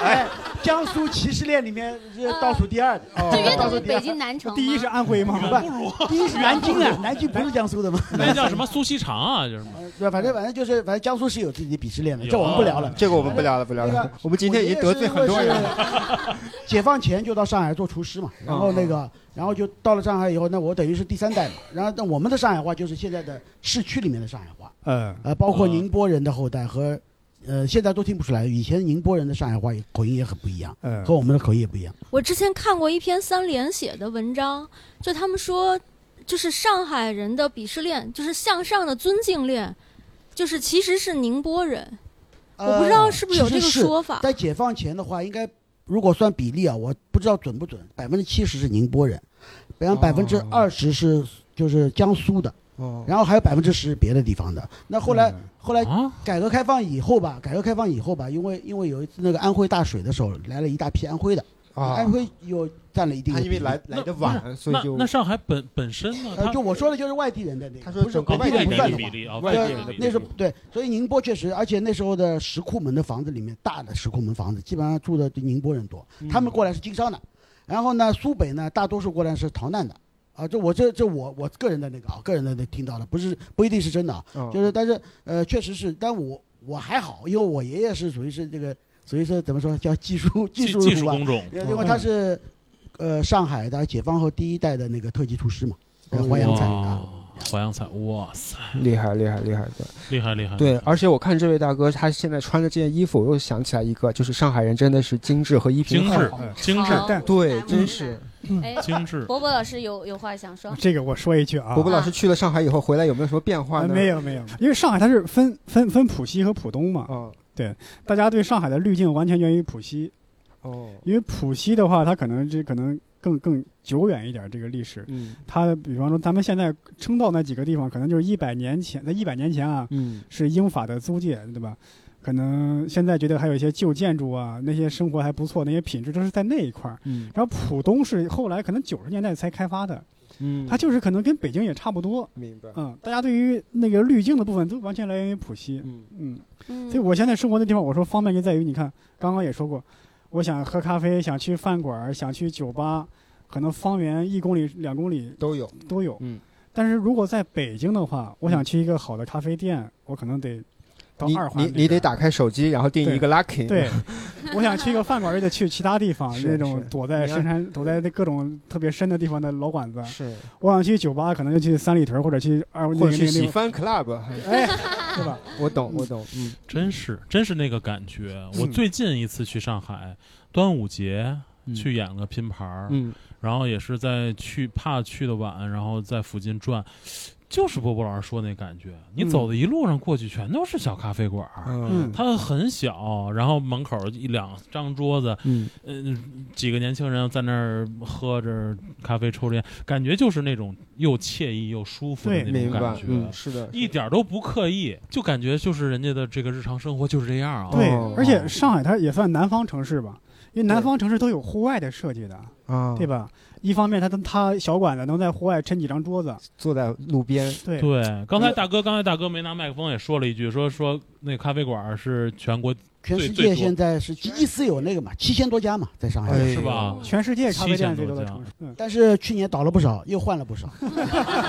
Speaker 6: 哎，江苏歧视链里面是
Speaker 2: 呃
Speaker 6: 倒数第二的，
Speaker 1: 哦
Speaker 2: 就约等
Speaker 6: 倒数
Speaker 2: 于
Speaker 6: 第二。
Speaker 2: 北京南城吗
Speaker 6: 第一是安徽吗？
Speaker 3: 远不如
Speaker 6: 第一是南京啊，南京不是江苏的吗？
Speaker 3: 那叫什么苏锡常啊，就是
Speaker 6: 对，反正反正就是，反正江苏是有自己的鄙视链的，这我们不聊了，
Speaker 1: 这个我们不聊了，不聊
Speaker 6: 那个
Speaker 1: 了。 我们今天已经得罪很多人了。
Speaker 6: 了。 解放前就到上海做厨师嘛，然后那
Speaker 1: 嗯
Speaker 6: 个，然后就到了上海以后，那我等于是第三代嘛。然后，那我们的上海话就是现在的市区里面的上海话，
Speaker 4: 嗯
Speaker 6: 呃，包括宁波人的后代和，呃，现在都听不出来。以前宁波人的上海话也口音也很不一样，
Speaker 4: 嗯
Speaker 6: 和我们的口音也不一样。
Speaker 11: 我之前看过一篇三联写的文章，就他们说，就是上海人的鄙视链，就是向上的尊敬链，就是其实是宁波人。我不知道是不是有这个
Speaker 6: 呃其实
Speaker 11: 说法。
Speaker 6: 在解放前的话，应该如果算比例啊，我不知道准不准，百分之七十是宁波人，
Speaker 3: 哦
Speaker 6: 然后百分之二十是就是江苏的，
Speaker 3: 哦
Speaker 6: 然后还有百分之十别的地方的。那后
Speaker 3: 嗯
Speaker 6: 来、后来
Speaker 3: 啊
Speaker 6: 改革开放以后吧，改革开放以后吧，因为因为有一次那个安徽大水的时候，来了一大批安徽的，
Speaker 1: 啊
Speaker 6: 安徽有占了一定的
Speaker 1: 他
Speaker 6: 比
Speaker 1: 因
Speaker 6: 例。
Speaker 1: 为来来的晚，所以就
Speaker 3: 那上海本本身呢，
Speaker 6: 呃，
Speaker 3: 它
Speaker 6: 就我说的就是外地人的那个，
Speaker 1: 他说
Speaker 6: 不是
Speaker 1: 整个
Speaker 6: 本地人
Speaker 1: 外地
Speaker 6: 不
Speaker 1: 人
Speaker 6: 算的
Speaker 1: 的比
Speaker 6: 嘛
Speaker 1: 例
Speaker 6: 对
Speaker 1: 啊外地人的比例
Speaker 6: 那时候对，所以宁波确实，而且那时候的石库门的房子里面，大的石库门房子基本上住的宁波人多，
Speaker 1: 嗯
Speaker 6: 他们过来是经商的，然后呢，苏北呢，大多数过来是逃难的。啊，这我这这我我个人的那个啊，个人的那听到的不是不一定是真的啊，
Speaker 1: 嗯
Speaker 6: 就是但是呃确实是，但我我还好，因为我爷爷是属于是这个属于是怎么说叫技术技术
Speaker 3: 技术
Speaker 6: 吧
Speaker 3: 工种
Speaker 6: 因为因为
Speaker 1: 嗯
Speaker 6: 他是呃上海的解放后第一代的那个特级厨师嘛，呃淮扬菜啊，
Speaker 3: 哦哇淮扬菜，哇塞，
Speaker 1: 厉害厉害厉害对。
Speaker 3: 厉害厉害，
Speaker 1: 对，而且我看这位大哥，他现在穿着这件衣服，我又想起来一个，就是上海人真的是精致和衣品
Speaker 3: 精致
Speaker 1: 好
Speaker 3: 精致好
Speaker 1: 对，
Speaker 2: 嗯
Speaker 1: 真是。
Speaker 2: 哎，伯伯老师有有话想说？
Speaker 4: 这个我说一句啊，
Speaker 1: 伯伯老师去了上海以后回来有没有什么变化
Speaker 4: 啊
Speaker 1: 呢？
Speaker 4: 没有没有，因为上海它是分分分浦西和浦东嘛，对，大家对上海的滤镜完全源于浦西，
Speaker 1: 哦，
Speaker 4: 因为浦西的话，它可能这可能更更久远一点这个历史，
Speaker 1: 嗯，
Speaker 4: 它比方说咱们现在称道那几个地方，可能就是一百年前，在一百年前啊，
Speaker 1: 嗯，
Speaker 4: 是英法的租界，对吧？可能现在觉得还有一些旧建筑啊，那些生活还不错，那些品质都是在那一块儿。
Speaker 1: 嗯
Speaker 4: 然后浦东是后来可能九十年代才开发的，
Speaker 1: 嗯
Speaker 4: 它就是可能跟北京也差不多。
Speaker 1: 明白。
Speaker 4: 嗯，大家对于那个滤镜的部分都完全来源于浦西。
Speaker 1: 嗯
Speaker 4: 嗯，所以我现在生活的地方，我说方便就在于你看，刚刚也说过，我想喝咖啡，想去饭馆儿，想去酒吧，可能方圆一公里、两公里
Speaker 1: 都有
Speaker 4: 都有。
Speaker 1: 嗯，
Speaker 4: 但是如果在北京的话，我想去一个好的咖啡店，我可能得到
Speaker 1: 你
Speaker 4: 二环
Speaker 1: 你
Speaker 4: 那边
Speaker 1: 你得打开手机，然后定
Speaker 4: 对
Speaker 1: 一个 lucky。
Speaker 4: 对，我想去一个饭馆，也得去其他地方，
Speaker 1: 是
Speaker 4: 那种
Speaker 1: 是
Speaker 4: 躲在
Speaker 1: 你要
Speaker 4: 深山、躲在那各种特别深的地方的老馆子。
Speaker 1: 是，
Speaker 4: 我想去酒吧，可能就去三里屯或者去二那
Speaker 1: 或
Speaker 4: 个那个
Speaker 1: 者是
Speaker 4: 那
Speaker 1: 喜
Speaker 4: 个。
Speaker 1: 欢 club，
Speaker 4: 哎，对吧？
Speaker 1: 我懂我懂，嗯，
Speaker 3: 真是真是那个感觉。我
Speaker 1: 嗯
Speaker 3: 最近一次去上海端午节去演了拼盘儿，
Speaker 1: 嗯，
Speaker 3: 然后也是在去怕去的晚，然后在附近转。就是波波老师说那感觉，你
Speaker 1: 嗯
Speaker 3: 走的一路上过去全都是小咖啡馆儿，
Speaker 1: 嗯
Speaker 3: 它很小，然后门口一两张桌子，
Speaker 1: 嗯，
Speaker 3: 嗯，几个年轻人在那儿喝着咖啡抽着烟，感觉就是那种又惬意又舒服的
Speaker 1: 对
Speaker 3: 那种
Speaker 1: 明白
Speaker 3: 感觉，
Speaker 1: 嗯是的
Speaker 3: 一点儿都不刻意，就感觉就是人家的这个日常生活就是这样啊。
Speaker 4: 对，而且上海它也算南方城市吧，因为南方城市都有户外的设计的，
Speaker 1: 啊，
Speaker 4: 对？吧？一方面它它小馆子能在户外抻几张桌子，
Speaker 1: 坐在路边，
Speaker 4: 对
Speaker 3: 对，刚才大哥，刚才大哥没拿麦克风也说了一句，说说那咖啡馆是全国
Speaker 6: 全
Speaker 3: 最
Speaker 6: 世
Speaker 3: 最
Speaker 6: 界
Speaker 3: 多
Speaker 6: 现在是吉尼斯有那个嘛，七千多家嘛，在上海、
Speaker 3: 哎是吧
Speaker 4: 哦全世界咖啡店最多的
Speaker 3: 7000多家
Speaker 4: 城市，嗯
Speaker 6: 但是去年倒了不少，又换了不少。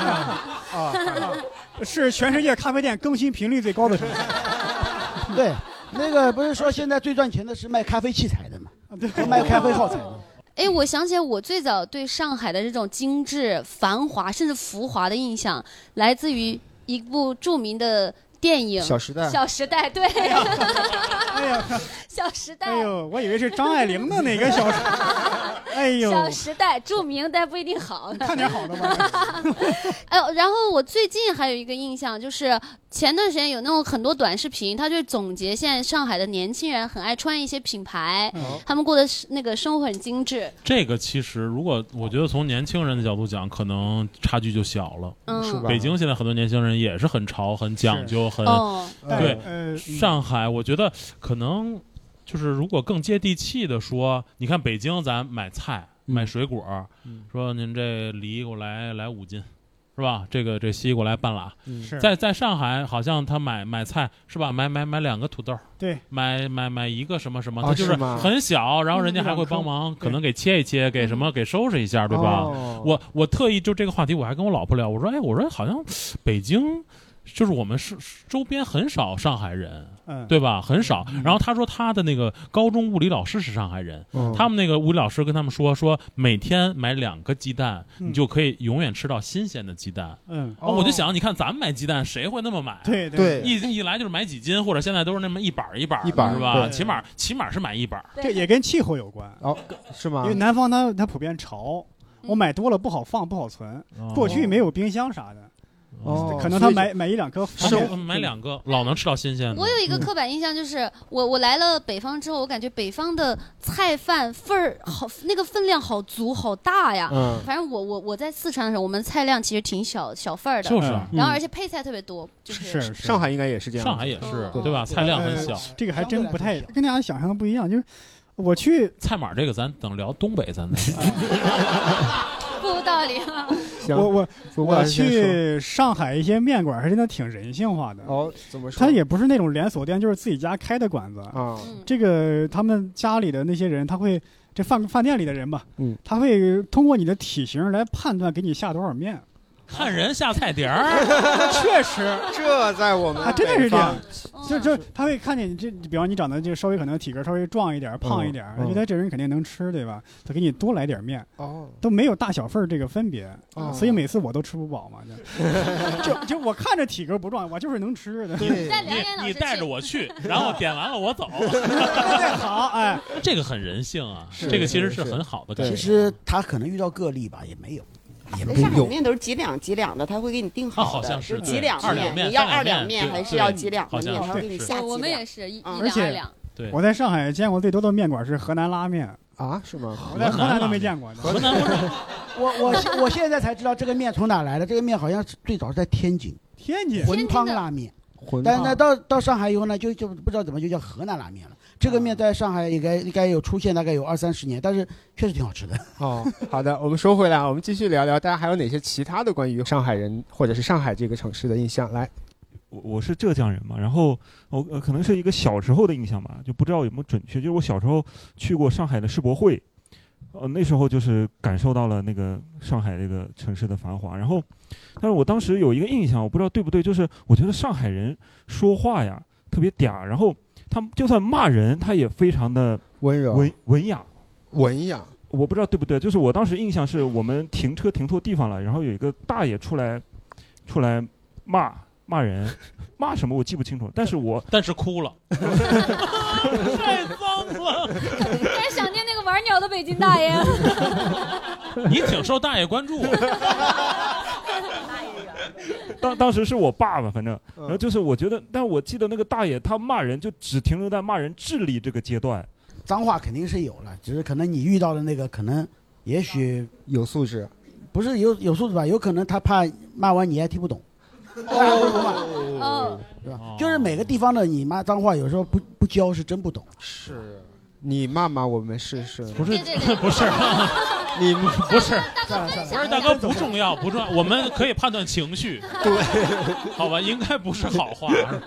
Speaker 4: 啊 是全世界咖啡店更新频率最高的城市。
Speaker 6: 对，那个不是说现在最赚钱的是卖咖啡器材的嘛，
Speaker 4: 啊
Speaker 6: 和卖咖啡耗材
Speaker 4: 哦
Speaker 6: 的。
Speaker 2: 哎，我想起来，我最早对上海的这种精致、繁华甚至浮华的印象，来自于一部著名的电影《
Speaker 4: 小时代
Speaker 2: 小时代， 对，
Speaker 4: 哎呀，
Speaker 2: 小时代。
Speaker 4: 哎呦，我以为是张爱玲的哪个小说，哎呦，
Speaker 2: 小时代著名，但不一定好。看
Speaker 4: 点好的
Speaker 2: 吧。 哎呦，然后我最近还有一个印象，就是前段时间有那种很多短视频，他就总结现在上海的年轻人很爱穿一些品牌，
Speaker 4: 哦
Speaker 3: 嗯
Speaker 2: 他们过的是那个生活很精致。
Speaker 3: 这个其实，如果我觉得从年轻人的角度讲，可能差距就小了，
Speaker 2: 嗯是吧
Speaker 3: 北京现在很多年轻人也是很潮、很讲究、很、
Speaker 2: 哦
Speaker 3: 对。
Speaker 4: 呃，
Speaker 3: 上海，我觉得可能就是如果更接地气的说，你看北京，咱买菜、买水果，说您这梨给我来来五斤，是吧？这个这西瓜来半拉，
Speaker 4: 嗯是
Speaker 3: 在在上海好像他买买菜是吧？买买买两个土豆，
Speaker 4: 对，
Speaker 3: 买买买一个什么什么，
Speaker 17: 啊
Speaker 3: 他就是
Speaker 17: 是吗
Speaker 3: 很小，然后人家
Speaker 17: 嗯
Speaker 3: 还会
Speaker 17: 两颗
Speaker 3: 帮忙，可能给切一切，给
Speaker 4: 嗯
Speaker 3: 什么给收拾一下，对吧？
Speaker 17: 哦
Speaker 3: 我我特意就这个话题，我还跟我老婆聊，我说哎，我说好像北京就是我们是是周边很少上海人，
Speaker 4: 嗯
Speaker 3: 对吧？很少。然后他说他的那个高中物理老师是上海人，
Speaker 17: 嗯
Speaker 3: 他们那个物理老师跟他们说说每天买两个鸡蛋，
Speaker 4: 嗯
Speaker 3: 你就可以永远吃到新鲜的鸡蛋。
Speaker 4: 嗯
Speaker 3: 哦我就想，你看咱们买鸡蛋，谁会 那么买啊？
Speaker 4: 对对对
Speaker 3: 一一来就是买几斤，或者现在都是那么一板儿一板儿的
Speaker 4: 一板儿
Speaker 3: 是吧？
Speaker 4: 对
Speaker 3: 起码起码是买一板儿。
Speaker 4: 这也跟气候有关。
Speaker 17: 哦，是吗
Speaker 4: 因为南方它它普遍潮，
Speaker 2: 嗯
Speaker 4: 我买多了不好放不好存
Speaker 3: 哦，
Speaker 4: 过去没有冰箱啥的，
Speaker 17: 哦
Speaker 4: 可能
Speaker 17: 所
Speaker 4: 他
Speaker 17: 以
Speaker 4: 买买一两颗方
Speaker 3: 是
Speaker 4: 便，
Speaker 3: 买两个老能吃到新
Speaker 17: 嗯
Speaker 3: 鲜的。嗯
Speaker 2: 我有一个刻板印象，就是我我来了北方之后，我感觉北方的菜饭份儿好，那个分量好足好大呀。
Speaker 9: 嗯
Speaker 2: 反正我我我在四川的时候，我们菜量其实挺小小份儿的，
Speaker 17: 就是嗯
Speaker 2: 然后而且配菜特别多，就是
Speaker 4: 是哎
Speaker 17: 上海应该也是这样，
Speaker 3: 上海也是对吧菜量很小
Speaker 4: 呃这个还真不太跟大家想象的不一样，就是我去
Speaker 3: 菜码这个咱等聊东北咱再。
Speaker 4: 哎
Speaker 2: 不无道理啊。
Speaker 4: 我我
Speaker 17: 主播
Speaker 4: 我
Speaker 17: 还是先说
Speaker 4: 去上海一些面馆，还真的挺人性化的。
Speaker 17: 哦，怎么说？
Speaker 4: 他也不是那种连锁店，就是自己家开的馆子
Speaker 17: 啊
Speaker 4: 这个他们家里的那些人，他会这饭饭店里的人吧，
Speaker 17: 嗯，
Speaker 4: 他会通过你的体型来判断给你下多少 面。，
Speaker 3: 看人下菜碟儿
Speaker 4: 确实，
Speaker 17: 这在我们
Speaker 4: 啊，真的是这样
Speaker 17: 北，
Speaker 4: 就就他会看见你这，比方你长得就稍微可能体格稍微壮一点、胖一点，
Speaker 17: 嗯
Speaker 4: 他觉得这人肯定能吃，对吧？他给你多来点面，
Speaker 17: 哦，
Speaker 4: 都没有大小份儿这个分别，啊
Speaker 17: 哦
Speaker 4: 所以每次我都吃不饱嘛。就就就我看着体格不壮，我就是能 吃 的。
Speaker 3: 你你你带着我去，然后点完了我走。
Speaker 4: 好，哎，
Speaker 3: 这个很人性啊，
Speaker 6: 是
Speaker 3: 这个其实
Speaker 6: 是是
Speaker 3: 很好的感
Speaker 6: 其
Speaker 3: 觉。
Speaker 6: 实他可能遇到个例吧，也没有，也
Speaker 7: 上海面都是几两几两的，他会给你定
Speaker 6: 啊好
Speaker 7: 好的，
Speaker 6: 像是
Speaker 7: 就
Speaker 6: 对
Speaker 7: 几两
Speaker 6: 二两面
Speaker 7: 你要
Speaker 6: 三两
Speaker 7: 二两
Speaker 6: 面
Speaker 7: 面
Speaker 6: 对
Speaker 7: 还是
Speaker 6: 对
Speaker 7: 要几两
Speaker 6: 好
Speaker 7: 的
Speaker 6: 像
Speaker 7: 面，他会给你
Speaker 6: 是
Speaker 7: 下几两。
Speaker 2: 哦我们也是一一
Speaker 7: 嗯
Speaker 2: 两
Speaker 4: 而
Speaker 2: 二
Speaker 4: 且
Speaker 2: 两。
Speaker 4: 我在上海见过最多的面馆是河南拉面
Speaker 17: 啊，是吗？
Speaker 4: 我在河南都没见过呢。
Speaker 17: 河南不 是
Speaker 6: 我我我现在才知道这个面从哪来的，这个面好像是最早是在天津，
Speaker 4: 天津
Speaker 6: 魂汤拉面。
Speaker 17: 魂
Speaker 6: 但那到到上海以后呢，就就不知道怎么就叫河南拉面了。这个
Speaker 17: 啊
Speaker 6: 面在上海应该应该有出现大概有二三十年，但是确实挺好吃的。
Speaker 17: 哦，好的，我们说回来啊，我们继续聊聊，大家还有哪些其他的关于上海人或者是上海这个城市的印象？来，
Speaker 16: 我我是浙江人嘛，然后我、呃、可能是一个小时候的印象吧，就不知道有没有准确。就是我小时候去过上海的世博会，呃，那时候就是感受到了那个上海这个城市的繁华。然后，但是我当时有一个印象，我不知道对不对，就是我觉得上海人说话呀特别嗲，然后他们就算骂人，他也非常的
Speaker 17: 温柔、
Speaker 16: 文文雅、
Speaker 17: 文雅。
Speaker 16: 我不知道对不对，就是我当时印象是我们停车停错地方了，然后有一个大爷出来，出来骂骂人，骂什么我记不清楚，但是我
Speaker 3: 但是哭了，
Speaker 9: 太
Speaker 3: 脏了，
Speaker 9: 开始想念那个玩鸟的北京 大爷。哎
Speaker 3: 你挺受大爷关注啊。
Speaker 16: 当当时是我爸爸，反正，然后就是我觉得，但我记得那个大爷他骂人就只停留在骂人智力这个阶段，
Speaker 6: 脏话肯定是有了，只是可能你遇到的那个可能也许
Speaker 17: 啊有素质，
Speaker 6: 不是有有素质吧？有可能他怕骂完你还听不懂，
Speaker 9: 哦，
Speaker 6: 对吧？就是每个地方的你骂脏话，有时候不不教是真不懂。
Speaker 17: 是你骂骂我们试试，不
Speaker 3: 是对对对不是
Speaker 17: 你
Speaker 3: 不是，
Speaker 17: 不
Speaker 3: 不是大哥不重要不重要，我们可以判断情绪，对，好吧，应该不是好话，是吧？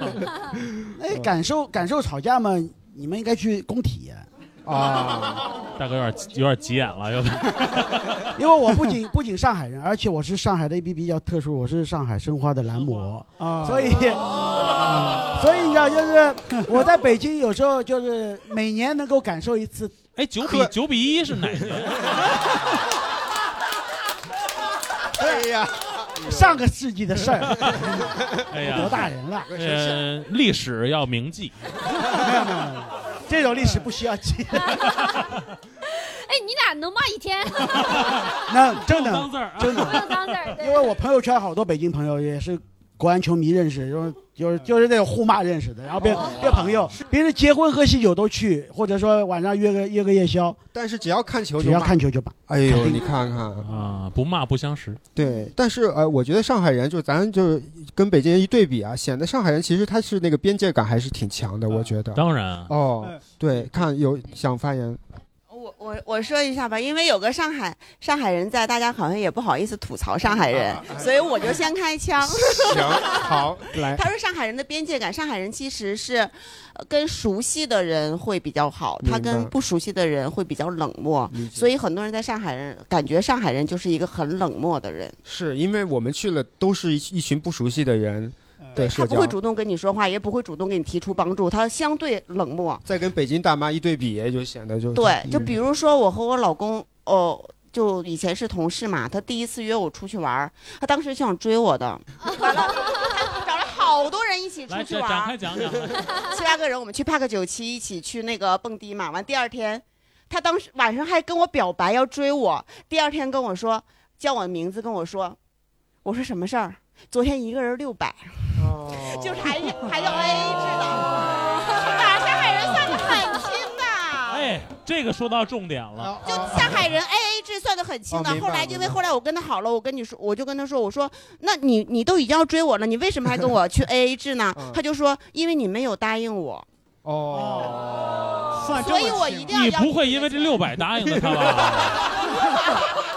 Speaker 6: 那哎感受感受吵架嘛，你们应该去工体，
Speaker 3: 啊，大哥有点有点急眼了，有点。
Speaker 6: 因为我不仅不仅上海人，而且我是上海的一批比较特殊，我是上海申花的蓝魔，
Speaker 4: 啊
Speaker 6: 所以、所以你知道，就是我在北京有时候就是每年能够感受一次。
Speaker 3: 哎，九比九比一是哪个？
Speaker 17: 哎呀，
Speaker 6: 上个世纪的事儿，
Speaker 3: 哎呀，
Speaker 6: 多大人了
Speaker 3: 呃，历史要铭记。
Speaker 6: 没有没有没有，这种历史不需要记。
Speaker 9: 哎，你俩能骂一天？
Speaker 6: 那真的
Speaker 9: 脏字儿啊
Speaker 6: 真
Speaker 9: 不用脏字儿
Speaker 6: 的，
Speaker 9: 对
Speaker 6: 因为我朋友圈好多北京朋友也是国安球迷认识，就是就是就是那种互骂认识的，然后变
Speaker 9: 哦
Speaker 6: 变朋友，平时结婚喝喜酒都去，或者说晚上约个约个夜宵，
Speaker 17: 但是只要看球就
Speaker 6: 只要
Speaker 17: 骂
Speaker 6: 看球就骂。
Speaker 17: 哎
Speaker 6: 肯
Speaker 17: 呦，
Speaker 6: 定
Speaker 17: 你看看
Speaker 3: 啊，不骂不相识。
Speaker 17: 对，但是呃，我觉得上海人就咱就是跟北京人一对比啊，显得上海人其实他是那个
Speaker 3: 嗯啊
Speaker 17: 边界感还是挺强的，我觉得。
Speaker 3: 当然
Speaker 17: 哦，对，看有想发言，
Speaker 7: 我我我说一下吧，因为有个上海上海人在，大家好像也不好意思吐槽上海人， 所以我就先开枪。
Speaker 1: 啊行， 好，来，
Speaker 7: 他说上海人的边界感，上海人其实是呃跟熟悉的人会比较好，他
Speaker 1: 明
Speaker 7: 跟
Speaker 1: 白
Speaker 7: 不熟悉的人会比较冷漠
Speaker 1: 理，解
Speaker 7: 所以很多人在上海人感觉上海人就是一个很冷漠的人，
Speaker 1: 是因为我们去了都是一一群不熟悉的人的
Speaker 7: 他
Speaker 1: 社
Speaker 7: 不
Speaker 1: 交
Speaker 7: 会。主动跟你说话，也不会主动给你提出帮助，他相对冷漠。
Speaker 1: 再跟北京大妈一对比，就显得就嗯
Speaker 7: 对，就比如说我和我老公，哦，就以前是同事嘛，他第一次约我出去玩儿，他当时就想追我的， 完了，他找了好多人一起出
Speaker 3: 来
Speaker 7: 去
Speaker 3: 展
Speaker 7: 玩
Speaker 3: 展
Speaker 7: 儿，
Speaker 3: 开讲讲
Speaker 7: 七八个人，我们去 Park 九七一起去那个蹦迪嘛，完第二天，他当时晚上还跟我表白要追我，第二天跟我说叫我名字跟我说，我说什么事儿？昨天一个人六百， 就是还还要 A 制的，是吧？上海人算的很清的。
Speaker 3: 哎，这个说到重点了，
Speaker 7: 就上海 人 A A 制算的很轻的
Speaker 3: 哦。明白
Speaker 7: 后来因为
Speaker 3: 明白
Speaker 7: 后来我跟他好了，我跟你说，我就跟他说，我说那你你都已经要追我了，你为什么还跟我去 A A 制呢？
Speaker 3: 嗯
Speaker 7: 他就说因为你没有答应我。
Speaker 1: 哦，
Speaker 7: 算这么所以我一定要
Speaker 3: 你
Speaker 7: 要
Speaker 3: 不会因为这六百答应了他吧？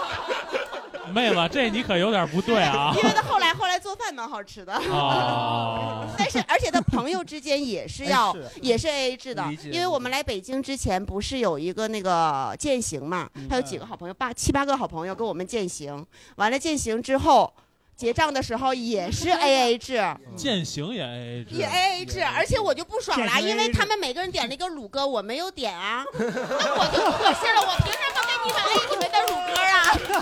Speaker 3: 妹子，这你可有点不对啊！
Speaker 7: 因为他后来后来做饭蛮好 吃的。
Speaker 3: 哦，
Speaker 7: 但是，而且他朋友之间也是要
Speaker 3: 哎是，
Speaker 7: 也是 A A 制的
Speaker 3: 理解，
Speaker 7: 因为我们来北京之前不是有一个那个践行嘛，他有几个好朋友，八七八个好朋友跟我们践行，完了践行之后结账的时候也 是 A A 制，
Speaker 3: 践行也哎 AA 制，
Speaker 7: 也，E 哎 A A 制，而且我就不爽啦，因为他们每个人点了一个乳鸽，我没有点啊， 那我就恶心了，我凭什么跟你们 A 你们的乳鸽啊？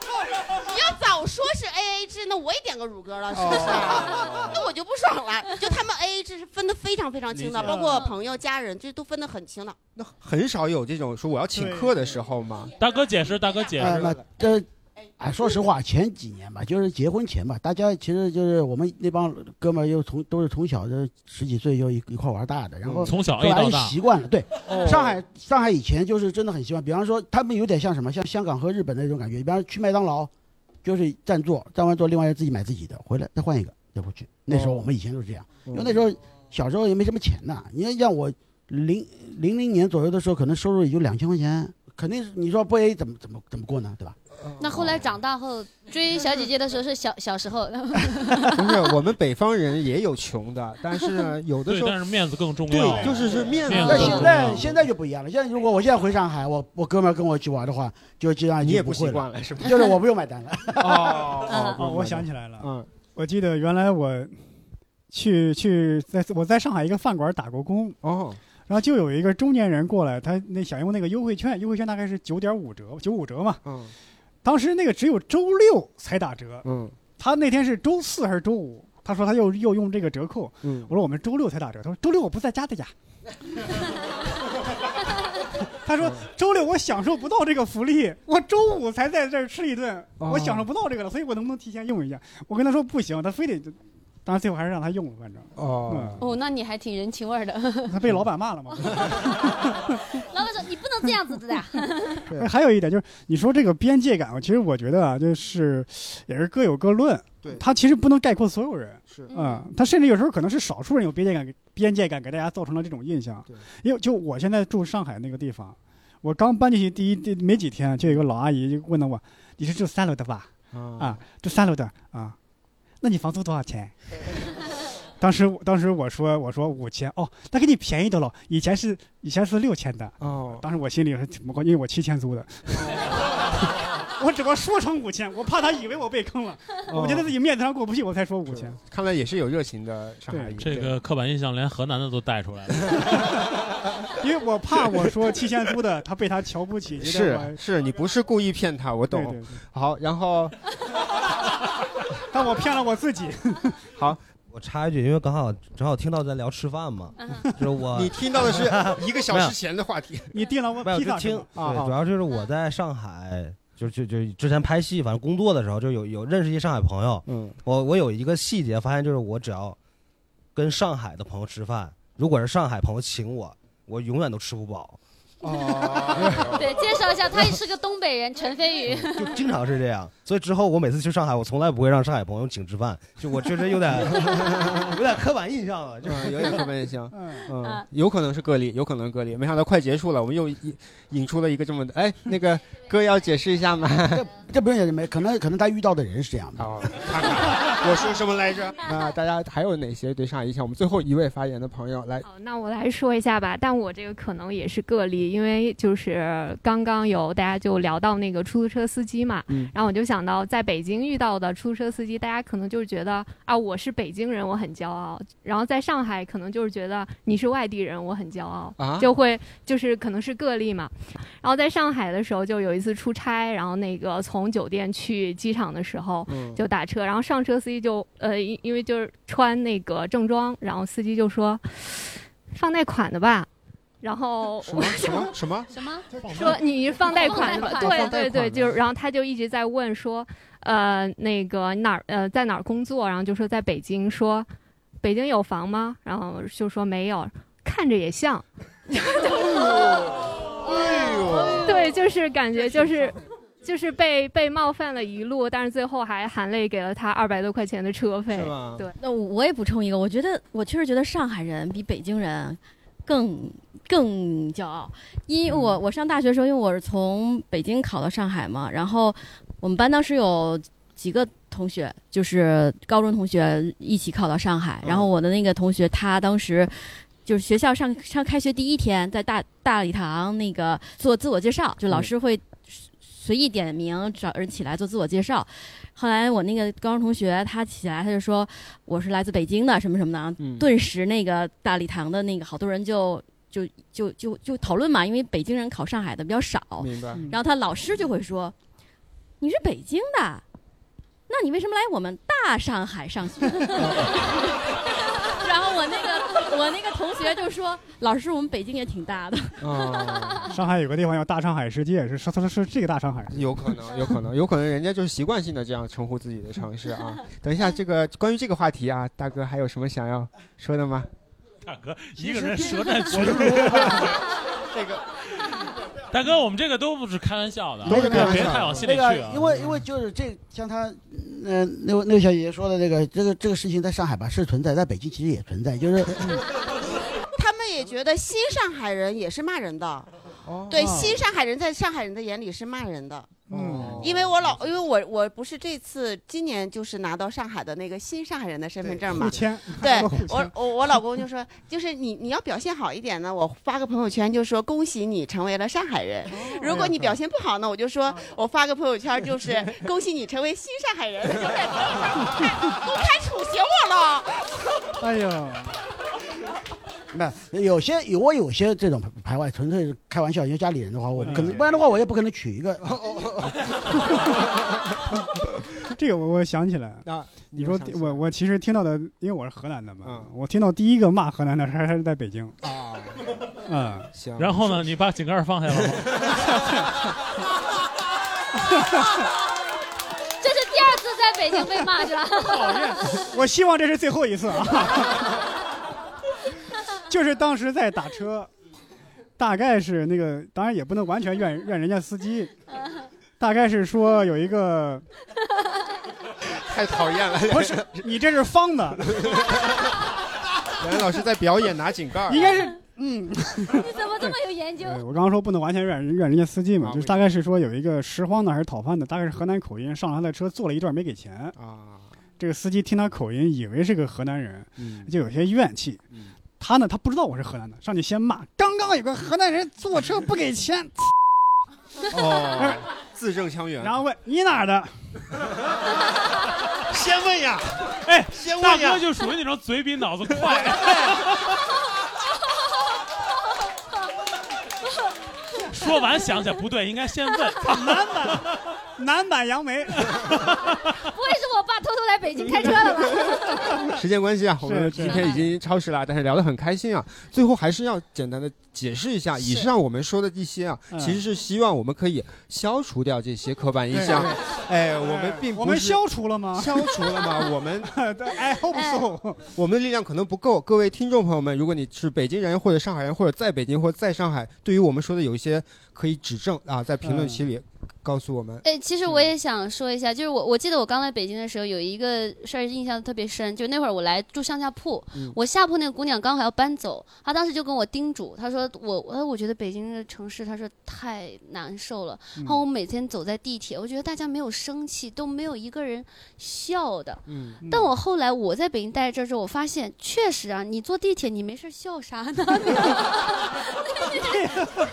Speaker 7: 你要早说是 A A 制，那我也点个乳鸽了，是不是？
Speaker 1: 哦
Speaker 7: 那我就不爽了。就他们 A A 制是分的非常非常清的，
Speaker 1: 理解
Speaker 7: 包括朋友、家人，这都分的很清的。
Speaker 1: 很少有这种说我要请客的时候嘛。
Speaker 3: 大哥解释，大哥解
Speaker 1: 哎
Speaker 3: 释
Speaker 1: 那，
Speaker 6: 这，呃哎，说实话，前几年吧，就是结婚前吧，大家其实就是我们那帮哥们儿，又从都是从小就十几岁就一一块玩大的，然后
Speaker 3: 嗯从小
Speaker 6: 后
Speaker 3: A
Speaker 6: 来
Speaker 3: 到
Speaker 6: 就
Speaker 3: 大
Speaker 6: 习惯了。对
Speaker 3: 哦，
Speaker 6: 上海上海以前就是真的很习惯，比方说他们有点像什么，像香港和日本那种感觉，比方说去麦当劳，就是占座，占完座另外人自己买自己的，回来再换一个再回去。那
Speaker 1: 哦
Speaker 6: 时候我们以前都是这样，
Speaker 1: 嗯
Speaker 6: 因为那时候小时候也没什么钱呐，你要让我零零零年左右的时候，可能收入也就两千块钱，肯定是你说不 A 怎么怎么怎么过呢，对吧？
Speaker 9: 那后来长大后追小姐姐的时候是小小时 候，
Speaker 1: 不是，我们北方人也有穷的，但是呢，有的
Speaker 3: 对，
Speaker 1: 时候
Speaker 3: 但是面子更重要，
Speaker 1: 对，就是是面子。
Speaker 6: 那现在现在就不一样了。现在如果我现在回上海，我我哥们儿跟我去玩的话，就基本上已
Speaker 1: 你
Speaker 6: 经
Speaker 1: 也不
Speaker 6: 会
Speaker 1: 习惯了是吧
Speaker 6: 就是我不用买单了。
Speaker 3: 啊
Speaker 1: 哦
Speaker 4: 哦，我想起来了，
Speaker 1: 嗯，
Speaker 4: 我记得原来我去去在我在上海一个饭馆打过工
Speaker 1: 哦，
Speaker 4: 然后就有一个中年人过来，他那想用那个优惠券，优惠券大概是九点五折，九五折嘛，
Speaker 1: 嗯，
Speaker 4: 当时那个只有周六才打折，
Speaker 1: 嗯，
Speaker 4: 他那天是周四还是周五？他说他又又用这个折扣，
Speaker 1: 嗯，
Speaker 4: 我说我们周六才打折，他说周六我不在家的呀。他说周六我享受不到这个福利，我周五才在这儿吃一顿，
Speaker 1: 哦
Speaker 4: 我享受不到这个了，所以我能不能提前用一下？我跟他说不行，他非得，当然最后还是让他用了，反正嗯
Speaker 1: 哦，
Speaker 2: 哦，那你还挺人情味儿的。
Speaker 4: 他被老板骂了嘛。
Speaker 9: 老板说你不能这样子的呀。
Speaker 4: 哎还有一点就是，你说这个边界感，其实我觉得啊，就是也是各有各论。
Speaker 1: 对
Speaker 4: 它其实不能概括所有人。
Speaker 1: 是
Speaker 4: 嗯，他甚至有时候可能是少数人有边界感给，边界感给大家造成了这种印象。因为就我现在住上海那个地方，我刚搬进去第一第没几天，就有一个老阿姨就问到我：“你是住三楼的吧？”
Speaker 1: 嗯
Speaker 4: 啊，住三楼的啊，那你房租多少钱？ 当时我当时我说我说五千哦，那给你便宜的了，以前是以前是六千的
Speaker 1: 哦，
Speaker 4: 当时我心里是挺不高兴，因为我七千租的，我只不过说成五千，我怕他以为我被坑了，
Speaker 1: 哦
Speaker 4: 我觉得自己面子上过不去，我才说五千。
Speaker 1: 看来也是有热情的上海人。
Speaker 3: 这个刻板印象连河南的都带出来了。
Speaker 4: 因为我怕我说七千租的，他被他瞧不起，觉得
Speaker 1: 是
Speaker 4: 我
Speaker 1: 是，你不是故意骗他，我
Speaker 4: 对对
Speaker 1: 懂。好，然后
Speaker 4: 但我骗了我 自己。
Speaker 1: 好，
Speaker 18: 我插一句，因为刚好正好听到咱聊吃饭嘛， 就是我
Speaker 1: 你听到的是一个小时前的 话题，
Speaker 4: 你定了我
Speaker 18: 没有
Speaker 1: 披
Speaker 18: 就
Speaker 1: 萨
Speaker 18: 听，对，主
Speaker 1: 啊，
Speaker 18: 要就是我在上海，就就就之前拍戏，反正工作的时候就有有认识一上海朋友，
Speaker 1: 嗯，
Speaker 18: 我我有一个细节发现，就是我只要跟上海的朋友吃饭，如果是上海朋友请我，我永远都吃不饱。
Speaker 9: 对，介绍一下，他也是个东北人，陈飞宇。
Speaker 18: 经常是这样，所以之后我每次去上海，我从来不会让上海朋友请吃饭，就我确实有点 有点刻板印象了，就
Speaker 1: 嗯，有点刻板印象，
Speaker 9: 嗯
Speaker 18: 呃
Speaker 1: 嗯，有可能是个例，有可能是个例。没想到快结束了，我们又引引出了一个这么的， 哎，那个哥要解释一 下吗？哦
Speaker 6: 这不用解释，没可能可能他遇到的人是这样的。
Speaker 1: 我说什么来着？那大家还有哪些对上海印象？我们最后一位发言的朋友来，
Speaker 19: 那我来说一下吧，但我这个可能也是个例，因为就是刚刚有大家就聊到那个出租车司机嘛，
Speaker 20: 嗯
Speaker 19: 然后我就想到在北京遇到的出租车司机，大家可能就是觉得啊我是北京人，我很骄傲；然后在上海可能就是觉得你是外地人，我很骄傲，
Speaker 21: 啊
Speaker 19: 就会就是可能是个例嘛。然后在上海的时候，就有一次出差，然后那个从酒店去机场的时候
Speaker 20: 嗯
Speaker 19: 就打车，然后上车司机就呃因因为就是穿那个正装，然后司机就说。放贷款的吧？然后
Speaker 1: 什
Speaker 19: 我
Speaker 1: 么什么什么
Speaker 9: 什么？
Speaker 19: 说你是放贷款的吧？
Speaker 9: 哦放贷
Speaker 19: 对
Speaker 9: 款
Speaker 19: 对对，就是，然后他就一直在问说，呃，那个哪儿呃在哪儿工作？然后就说在北京，说北京有房吗？然后就说没有，看着也像。
Speaker 1: 嗯
Speaker 19: 对，就是感觉就是。就是被被冒犯了一路，但是最后还含泪给了他二百多块钱的车费。对，
Speaker 5: 那我也补充一个，我觉得我确实觉得上海人比北京人更更骄傲，因为我我上大学的时候，因为我是从北京考到上海嘛，然后我们班当时有几个同学，就是高中同学一起考到上海，然后我的那个同学他当时。就是学校上上开学第一天，在大大礼堂那个做自我介绍，就老师会随意点名找人起来做自我介绍。后来我那个高中同学他起来，他就说哎我是来自北京的什么什么的啊，
Speaker 20: 嗯
Speaker 5: 顿时那个大礼堂的那个好多人就就就就就讨论嘛，因为北京人考上海的比较少。
Speaker 1: 明白
Speaker 5: 然后他老师就会说：“你是北京的，那你为什么来我们大上海上学？” 然后我那个我那个同学就说：“老师，我们北京也挺大的。”
Speaker 4: 上海有个地方叫大上海世界，是是是是这个大上海。
Speaker 1: 有可能，有可能，有可能人家就是习惯性的这样称呼自己的城 市啊。等一下，这个关于这个话题啊，大哥还有什么想要说的吗？
Speaker 3: 大哥一个人舌战群
Speaker 1: 我
Speaker 3: 儒
Speaker 1: 是。
Speaker 3: 这个，大哥，我们这个都不是开玩笑的，啊
Speaker 6: 没有没有
Speaker 3: 别太往心里
Speaker 6: 那
Speaker 3: 去
Speaker 6: 个
Speaker 3: 啊，。
Speaker 6: 因为因为就是这像他，呃，那位那位小姐姐说的那个这个这个事情在上海吧是存在，在北京其实也存在， 就是
Speaker 7: 他们也觉得新上海人也是骂人的，
Speaker 1: 哦
Speaker 7: 对，新上海人在上海人的眼里是骂人的。
Speaker 1: 嗯
Speaker 7: 因为我老，因为我我不是这次今年就是拿到上海的那个新上海人的身份证嘛，
Speaker 4: 互签
Speaker 7: 对
Speaker 4: 还有个互签
Speaker 7: 我我我老公就说，就是你你要表现好一点呢，我发个朋友圈就说恭喜你成为了上海人；如果你表现不好呢，我就说我发个朋友圈就是恭喜你成为新上海人，
Speaker 4: 嗯
Speaker 7: 就在朋友圈公开公开处刑我了。
Speaker 4: 哎呀，
Speaker 6: 那有些有我有些这种排外，纯粹是开玩笑。因为家里人的话，我
Speaker 3: 嗯
Speaker 6: 可能不然的话，我也不可能娶一 个。
Speaker 4: 这个我我想起来
Speaker 1: 啊，
Speaker 4: 你说我我其实听到的，因为我是河南的嘛，我听到第一个骂河南的还还是在北京啊，嗯，
Speaker 1: 行
Speaker 3: 然后呢，你把井盖儿放下了吗？
Speaker 9: 这是第二次在北京被骂是吧？讨厌，
Speaker 4: 我希望这是最后一次啊。 就是当时在打车，大概是那个，当然也不能完全怨怨人家司机，大概是说有一个
Speaker 1: 太讨厌了，
Speaker 4: 不是你这是方的，
Speaker 1: 梁老师在表演拿井盖儿，啊
Speaker 4: 应该是
Speaker 7: 嗯，
Speaker 9: 你怎么这么有研究？
Speaker 4: 我刚刚说不能完全怨人怨人家司机
Speaker 1: 啊
Speaker 4: 嘛，就是大概是说有一个拾荒的还是讨饭的，大概是河南口音，上了他的车坐了一段没给钱
Speaker 1: 啊。
Speaker 4: 这个司机听他口音，以为是个河南人，
Speaker 1: 嗯
Speaker 4: 就有些怨气。他呢，他不知道我是河南的，上去先骂，刚刚有个河南人坐车不给钱，
Speaker 1: 哦， 字正腔圆。
Speaker 4: 然后问你哪儿的？
Speaker 1: 先问呀，
Speaker 3: 哎，
Speaker 1: 先
Speaker 3: 大
Speaker 1: 问呀
Speaker 3: 哥就属于那种嘴比脑子快。 说完想想不对，应该
Speaker 1: 哎
Speaker 3: 先问。
Speaker 4: 南版，南版杨梅。
Speaker 9: 不会是我爸偷偷来北京开车了吧？
Speaker 1: 时间关系啊，我们
Speaker 9: 是
Speaker 1: 今天已经超时了，但是聊得很开心啊。最后还是要简单的解释一下，以上我们说的一些啊，
Speaker 4: 嗯
Speaker 1: 其实是希望我们可以消除掉这些刻板印象
Speaker 4: 对。
Speaker 1: 哎，我们并不
Speaker 4: 我们
Speaker 1: 是
Speaker 4: 消除了吗？哎
Speaker 1: 消除了吗？我们
Speaker 4: I hope so。
Speaker 1: 我哎们的力量可能不够。各位听众朋友们，如果你是北京人或者上海人，或者在北京或者在上海，对于我们说的有一些可以指正啊，在评论区里告诉我们。
Speaker 2: 哎，其实我也想说一下，就是我我记得我刚来北京的时候，有一个事儿印象特别深，就那会儿我来住上下铺，
Speaker 9: 嗯
Speaker 2: 我下铺那个姑娘刚好要搬走，她当时就跟我叮嘱，她说我哎我我觉得北京的城市，她说太难受了。
Speaker 9: 嗯
Speaker 2: 然后我每天走在地铁，我觉得大家没有生气，都没有一个人笑的。
Speaker 1: 嗯
Speaker 2: 但我后来我在北京待着之后，我发现确实啊，你坐地铁你没事儿笑啥呢？
Speaker 9: 嗯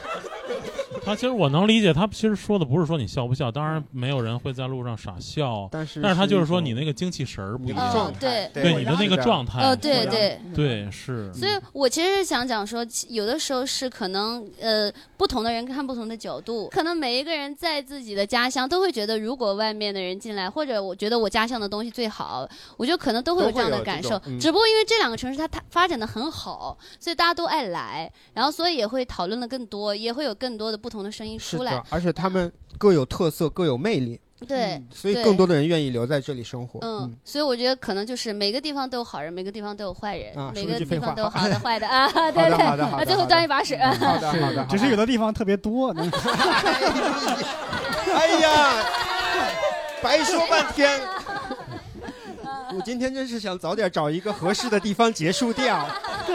Speaker 3: 他其实我能理解，他其实说的不是说你笑不笑，当然没有人会在路上傻笑，
Speaker 1: 但是
Speaker 3: 但他就是
Speaker 1: 是一
Speaker 3: 说你那个精气神儿不一
Speaker 2: 嗯
Speaker 3: 样，
Speaker 2: 对
Speaker 3: 对你的那个状态，
Speaker 2: 呃对对
Speaker 3: 对是，
Speaker 1: 嗯
Speaker 2: 所以，我其实是想讲说，其有的时候是可能呃，不同的人看不同的角度，可能每一个人在自己的家乡都会觉得，如果外面的人进来，或者我觉得我家乡的东西最好，我觉得可能都会有这样的感受
Speaker 9: 都会有这。种嗯
Speaker 2: 只不过因为这两个城市它它发展的很好，所以大家都爱来，然后所以也会讨论的更多，也会有更多的不同的声音
Speaker 1: 是
Speaker 2: 出来嗯
Speaker 1: 的，。而且他们各有特色，各有魅力。嗯
Speaker 2: 对，
Speaker 1: 所以
Speaker 2: 对
Speaker 1: 更多的人愿意留在这里生活。
Speaker 2: 嗯，所以我觉得可能就是每个地方都有好人，每个地方都有坏人，
Speaker 1: 啊
Speaker 2: 每
Speaker 1: 说一
Speaker 2: 个地
Speaker 1: 句废
Speaker 2: 方
Speaker 1: 话
Speaker 2: 都有好的坏的啊， 对
Speaker 1: 好
Speaker 2: 对，
Speaker 1: 的好的好
Speaker 2: 啊，
Speaker 1: 的
Speaker 2: 最后
Speaker 1: 好的
Speaker 2: 端一把水。好
Speaker 1: 的好的
Speaker 4: 只是有的地方特别多。
Speaker 1: 哎呀，白说半天。 我今天真是想早点找一个合适的地方结束掉，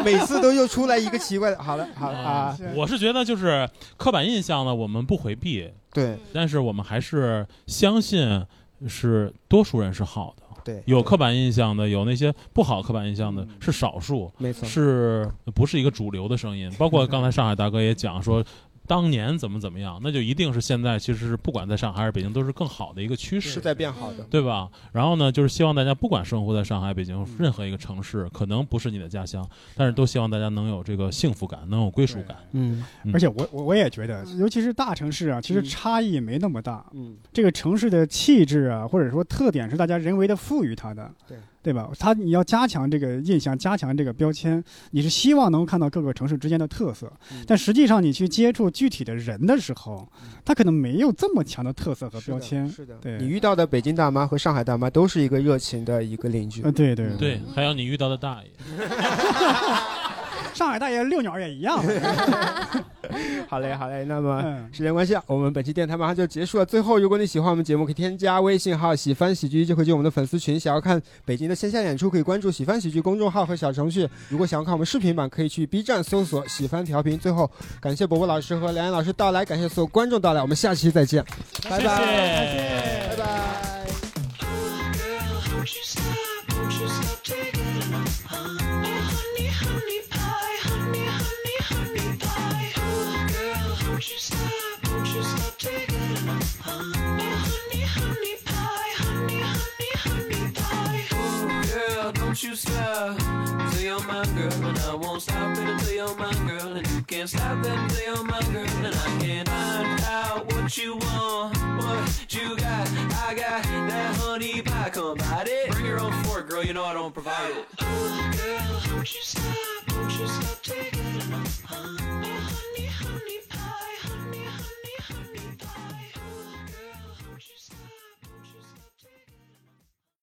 Speaker 1: 每次都又出来一个奇怪的。好了，好了啊，
Speaker 3: 我是觉得就是刻板印象呢，我们不回避，
Speaker 1: 对，
Speaker 3: 但是我们还是相信是多数人是好的。
Speaker 1: 对，嗯
Speaker 3: 有刻板印象的，有那些不好刻板印象的，是少数，
Speaker 1: 没错
Speaker 3: 是不是一个主流的声音？包括刚才上海大哥也讲说，当年怎么怎么样，那就一定是现在其实是不管在上海还是北京，都是更好的一个趋势，
Speaker 1: 是在变好的。
Speaker 3: 对吧？然后呢，就是希望大家不管生活在上海、北京任何一个城市，可能不是你的家乡，但是都希望大家能有这个幸福感，能有归属感。
Speaker 1: 嗯，
Speaker 4: 而且我我我也觉得，尤其是大城市啊，其实
Speaker 3: 嗯
Speaker 4: 差异没那么大。
Speaker 1: 嗯，
Speaker 4: 这个城市的气质啊，或者说特点是大家人为的赋予它的，
Speaker 1: 对
Speaker 4: 对吧？它你要加强这个印象，加强这个标签，你是希望能够看到各个城市之间的特色，
Speaker 1: 嗯
Speaker 4: 但实际上你去接触具体的人的时候，他可能没有这么强的特色和标签。
Speaker 1: 是的，
Speaker 4: 对，
Speaker 1: 你 遇到的北京大妈和上海大妈都是一个热情的一个邻居。
Speaker 4: 嗯对对对
Speaker 3: 对，还有你遇到的大爷，
Speaker 4: 上海大爷遛鸟也一样。啊
Speaker 1: 好嘞，好嘞。那
Speaker 4: 嗯
Speaker 1: 么时间关系啊，我们本期电台马上就结束了。最后，如果你喜欢我们节目，可以添加微信号“喜翻喜剧”，就可以进我们的粉丝群。想要看北京的线下演出，可以关注“喜翻喜剧”公众号和小程序。如果想要看我们视频版，可以去 B 站搜索“喜翻调频”。最后，感谢伯伯老师和梁岩老师到来，感谢所有观众到来，我们下期再见。
Speaker 3: 拜拜，拜
Speaker 1: 拜。
Speaker 11: Girl, don't you stop till you're my girl, and I won't stop it until you're my girl, and you can't stop it until you're my girl, and I can't find out what you want, what you got. I got that honey pie, come bite it. Bring your own fork, girl, you know I don't provide it. Girl, don't you stop, don't you stop.